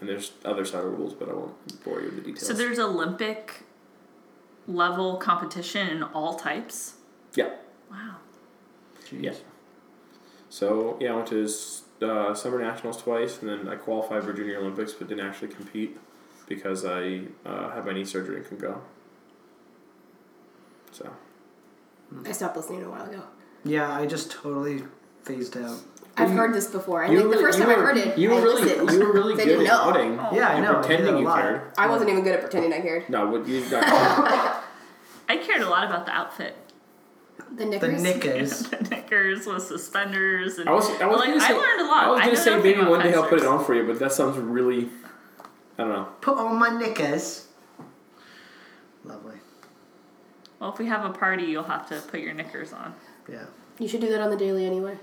Speaker 2: And there's other side rules, but I won't bore you with the details.
Speaker 1: so there's Olympic level competition in all types.
Speaker 2: yeah,
Speaker 1: Wow.
Speaker 2: yeah. So yeah, I went to uh, summer nationals twice, and then I qualified for junior Olympics, but didn't actually compete because I uh, had my knee surgery and couldn't go. So
Speaker 4: I stopped listening a while ago.
Speaker 3: Yeah, I just totally phased out.
Speaker 5: I've
Speaker 2: You-
Speaker 5: heard this before. I
Speaker 2: you
Speaker 5: think
Speaker 2: were
Speaker 5: the
Speaker 2: really-
Speaker 5: first
Speaker 2: you
Speaker 5: time I
Speaker 2: were-
Speaker 5: heard it,
Speaker 2: you were
Speaker 5: I
Speaker 2: really,
Speaker 5: listened.
Speaker 2: you were
Speaker 4: [LAUGHS]
Speaker 2: really
Speaker 5: So [LAUGHS] I
Speaker 2: good
Speaker 5: didn't
Speaker 2: at
Speaker 5: know.
Speaker 2: outing.
Speaker 1: Oh.
Speaker 3: Yeah, I
Speaker 2: and
Speaker 3: know, I did
Speaker 2: Pretending
Speaker 3: a
Speaker 2: you
Speaker 3: lot.
Speaker 2: cared.
Speaker 5: I wasn't even good at pretending I cared.
Speaker 2: No, what you
Speaker 5: [LAUGHS]
Speaker 2: got?
Speaker 1: I cared a lot about the outfit.
Speaker 5: The
Speaker 3: The
Speaker 5: knickers.
Speaker 3: knickers.
Speaker 1: The [LAUGHS] knickers with suspenders and
Speaker 2: I was, I was
Speaker 1: like
Speaker 2: gonna say,
Speaker 1: I learned a lot.
Speaker 2: I was gonna
Speaker 1: know
Speaker 2: say
Speaker 1: nothing
Speaker 2: maybe
Speaker 1: about
Speaker 2: one day I'll put it
Speaker 1: fencers.
Speaker 2: on for you, but that sounds really, I don't know.
Speaker 3: Put on my knickers. Lovely.
Speaker 1: Well, if we have a party, you'll have to put your knickers on.
Speaker 3: Yeah.
Speaker 4: You should do that on the daily anyway.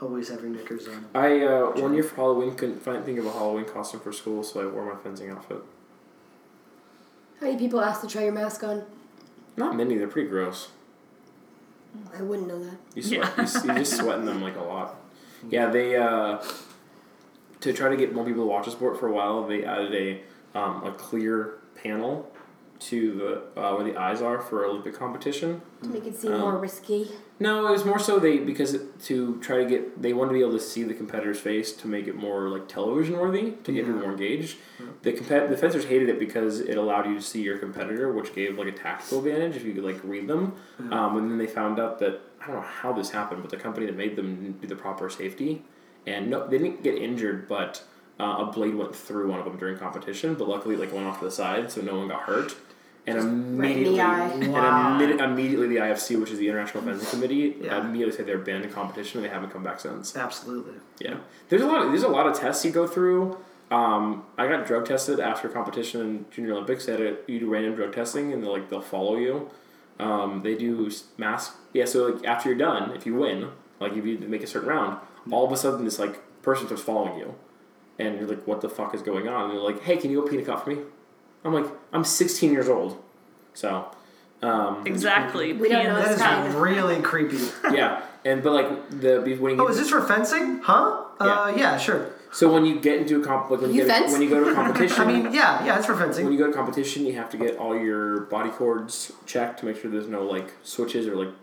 Speaker 3: Always having knickers on.
Speaker 2: I uh, one year for Halloween couldn't find, think of a Halloween costume for school, so I wore my fencing outfit.
Speaker 4: How many people ask to try your mask on?
Speaker 2: Not many; they're pretty gross.
Speaker 4: I wouldn't know that.
Speaker 2: You sweat. you, s- you just sweating them like a lot. Yeah, they uh, to try to get more people to watch the sport for a while. They added a um, a clear panel to the uh, where the eyes are for Olympic competition.
Speaker 4: To make it seem
Speaker 2: Um,
Speaker 4: more risky.
Speaker 2: No, it was more so they because it, to try to get they wanted to be able to see the competitor's face to make it more like television worthy to get people
Speaker 3: Yeah.
Speaker 2: more engaged. The compet- the fencers hated it because it allowed you to see your competitor, which gave like a tactical advantage if you could like read them. Um, and then they found out that I don't know how this happened, but the company that made them didn't do the proper safety, and no, they didn't get injured, but. Uh, a blade went through one of them during competition, but luckily, like went off to the side, so no one got hurt. And
Speaker 4: right in
Speaker 2: immediately,
Speaker 4: the eye.
Speaker 3: Wow.
Speaker 2: and immedi- immediately the IFC, which is the International Fencing Committee,
Speaker 3: Yeah.
Speaker 2: immediately said they're banned in competition and they haven't come back since.
Speaker 3: Absolutely.
Speaker 2: Yeah, there's a lot. Of, there's a lot of tests you go through. Um, I got drug tested after competition in Junior Olympics. That it, you do random drug testing and they're like they'll follow you. Um, they do s- mask. Yeah, so like after you're done, if you win, like if you make a certain round, all of a sudden this like person starts following you, and you're like, what the fuck is going on? And they're like, hey, can you go pee in a cup for me? I'm like, I'm 16 years old, so. Um,
Speaker 1: Exactly.
Speaker 4: We don't
Speaker 1: Pee in
Speaker 4: know
Speaker 1: the
Speaker 3: That is
Speaker 1: sky.
Speaker 4: That's
Speaker 3: really creepy.
Speaker 2: yeah, and but like the be- when you
Speaker 3: Oh, is this for fencing? Huh? Uh, yeah, sure.
Speaker 2: so when you get into a comp like when you,
Speaker 5: You
Speaker 2: get
Speaker 5: fence?
Speaker 2: when you go
Speaker 5: [LAUGHS]
Speaker 2: to a competition,
Speaker 3: I mean, yeah, yeah, it's for
Speaker 2: when
Speaker 3: fencing.
Speaker 2: you go to competition, you have to get all your body cords checked to make sure there's no like switches or like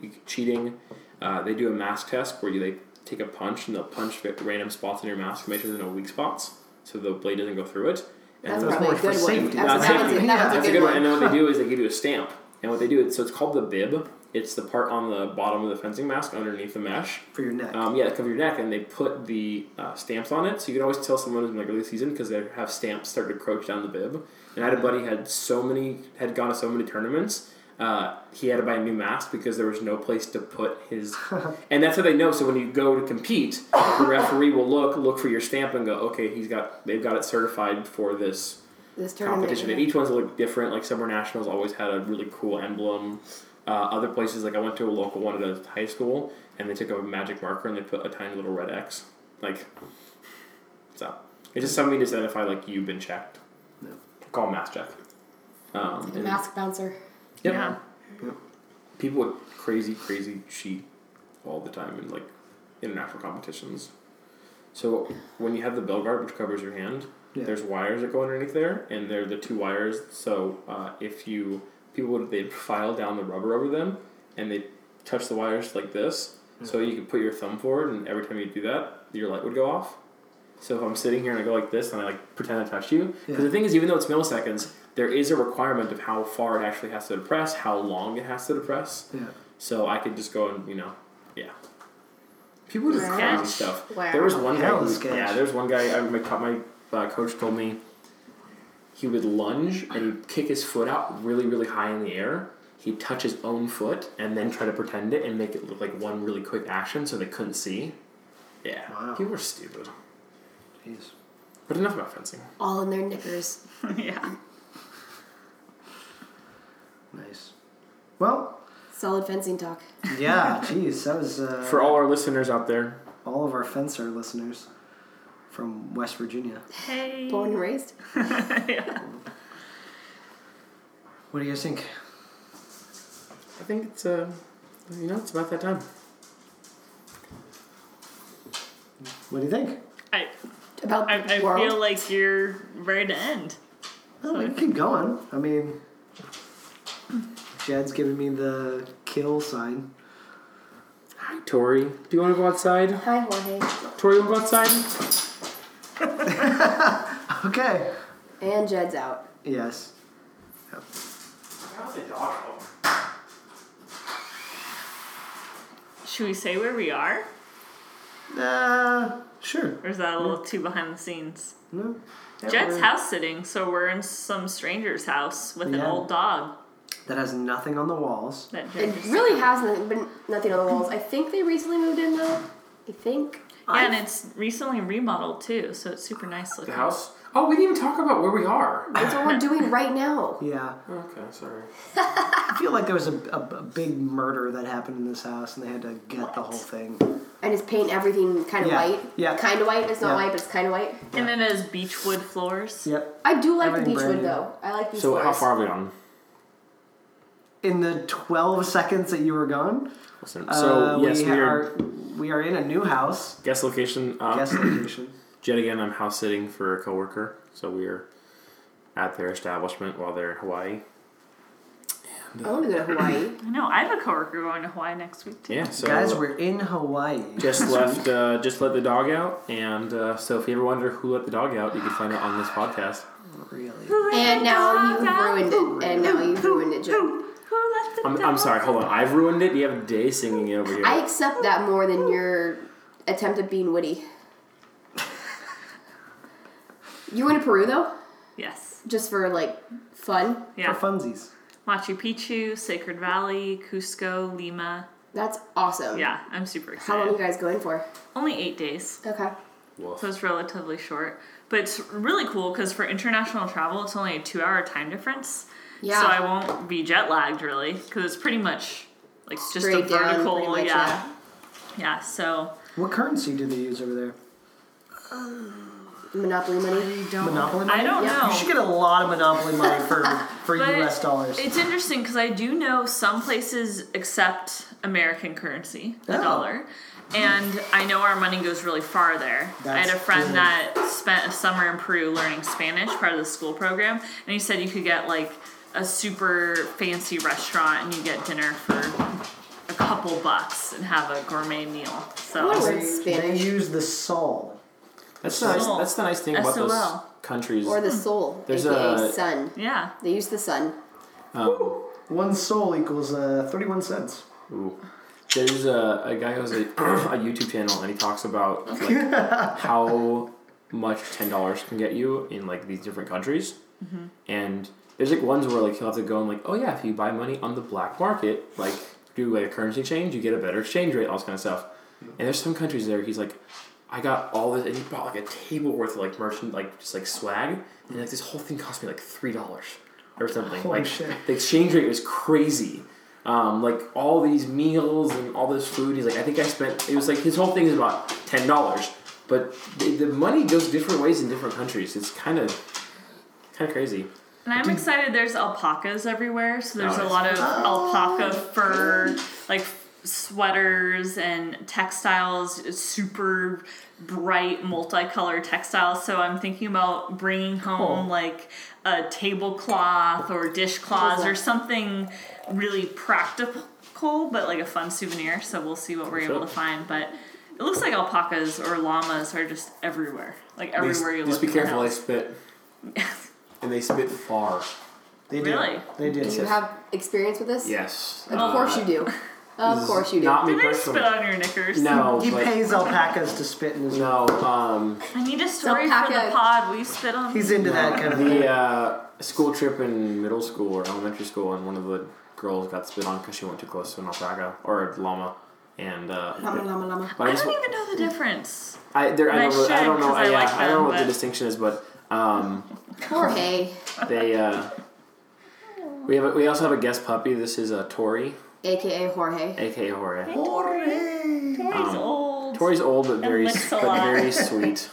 Speaker 2: you- cheating. Uh, they do a mask test where you they take a punch and they'll punch fa- random spots in your mask to make sure there's no weak spots, so the blade doesn't go through it. And
Speaker 5: That's
Speaker 2: then-
Speaker 5: probably a
Speaker 3: more for
Speaker 5: good one.
Speaker 3: safety.
Speaker 5: That's, that
Speaker 2: Not
Speaker 5: one's, a- that
Speaker 2: safety.
Speaker 5: one's
Speaker 3: Yeah,
Speaker 5: a
Speaker 2: That's
Speaker 5: good one.
Speaker 2: And then what they do is they give you a stamp. And what they do is so it's called the bib. It's the part on the bottom of the fencing mask underneath the mesh.
Speaker 3: For your neck.
Speaker 2: Um, yeah, cover your neck, and they put the uh, stamps on it. So you can always tell someone who's in like early season because they have stamps start to crouch down the bib. And I had a buddy had so many had gone to so many tournaments. Uh, he had to buy a new mask because there was no place to put his, and that's how they know. So when you go to compete, the referee will look look for your stamp and go, okay, he's got they've got it certified for this
Speaker 4: This tournament.
Speaker 2: competition. And each one's look different. Like Summer Nationals always had a really cool emblem. Uh, other places, like I went to a local one at a high school, and they took a magic marker and they put a tiny little red X. Like, so it's just something to identify like you've been checked.
Speaker 3: Yeah.
Speaker 2: Call mass check. Um, and-
Speaker 4: Mask bouncer.
Speaker 2: Yep.
Speaker 1: Yeah.
Speaker 3: Yeah.
Speaker 2: People with crazy, crazy cheat all the time in like international competitions. So when you have the bell guard, which covers your hand,
Speaker 3: Yeah.
Speaker 2: there's wires that go underneath there, and they're the two wires. So uh, if you people would they file down the rubber over them, and they touch
Speaker 3: Mm-hmm.
Speaker 2: the wires like this. So you could put your thumb forward, and every time you do that, your light would go off. So if I'm sitting here and I go like this and I like pretend I touched you, because
Speaker 3: Yeah.
Speaker 2: the thing is, even though it's milliseconds, there is a requirement of how far it actually has to depress, how long it has to depress.
Speaker 3: Yeah.
Speaker 2: So I could just go and you know, yeah. People do
Speaker 5: Sketch.
Speaker 2: crazy stuff.
Speaker 5: Wow.
Speaker 2: There was one guy.
Speaker 3: Oh, Hell,
Speaker 2: who-
Speaker 3: sketch.
Speaker 2: Yeah, there was one guy. I, my co- my uh, coach told me he would lunge and he'd kick his foot out really really high in the air. He'd touch his own foot and then try to pretend it and make it look like one really quick action so they couldn't see. Yeah,
Speaker 3: Wow.
Speaker 2: people were stupid.
Speaker 3: Jeez.
Speaker 2: But enough about fencing.
Speaker 4: all in their knickers.
Speaker 1: [LAUGHS] yeah.
Speaker 3: Nice. Well,
Speaker 4: Solid fencing talk.
Speaker 3: yeah, jeez, that was uh,
Speaker 2: For all our listeners out there,
Speaker 3: all of our fencer listeners from West Virginia.
Speaker 1: Hey.
Speaker 4: Born and raised.
Speaker 1: yeah.
Speaker 3: What do you guys think?
Speaker 2: I think it's uh, you know, it's about that time.
Speaker 3: What do you think?
Speaker 1: I,
Speaker 4: About
Speaker 1: I,
Speaker 4: the
Speaker 1: I
Speaker 4: world.
Speaker 1: feel like you're ready to end.
Speaker 3: Oh, we can keep going. I mean, Jed's giving me the kill sign.
Speaker 2: Hi, Tori. Do you want to go outside?
Speaker 4: Hi, Jorge.
Speaker 2: Tori, you want to go outside?
Speaker 3: Okay.
Speaker 4: And Jed's out.
Speaker 3: Yes.
Speaker 1: Should we say where we are?
Speaker 3: Uh, sure.
Speaker 1: Or is that a little too behind the scenes?
Speaker 3: No. Yeah,
Speaker 1: Jed's
Speaker 3: we're-
Speaker 1: house sitting, so we're in some stranger's house with an
Speaker 3: Yeah.
Speaker 1: old dog
Speaker 3: That has nothing on the walls.
Speaker 1: that Jed
Speaker 4: It
Speaker 1: just
Speaker 4: really has nothing, been nothing on the walls. I think they recently moved in though. I think.
Speaker 1: Yeah, and it's recently remodeled too, so it's super nice looking.
Speaker 2: The house. Oh, we didn't even talk about where we are.
Speaker 4: That's what
Speaker 1: [LAUGHS]
Speaker 4: we're doing right now.
Speaker 3: Yeah.
Speaker 2: Okay, sorry.
Speaker 3: I feel like there was a, a, a big murder that happened in this house and they had to get the whole thing.
Speaker 4: And just paint everything kind of
Speaker 3: Yeah,
Speaker 4: white.
Speaker 3: yeah.
Speaker 4: Kind of white. It's not
Speaker 3: Yeah.
Speaker 4: white, but it's kind of white.
Speaker 1: And it has beechwood floors.
Speaker 3: Yep.
Speaker 4: I do like the
Speaker 3: Everything brand
Speaker 4: beechwood
Speaker 3: new.
Speaker 4: though. I like these
Speaker 2: So how
Speaker 4: floors.
Speaker 2: far are we on?
Speaker 3: In the 12 seconds that you were gone,
Speaker 2: Listen,
Speaker 3: uh,
Speaker 2: so yes, we,
Speaker 3: we
Speaker 2: are,
Speaker 3: are we are in a new house.
Speaker 2: guest location. Um,
Speaker 3: Guest location.
Speaker 2: Yet again, I'm house sitting for a coworker, so we are at their establishment while they're in Hawaii.
Speaker 4: I want to go to Hawaii.
Speaker 1: I know. I have a coworker going to Hawaii next week too.
Speaker 2: Yeah, so
Speaker 3: Guys, we're in Hawaii.
Speaker 2: just left uh, just let the dog out and uh, so if you ever wonder who let the dog out you can find out on this podcast
Speaker 3: Really?
Speaker 4: and now you've ruined it. And now you've ruined it, Jed.
Speaker 1: Who who let the
Speaker 2: I'm,
Speaker 1: dog
Speaker 2: I'm sorry hold on I've ruined it you have a day singing it over here
Speaker 4: I accept that more than your attempt at being witty. You went to Peru though,
Speaker 1: Yes.
Speaker 4: just for like fun.
Speaker 1: Yeah.
Speaker 3: For funsies.
Speaker 1: Machu Picchu, Sacred Valley, Cusco, Lima.
Speaker 4: That's awesome.
Speaker 1: Yeah, I'm super
Speaker 4: How long are you
Speaker 1: excited.
Speaker 4: guys going for?
Speaker 1: Only eight days,
Speaker 4: Okay.
Speaker 2: Woof.
Speaker 1: so it's relatively short. But it's really cool because for international travel, it's only a two hour time difference.
Speaker 4: Yeah.
Speaker 1: So I won't be jet lagged really because it's pretty much like just a
Speaker 4: Straight down, pretty
Speaker 1: vertical.
Speaker 4: much,
Speaker 1: yeah. Yeah, so.
Speaker 3: What currency do they use over there?
Speaker 4: Monopoly money.
Speaker 3: Monopoly money?
Speaker 1: I don't
Speaker 4: Yeah.
Speaker 1: know.
Speaker 3: You should get a lot of Monopoly
Speaker 1: [LAUGHS]
Speaker 3: money for, for
Speaker 1: But
Speaker 3: US dollars.
Speaker 1: It's interesting because I do know some places accept American currency, the
Speaker 3: Oh.
Speaker 1: dollar, and I know our money goes really far there. I
Speaker 3: That's
Speaker 1: had a friend
Speaker 3: good.
Speaker 1: that spent a summer in Peru learning Spanish, part of the school program, and he said you could get like a super fancy restaurant and you get dinner for a couple bucks and have a gourmet meal.
Speaker 4: What
Speaker 1: So
Speaker 4: a-
Speaker 3: They- they
Speaker 4: Spanish.
Speaker 3: use the sol.
Speaker 2: that's, the nice,
Speaker 1: Sol.
Speaker 2: that's the nice thing about those
Speaker 1: SOL.
Speaker 2: countries
Speaker 4: Or the soul,
Speaker 2: There's
Speaker 4: aka
Speaker 2: a-
Speaker 4: sun.
Speaker 1: yeah,
Speaker 4: They use the sun.
Speaker 2: um,
Speaker 3: One sol equals uh, 31 cents.
Speaker 2: ooh. there's a, a guy who has a, [CLEARS THROAT] a YouTube channel and he talks about like,
Speaker 3: [LAUGHS]
Speaker 2: how much $10 can get you in like these different countries
Speaker 3: Mm-hmm.
Speaker 2: and there's like ones where like he'll have to go and like oh yeah if you buy money on the black market like do like a currency change you get a better exchange rate all this kind of stuff and there's some countries there he's like I got all this and he bought like a table worth of like merchant like just like swag and like this whole thing cost me like three dollars or something
Speaker 3: Holy
Speaker 2: like
Speaker 3: shit.
Speaker 2: the exchange rate was crazy um, like all these meals and all this food he's like I think I spent it was like his whole thing is about ten dollars but the, the money goes different ways in different countries it's kind of kind of crazy
Speaker 1: And I'm excited. There's alpacas everywhere, so there's a
Speaker 2: Nice.
Speaker 1: lot of alpaca fur, like sweaters and textiles, super bright, multicolored textiles. So I'm thinking about bringing home like a tablecloth or dishcloths or something really practical, but like a fun souvenir. So we'll see what we're able
Speaker 2: Sure.
Speaker 1: to find, but. It looks like alpacas or llamas are just everywhere. Like everywhere you look.
Speaker 2: just be
Speaker 1: in the
Speaker 2: careful, they
Speaker 1: house. [LAUGHS]
Speaker 2: spit. and they spit far.
Speaker 3: They do.
Speaker 1: Really?
Speaker 3: They do.
Speaker 4: Do you have experience with this?
Speaker 2: Yes.
Speaker 4: Of course you do. Of course you do.
Speaker 2: Uh, Not me
Speaker 1: Did they spit
Speaker 2: personally.
Speaker 1: on your knickers?
Speaker 2: No,
Speaker 3: he
Speaker 2: but-
Speaker 3: pays alpacas to spit in his mouth.
Speaker 2: No, um,
Speaker 1: I need a story for the
Speaker 4: alpaca.
Speaker 1: pod. We spit on.
Speaker 3: He's into that kind of thing.
Speaker 2: the uh, school trip in middle school or elementary school, and one of the girls got spit on because she went too close to an alpaca or a llama, and uh,
Speaker 4: Llama, llama, llama.
Speaker 2: but
Speaker 1: I
Speaker 2: I, just,
Speaker 1: don't even know the difference.
Speaker 2: I, there,
Speaker 1: and
Speaker 2: I,
Speaker 1: I
Speaker 2: don't, really- I
Speaker 1: should,
Speaker 2: don't know,
Speaker 1: 'cause I
Speaker 2: yeah,
Speaker 1: like
Speaker 2: I don't know
Speaker 1: them,
Speaker 2: what the
Speaker 1: but-
Speaker 2: distinction is, but um,
Speaker 5: Jorge,
Speaker 2: they uh, we have a, we also have a guest puppy. This is a Tori,
Speaker 4: AKA Jorge.
Speaker 2: aka Jorge.
Speaker 3: Jorge.
Speaker 1: Tori's old.
Speaker 2: Tori's old but very
Speaker 1: licks a
Speaker 2: but
Speaker 1: lot. [LAUGHS]
Speaker 2: very sweet.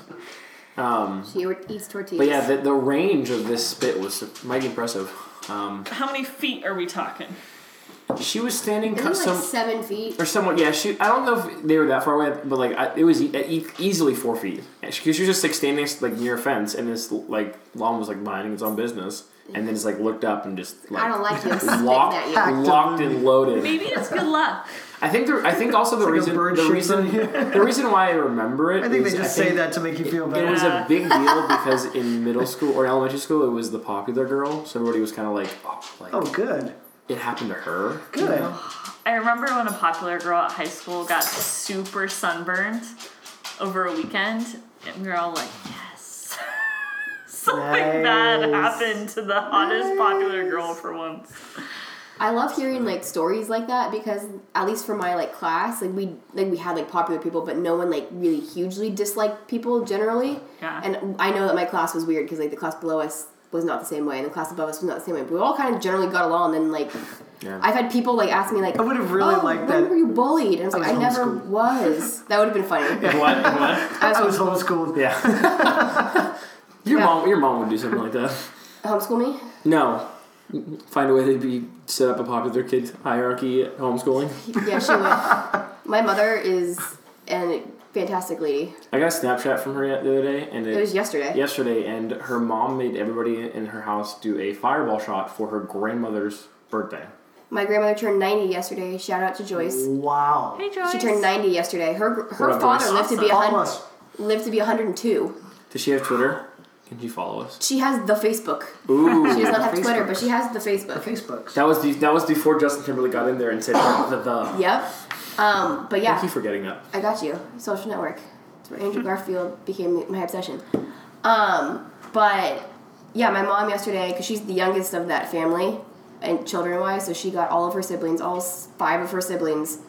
Speaker 2: Um,
Speaker 4: She eats tortillas.
Speaker 2: but yeah, the, the range of this spit was mighty impressive. Um,
Speaker 1: How many feet are we talking?
Speaker 2: she was standing
Speaker 4: Isn't
Speaker 2: co-
Speaker 4: it like
Speaker 2: some
Speaker 4: seven feet?
Speaker 2: or somewhat. Yeah, she. I don't know if they were that far away, but like I, it was e- e- easily four feet. Because she, 'cause she was just like standing next, like near a fence, and this like lawn was like minding its own business, and then just like looked up and just like
Speaker 4: I
Speaker 3: [LAUGHS]
Speaker 4: don't like him spitting
Speaker 2: locked,
Speaker 4: at you.
Speaker 2: locked and loaded.
Speaker 1: Maybe it's good luck.
Speaker 2: I think the, I think also the
Speaker 3: Like
Speaker 2: reason
Speaker 3: a bird
Speaker 2: the
Speaker 3: shits
Speaker 2: reason
Speaker 3: on you.
Speaker 2: the reason why I remember it.
Speaker 3: I think they
Speaker 2: is
Speaker 3: just
Speaker 2: I
Speaker 3: say
Speaker 2: think
Speaker 3: that to make you feel
Speaker 2: It
Speaker 3: better.
Speaker 2: was a
Speaker 1: Yeah.
Speaker 2: big deal because in middle school or elementary school, it was the popular girl, so everybody was kind of like, oh, like
Speaker 3: Oh, good.
Speaker 2: it happened to her.
Speaker 3: Good.
Speaker 1: I remember when a popular girl at high school got super sunburned over a weekend, and we were all like, yes. [LAUGHS] Something bad
Speaker 3: Nice.
Speaker 1: happened to the hottest popular girl for once.
Speaker 4: I love hearing like stories like that because at least for my like class, like we like we had like popular people, but no one like really hugely disliked people generally.
Speaker 1: Yeah.
Speaker 4: And I know that my class was weird because like the class below us was not the same way, and the class above us was not the same way. But we all kind of generally got along. And like,
Speaker 2: Yeah.
Speaker 4: I've had people like ask me like,
Speaker 3: I would've really
Speaker 4: "Oh,
Speaker 3: liked
Speaker 4: When
Speaker 3: that.
Speaker 4: were you bullied? And I was like,
Speaker 3: was
Speaker 4: I never
Speaker 3: homeschooled." [LAUGHS]
Speaker 4: was. That would have been funny.
Speaker 2: What? What?
Speaker 4: I
Speaker 3: I
Speaker 4: was
Speaker 3: was homeschooled.
Speaker 2: Yeah. your
Speaker 3: [LAUGHS]
Speaker 4: Yeah.
Speaker 2: mom, your mom would do something like that.
Speaker 4: homeschool me.
Speaker 2: No, find a way to be set up a popular kid hierarchy at homeschooling.
Speaker 4: Yeah, she would.
Speaker 3: [LAUGHS]
Speaker 4: my mother is a fantastic lady.
Speaker 2: I got a Snapchat from her the other day, and
Speaker 4: It was yesterday.
Speaker 2: yesterday, and her mom made everybody in her house do a fireball shot for her grandmother's birthday.
Speaker 4: My grandmother turned 90 yesterday. Shout out to Joyce.
Speaker 3: Wow.
Speaker 1: Hey, Joyce.
Speaker 4: She turned 90 yesterday. Her her
Speaker 2: What up,
Speaker 4: father
Speaker 2: Joyce?
Speaker 4: lived to be a
Speaker 3: Follow
Speaker 4: hun-
Speaker 3: us.
Speaker 4: lived to be 102.
Speaker 2: Does she have Twitter? Can she follow us?
Speaker 4: She has the Facebook. She
Speaker 2: Ooh,
Speaker 4: does not have Twitter,
Speaker 3: Facebook.
Speaker 4: but she has the Facebook.
Speaker 3: Facebooks.
Speaker 2: that was be- that was before Justin Timberlake got in there and said the the. the.
Speaker 4: Yep. Um, but
Speaker 2: I
Speaker 4: yeah,
Speaker 2: keep forgetting that.
Speaker 4: I got you. Social network. That's where Andrew Garfield became my obsession. Um, but yeah, my mom yesterday, because she's the youngest of that family and children wise, so she got all of her siblings, all s- five of her siblings,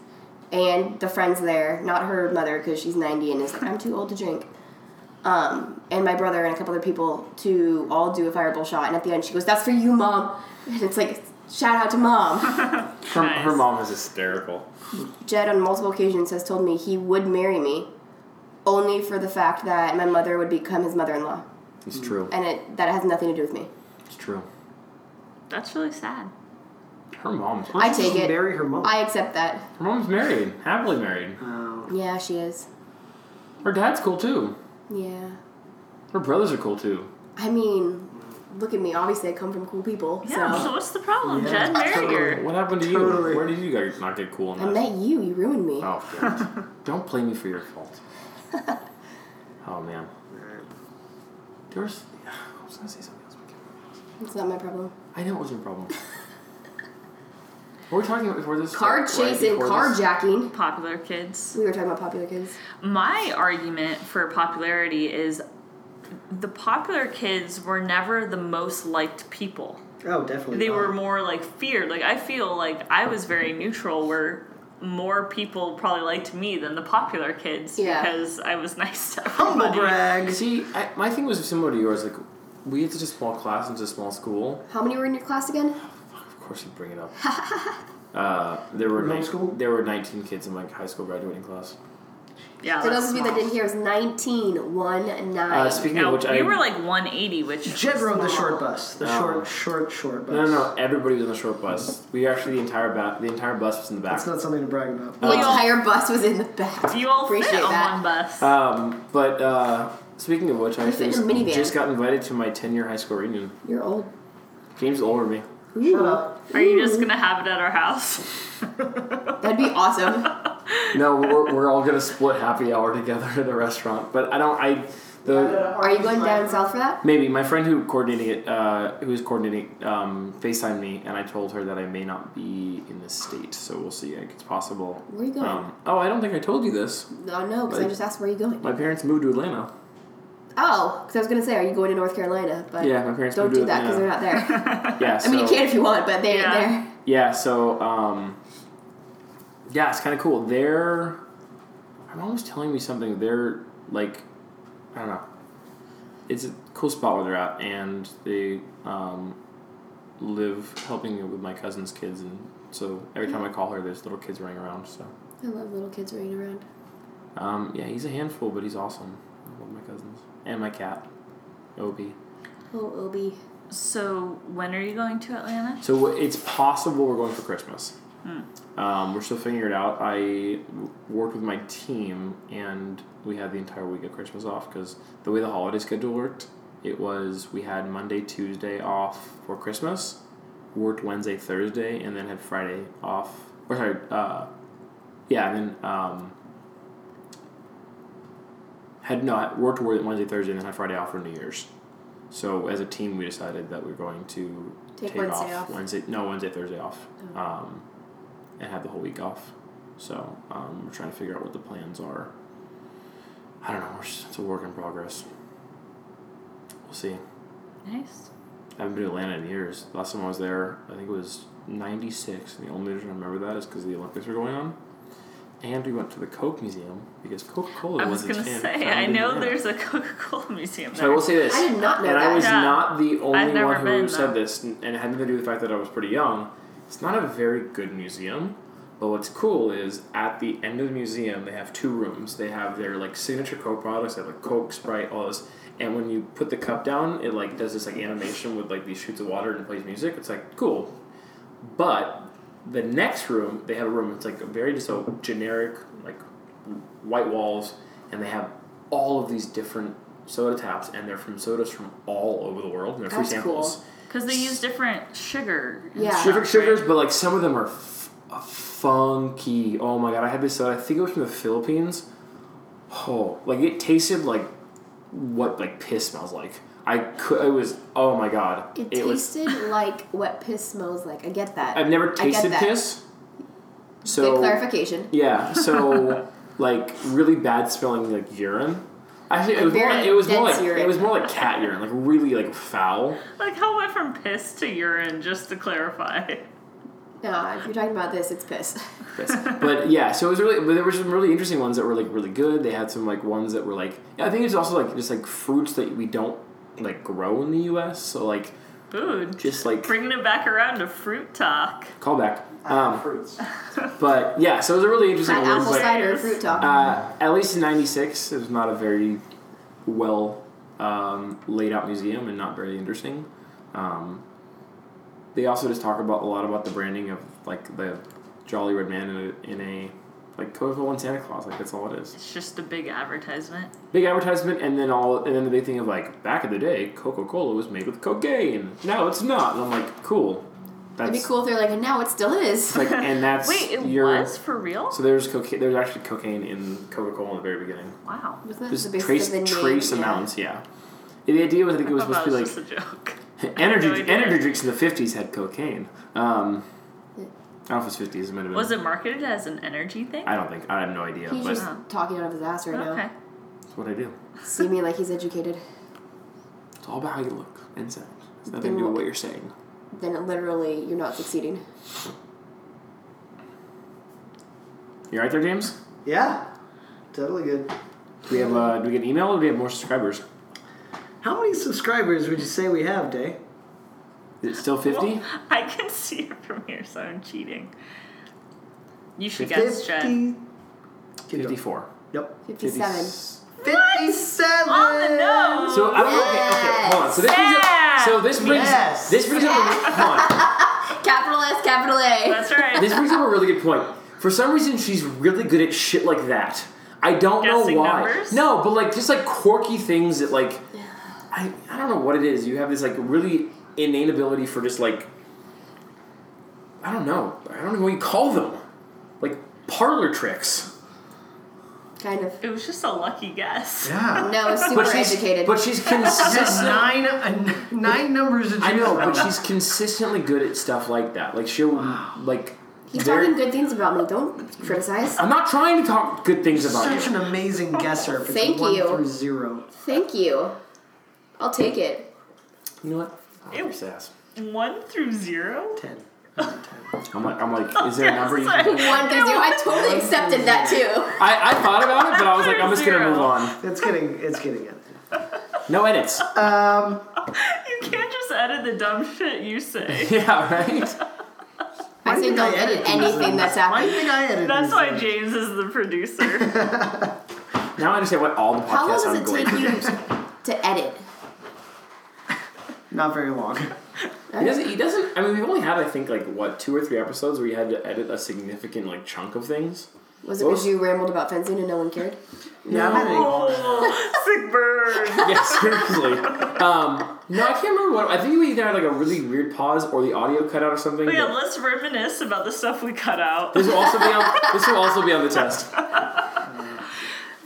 Speaker 4: and the friends there, not her mother, because she's 90 and is like, I'm too old to drink. Um, and my brother and a couple other people to all do a fireball shot. And at the end, she goes, That's for you, mom. And it's like, Shout out to mom. [LAUGHS]
Speaker 2: Her, her
Speaker 1: Nice.
Speaker 2: mom is hysterical.
Speaker 4: Jed on multiple occasions has told me he would marry me only for the fact that my mother would become his mother-in-law
Speaker 2: It's true.
Speaker 4: and it that has nothing to do with me.
Speaker 2: It's true.
Speaker 1: That's really sad.
Speaker 2: Her mom's
Speaker 4: I take
Speaker 3: Just
Speaker 4: it.
Speaker 3: Marry her mom.
Speaker 4: I accept that.
Speaker 2: her mom's married, happily married.
Speaker 3: Wow.
Speaker 4: Yeah, she is.
Speaker 2: Her dad's cool too.
Speaker 4: Yeah.
Speaker 2: Her brothers are cool too.
Speaker 4: I mean, look at me. Obviously, I come from cool people.
Speaker 1: Yeah, so,
Speaker 4: So
Speaker 1: what's the problem?
Speaker 3: Yeah.
Speaker 1: Jed, marry her.
Speaker 2: What happened to
Speaker 3: Totally.
Speaker 2: you? Where did you guys not get cool
Speaker 4: I
Speaker 2: enough?
Speaker 4: met you. You ruined me.
Speaker 2: Oh, God. don't blame me for your fault. Oh man, there was. I was gonna say something else. but I can't remember.
Speaker 4: It's not my problem.
Speaker 2: I know it was your problem. We're we talking about before this
Speaker 4: Car
Speaker 2: right
Speaker 4: chase and
Speaker 2: before this?
Speaker 4: carjacking.
Speaker 1: Popular kids.
Speaker 4: We were talking about popular kids.
Speaker 1: my argument for popularity is the popular kids were never the most liked people.
Speaker 3: Oh, definitely.
Speaker 1: They
Speaker 3: not.
Speaker 1: were more like feared. Like I feel like I was very neutral where more people probably liked me than the popular kids
Speaker 4: Yeah.
Speaker 1: because I was [LAUGHS] nice to
Speaker 3: humble
Speaker 1: everybody.
Speaker 3: brag.
Speaker 2: See, I, my thing was similar to yours. Like, we had such a small class and such a small school.
Speaker 4: How many were in your class again?
Speaker 2: Of course, you bring it up. uh, there were
Speaker 3: Middle
Speaker 2: nine,
Speaker 3: school?
Speaker 2: There were nineteen kids in my high school graduating class.
Speaker 1: Yeah.
Speaker 4: For
Speaker 1: that's
Speaker 4: those of you that
Speaker 1: small.
Speaker 4: didn't hear, it was 19, one nine.
Speaker 2: Uh, speaking
Speaker 1: Now,
Speaker 2: of which,
Speaker 1: we
Speaker 2: I
Speaker 1: were like 180, which
Speaker 3: Jed rode the
Speaker 1: small.
Speaker 3: short bus. The
Speaker 2: Oh.
Speaker 3: short, short, short bus.
Speaker 2: no, no, no, everybody was on the short bus. We actually the entire ba- the entire bus was in the back.
Speaker 3: That's not something to brag about.
Speaker 2: Uh,
Speaker 4: the
Speaker 1: we all-
Speaker 4: entire bus was in the back.
Speaker 1: You all fit
Speaker 4: Appreciate
Speaker 1: on
Speaker 4: that.
Speaker 1: one bus.
Speaker 2: Um, but uh, speaking of which, I
Speaker 4: You fit
Speaker 2: actually
Speaker 4: in a minivan.
Speaker 2: just got invited to my ten year high school reunion.
Speaker 4: You're old.
Speaker 2: James is older than me.
Speaker 4: Ooh.
Speaker 3: Shut up.
Speaker 1: Are you just gonna have it at our house? [LAUGHS]
Speaker 4: That'd be awesome.
Speaker 2: No, we're, we're all gonna split happy hour together at a restaurant. But I don't. I the
Speaker 4: Are you going down south for that?
Speaker 2: maybe my friend who coordinating it, uh, who is coordinating, um, Facetime me, and I told her that I may not be in the state. So we'll see. Like, it's possible.
Speaker 4: Where you going?
Speaker 2: Um, oh, I don't think I told you this.
Speaker 4: No, no, because I
Speaker 2: Like-
Speaker 4: just asked where are you going.
Speaker 2: My parents moved to Atlanta.
Speaker 4: Oh, because I was gonna say, are you going to North Carolina? But
Speaker 2: Yeah, my parents
Speaker 4: don't
Speaker 2: moved to
Speaker 4: do that because they're not
Speaker 2: Atlanta.
Speaker 4: there. [LAUGHS]
Speaker 2: Yeah. So,
Speaker 4: I mean, you can if you want, but they ain't
Speaker 1: Yeah.
Speaker 4: there.
Speaker 2: Yeah. So um, yeah, it's kind of cool. They're. My mom was telling me something. They're like, I don't know. It's a cool spot where they're at, and they um, live helping with my cousin's kids, and so every time I call her, there's little kids running around. So
Speaker 4: I love little kids running around.
Speaker 2: um, yeah, he's a handful, but he's awesome. I love my cousins and my cat, Opie.
Speaker 4: Oh, Obi.
Speaker 1: So when are you going to Atlanta?
Speaker 2: So w- it's possible we're going for Christmas. Um, we're still figuring it out. I w- worked with my team, and we had the entire week of Christmas off because the way the holiday schedule worked, it was we had Monday, Tuesday off for Christmas, worked Wednesday, Thursday, and then had Friday off. Or sorry, uh, yeah, and then um, had not worked Wednesday, Thursday, and then had Friday off for New Year's. So as a team, we decided that we were going to
Speaker 4: Take Wednesday off. Oh.
Speaker 2: Wednesday, no Wednesday, Thursday off, um, and have the whole week off. So um, we're trying to figure out what the plans are. I don't know. We're just, it's a work in progress. We'll see.
Speaker 1: Nice.
Speaker 2: I haven't been to Atlanta in years. Last time I was there, I think it was '96. And the only reason I remember that is because the Olympics were going on, and we went to the Coke Museum because Coca-Cola
Speaker 1: I was gonna
Speaker 2: wasn't fan-
Speaker 1: say,
Speaker 2: founded
Speaker 1: I
Speaker 2: in
Speaker 1: know
Speaker 2: Atlanta.
Speaker 1: there's a Coca-Cola [LAUGHS] museum
Speaker 2: So I
Speaker 1: there.
Speaker 2: will say this.
Speaker 4: I did not know
Speaker 2: and I
Speaker 4: that.
Speaker 2: was
Speaker 1: Yeah.
Speaker 2: not the
Speaker 1: I've
Speaker 2: only
Speaker 1: never
Speaker 2: one who
Speaker 1: been,
Speaker 2: said
Speaker 1: though.
Speaker 2: this, and it had nothing to do with the fact that I was pretty young. It's not a very good museum, but what's cool is at the end of the museum they have two rooms. They have their like signature Coke products, they have like Coke, Sprite, all this. And when you put the cup down, it like does this like animation with like these shoots of water and plays music. It's like cool, but the next room, they have a room. It's like a very just a generic, like white walls, and they have all of these different soda taps, and they're from sodas from all over the world, and they're free
Speaker 4: That's cool.
Speaker 2: samples.
Speaker 1: Because they use different sugar. and
Speaker 4: Yeah.
Speaker 1: stuff,
Speaker 2: Different sugars,
Speaker 1: right?
Speaker 2: but like some of them are f- uh, funky. Oh my god, I had this soda. I think it was from the Philippines. Oh, like it tasted like what like piss smells like. I could. It was. Oh my god.
Speaker 4: It,
Speaker 2: was.
Speaker 4: tasted like what piss smells like. I get that.
Speaker 2: I've never
Speaker 4: I get
Speaker 2: tasted
Speaker 4: that.
Speaker 2: piss. So
Speaker 4: Good clarification.
Speaker 2: Yeah,
Speaker 4: [LAUGHS]
Speaker 2: so like really bad smelling like urine. Actually, it was more.
Speaker 4: very
Speaker 2: Like, it was more
Speaker 4: dense
Speaker 2: like it
Speaker 4: urine.
Speaker 2: was more like cat urine, like really like
Speaker 4: [LAUGHS]
Speaker 2: foul.
Speaker 1: Like how it went from piss to urine, just to clarify. [LAUGHS]
Speaker 4: No, if you're talking about this, it's [LAUGHS] piss.
Speaker 2: But yeah, so it was really. But there were some really interesting ones that were like really good. They had some like ones that were like. I think it's also like just like fruits that we don't like grow in the U.S. So like
Speaker 1: Food.
Speaker 2: just like
Speaker 1: Bringing it back around to fruit talk.
Speaker 2: callback.
Speaker 3: Um,
Speaker 4: Uh,
Speaker 2: Um,
Speaker 3: fruits.
Speaker 2: but yeah, so it was a really interesting
Speaker 4: Not
Speaker 2: one.
Speaker 4: apple
Speaker 2: but-
Speaker 4: cider and fruit [LAUGHS] talk.
Speaker 2: Uh, at least in '96, it was not a very well um, laid out museum and not very interesting. Um, they also just talk about a lot about the branding of like the Jolly Red Man in a, in a like Coca Cola and Santa Claus. Like that's all it is.
Speaker 1: It's just a big advertisement.
Speaker 2: Big advertisement, and then all, and then the big thing of like back in the day, Coca Cola was made with cocaine. Now it's not, and I'm like, cool. That's
Speaker 4: It'd be cool if they're like, and now it still is. [LAUGHS]
Speaker 1: [LAUGHS]
Speaker 2: Like, and that's
Speaker 1: Wait, it
Speaker 2: your,
Speaker 1: was for real?
Speaker 2: So there's cocaine. There's actually cocaine in Coca Cola in the very beginning.
Speaker 1: Wow.
Speaker 4: Wasn't that
Speaker 2: Just
Speaker 4: the basis
Speaker 2: trace
Speaker 4: of the name?
Speaker 2: trace
Speaker 4: Yeah.
Speaker 2: amounts, yeah. The idea was I think it was
Speaker 1: [LAUGHS]
Speaker 2: supposed to be like
Speaker 1: just a joke.
Speaker 2: energy
Speaker 1: No idea.
Speaker 2: energy drinks in the fifties had cocaine. Um, I don't know if it's fifties. It might have been.
Speaker 1: Was it marketed as an energy thing?
Speaker 2: I don't think. I have no idea.
Speaker 4: He's
Speaker 2: but
Speaker 4: just talking out of his ass right
Speaker 1: Okay.
Speaker 2: that's what I do.
Speaker 4: now. See me like he's educated.
Speaker 2: It's all about how you look and sound. It's nothing to do with what you're saying.
Speaker 4: Then it literally, you're not succeeding.
Speaker 2: You right there, James?
Speaker 3: Yeah, totally good.
Speaker 2: Do we have? Uh, do we get an email or do we have more subscribers?
Speaker 3: How many subscribers would you say we have, Day?
Speaker 2: Is it still fifty?
Speaker 1: [LAUGHS] I can see it from here, so I'm cheating. You should guess, Jen.
Speaker 3: Fifty. Keep going.
Speaker 2: Fifty-four.
Speaker 4: 57.
Speaker 3: Fifty-seven.
Speaker 1: On the nose.
Speaker 2: So I don't. Okay, okay, hold on. So this brings up. So this brings.
Speaker 3: Yes.
Speaker 2: This brings up. a- Hold on.
Speaker 4: Capital S, capital A.
Speaker 1: That's right.
Speaker 2: This brings up a really good point. For some reason, she's really good at shit like that. I don't
Speaker 1: Guessing
Speaker 2: know why.
Speaker 1: numbers?
Speaker 2: No, but like just like quirky things that like I, I don't know what it is. You have this like really innate ability for just like I don't know. I don't know what you call them. Like parlor tricks.
Speaker 4: Kind of.
Speaker 1: It was just a lucky guess.
Speaker 3: [LAUGHS] Yeah.
Speaker 4: No, it's super
Speaker 2: But she's,
Speaker 4: educated.
Speaker 2: but she's
Speaker 3: Just [LAUGHS]
Speaker 2: consistent.
Speaker 3: nine, uh, nine numbers. to
Speaker 2: I
Speaker 3: choose
Speaker 2: know,
Speaker 3: from.
Speaker 2: but she's consistently good at stuff like that. Like she'll like.
Speaker 4: Keep
Speaker 2: very-
Speaker 4: talking good things about me. Don't criticize.
Speaker 2: I'm not trying to talk good things about
Speaker 3: [LAUGHS] Such
Speaker 2: you.
Speaker 3: an amazing guesser. Between
Speaker 4: Thank
Speaker 3: one
Speaker 4: you.
Speaker 3: Through zero.
Speaker 4: Thank you. I'll take it.
Speaker 2: You know what? I'll
Speaker 1: Ew.
Speaker 2: kiss ass.
Speaker 1: One through zero?
Speaker 3: Ten.
Speaker 2: I'm like, I'm like,
Speaker 1: [LAUGHS]
Speaker 2: is there a number? You
Speaker 1: Sorry.
Speaker 2: can...
Speaker 5: One through zero. I totally accepted that too.
Speaker 2: I, I thought about it, but I was like, I'm just gonna
Speaker 1: Zero.
Speaker 2: move on.
Speaker 3: It's getting. It's getting it.
Speaker 1: [LAUGHS]
Speaker 2: No edits. [LAUGHS]
Speaker 3: Um,
Speaker 1: You can't just edit the dumb shit you say.
Speaker 2: yeah, right.
Speaker 3: why
Speaker 5: I
Speaker 3: do you
Speaker 5: say
Speaker 3: think I
Speaker 5: don't edit
Speaker 3: edit
Speaker 5: anything that's
Speaker 3: why
Speaker 5: happened.
Speaker 3: do you think I edited?
Speaker 1: That's
Speaker 3: these
Speaker 1: why
Speaker 3: things?
Speaker 1: James is the producer.
Speaker 2: Now I understand what all the podcasts
Speaker 5: How long does
Speaker 2: I'm
Speaker 5: it
Speaker 2: going
Speaker 5: take
Speaker 2: to
Speaker 5: you
Speaker 2: do.
Speaker 5: to edit?
Speaker 3: Not very long.
Speaker 2: He doesn't. He doesn't. I mean, we've only had, I think, like what two or three episodes where you had to edit a significant like chunk of things.
Speaker 5: [LAUGHS]
Speaker 4: Was it because you rambled about fencing and no one cared?
Speaker 3: Yeah, I'm editing all that.
Speaker 1: oh, sick bird.
Speaker 2: yeah, seriously. Um, no, I can't remember what. I think we either had like a really weird pause or the audio cut out or something.
Speaker 1: But yeah,
Speaker 2: but
Speaker 1: let's reminisce about the stuff we cut out.
Speaker 2: this will also be on. This will also be on
Speaker 1: [LAUGHS]
Speaker 2: the test.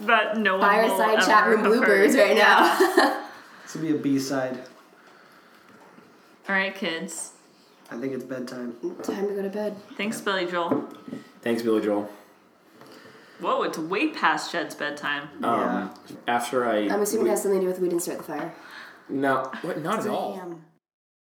Speaker 1: But no one will
Speaker 5: Fireside chat
Speaker 1: ever
Speaker 5: room
Speaker 1: have
Speaker 5: bloopers
Speaker 1: heard.
Speaker 5: right now.
Speaker 3: This would be a B side.
Speaker 1: All right, kids.
Speaker 3: I think it's bedtime.
Speaker 4: Time to go to bed.
Speaker 1: Thanks, Billy Joel.
Speaker 2: Thanks, Billy Joel.
Speaker 1: Whoa, it's way past Jed's bedtime.
Speaker 2: Um,
Speaker 3: Yeah.
Speaker 2: After I.
Speaker 4: I'm assuming
Speaker 2: we-
Speaker 4: it has something to do with we didn't start the fire.
Speaker 2: No, what? Not at all.
Speaker 5: Damn.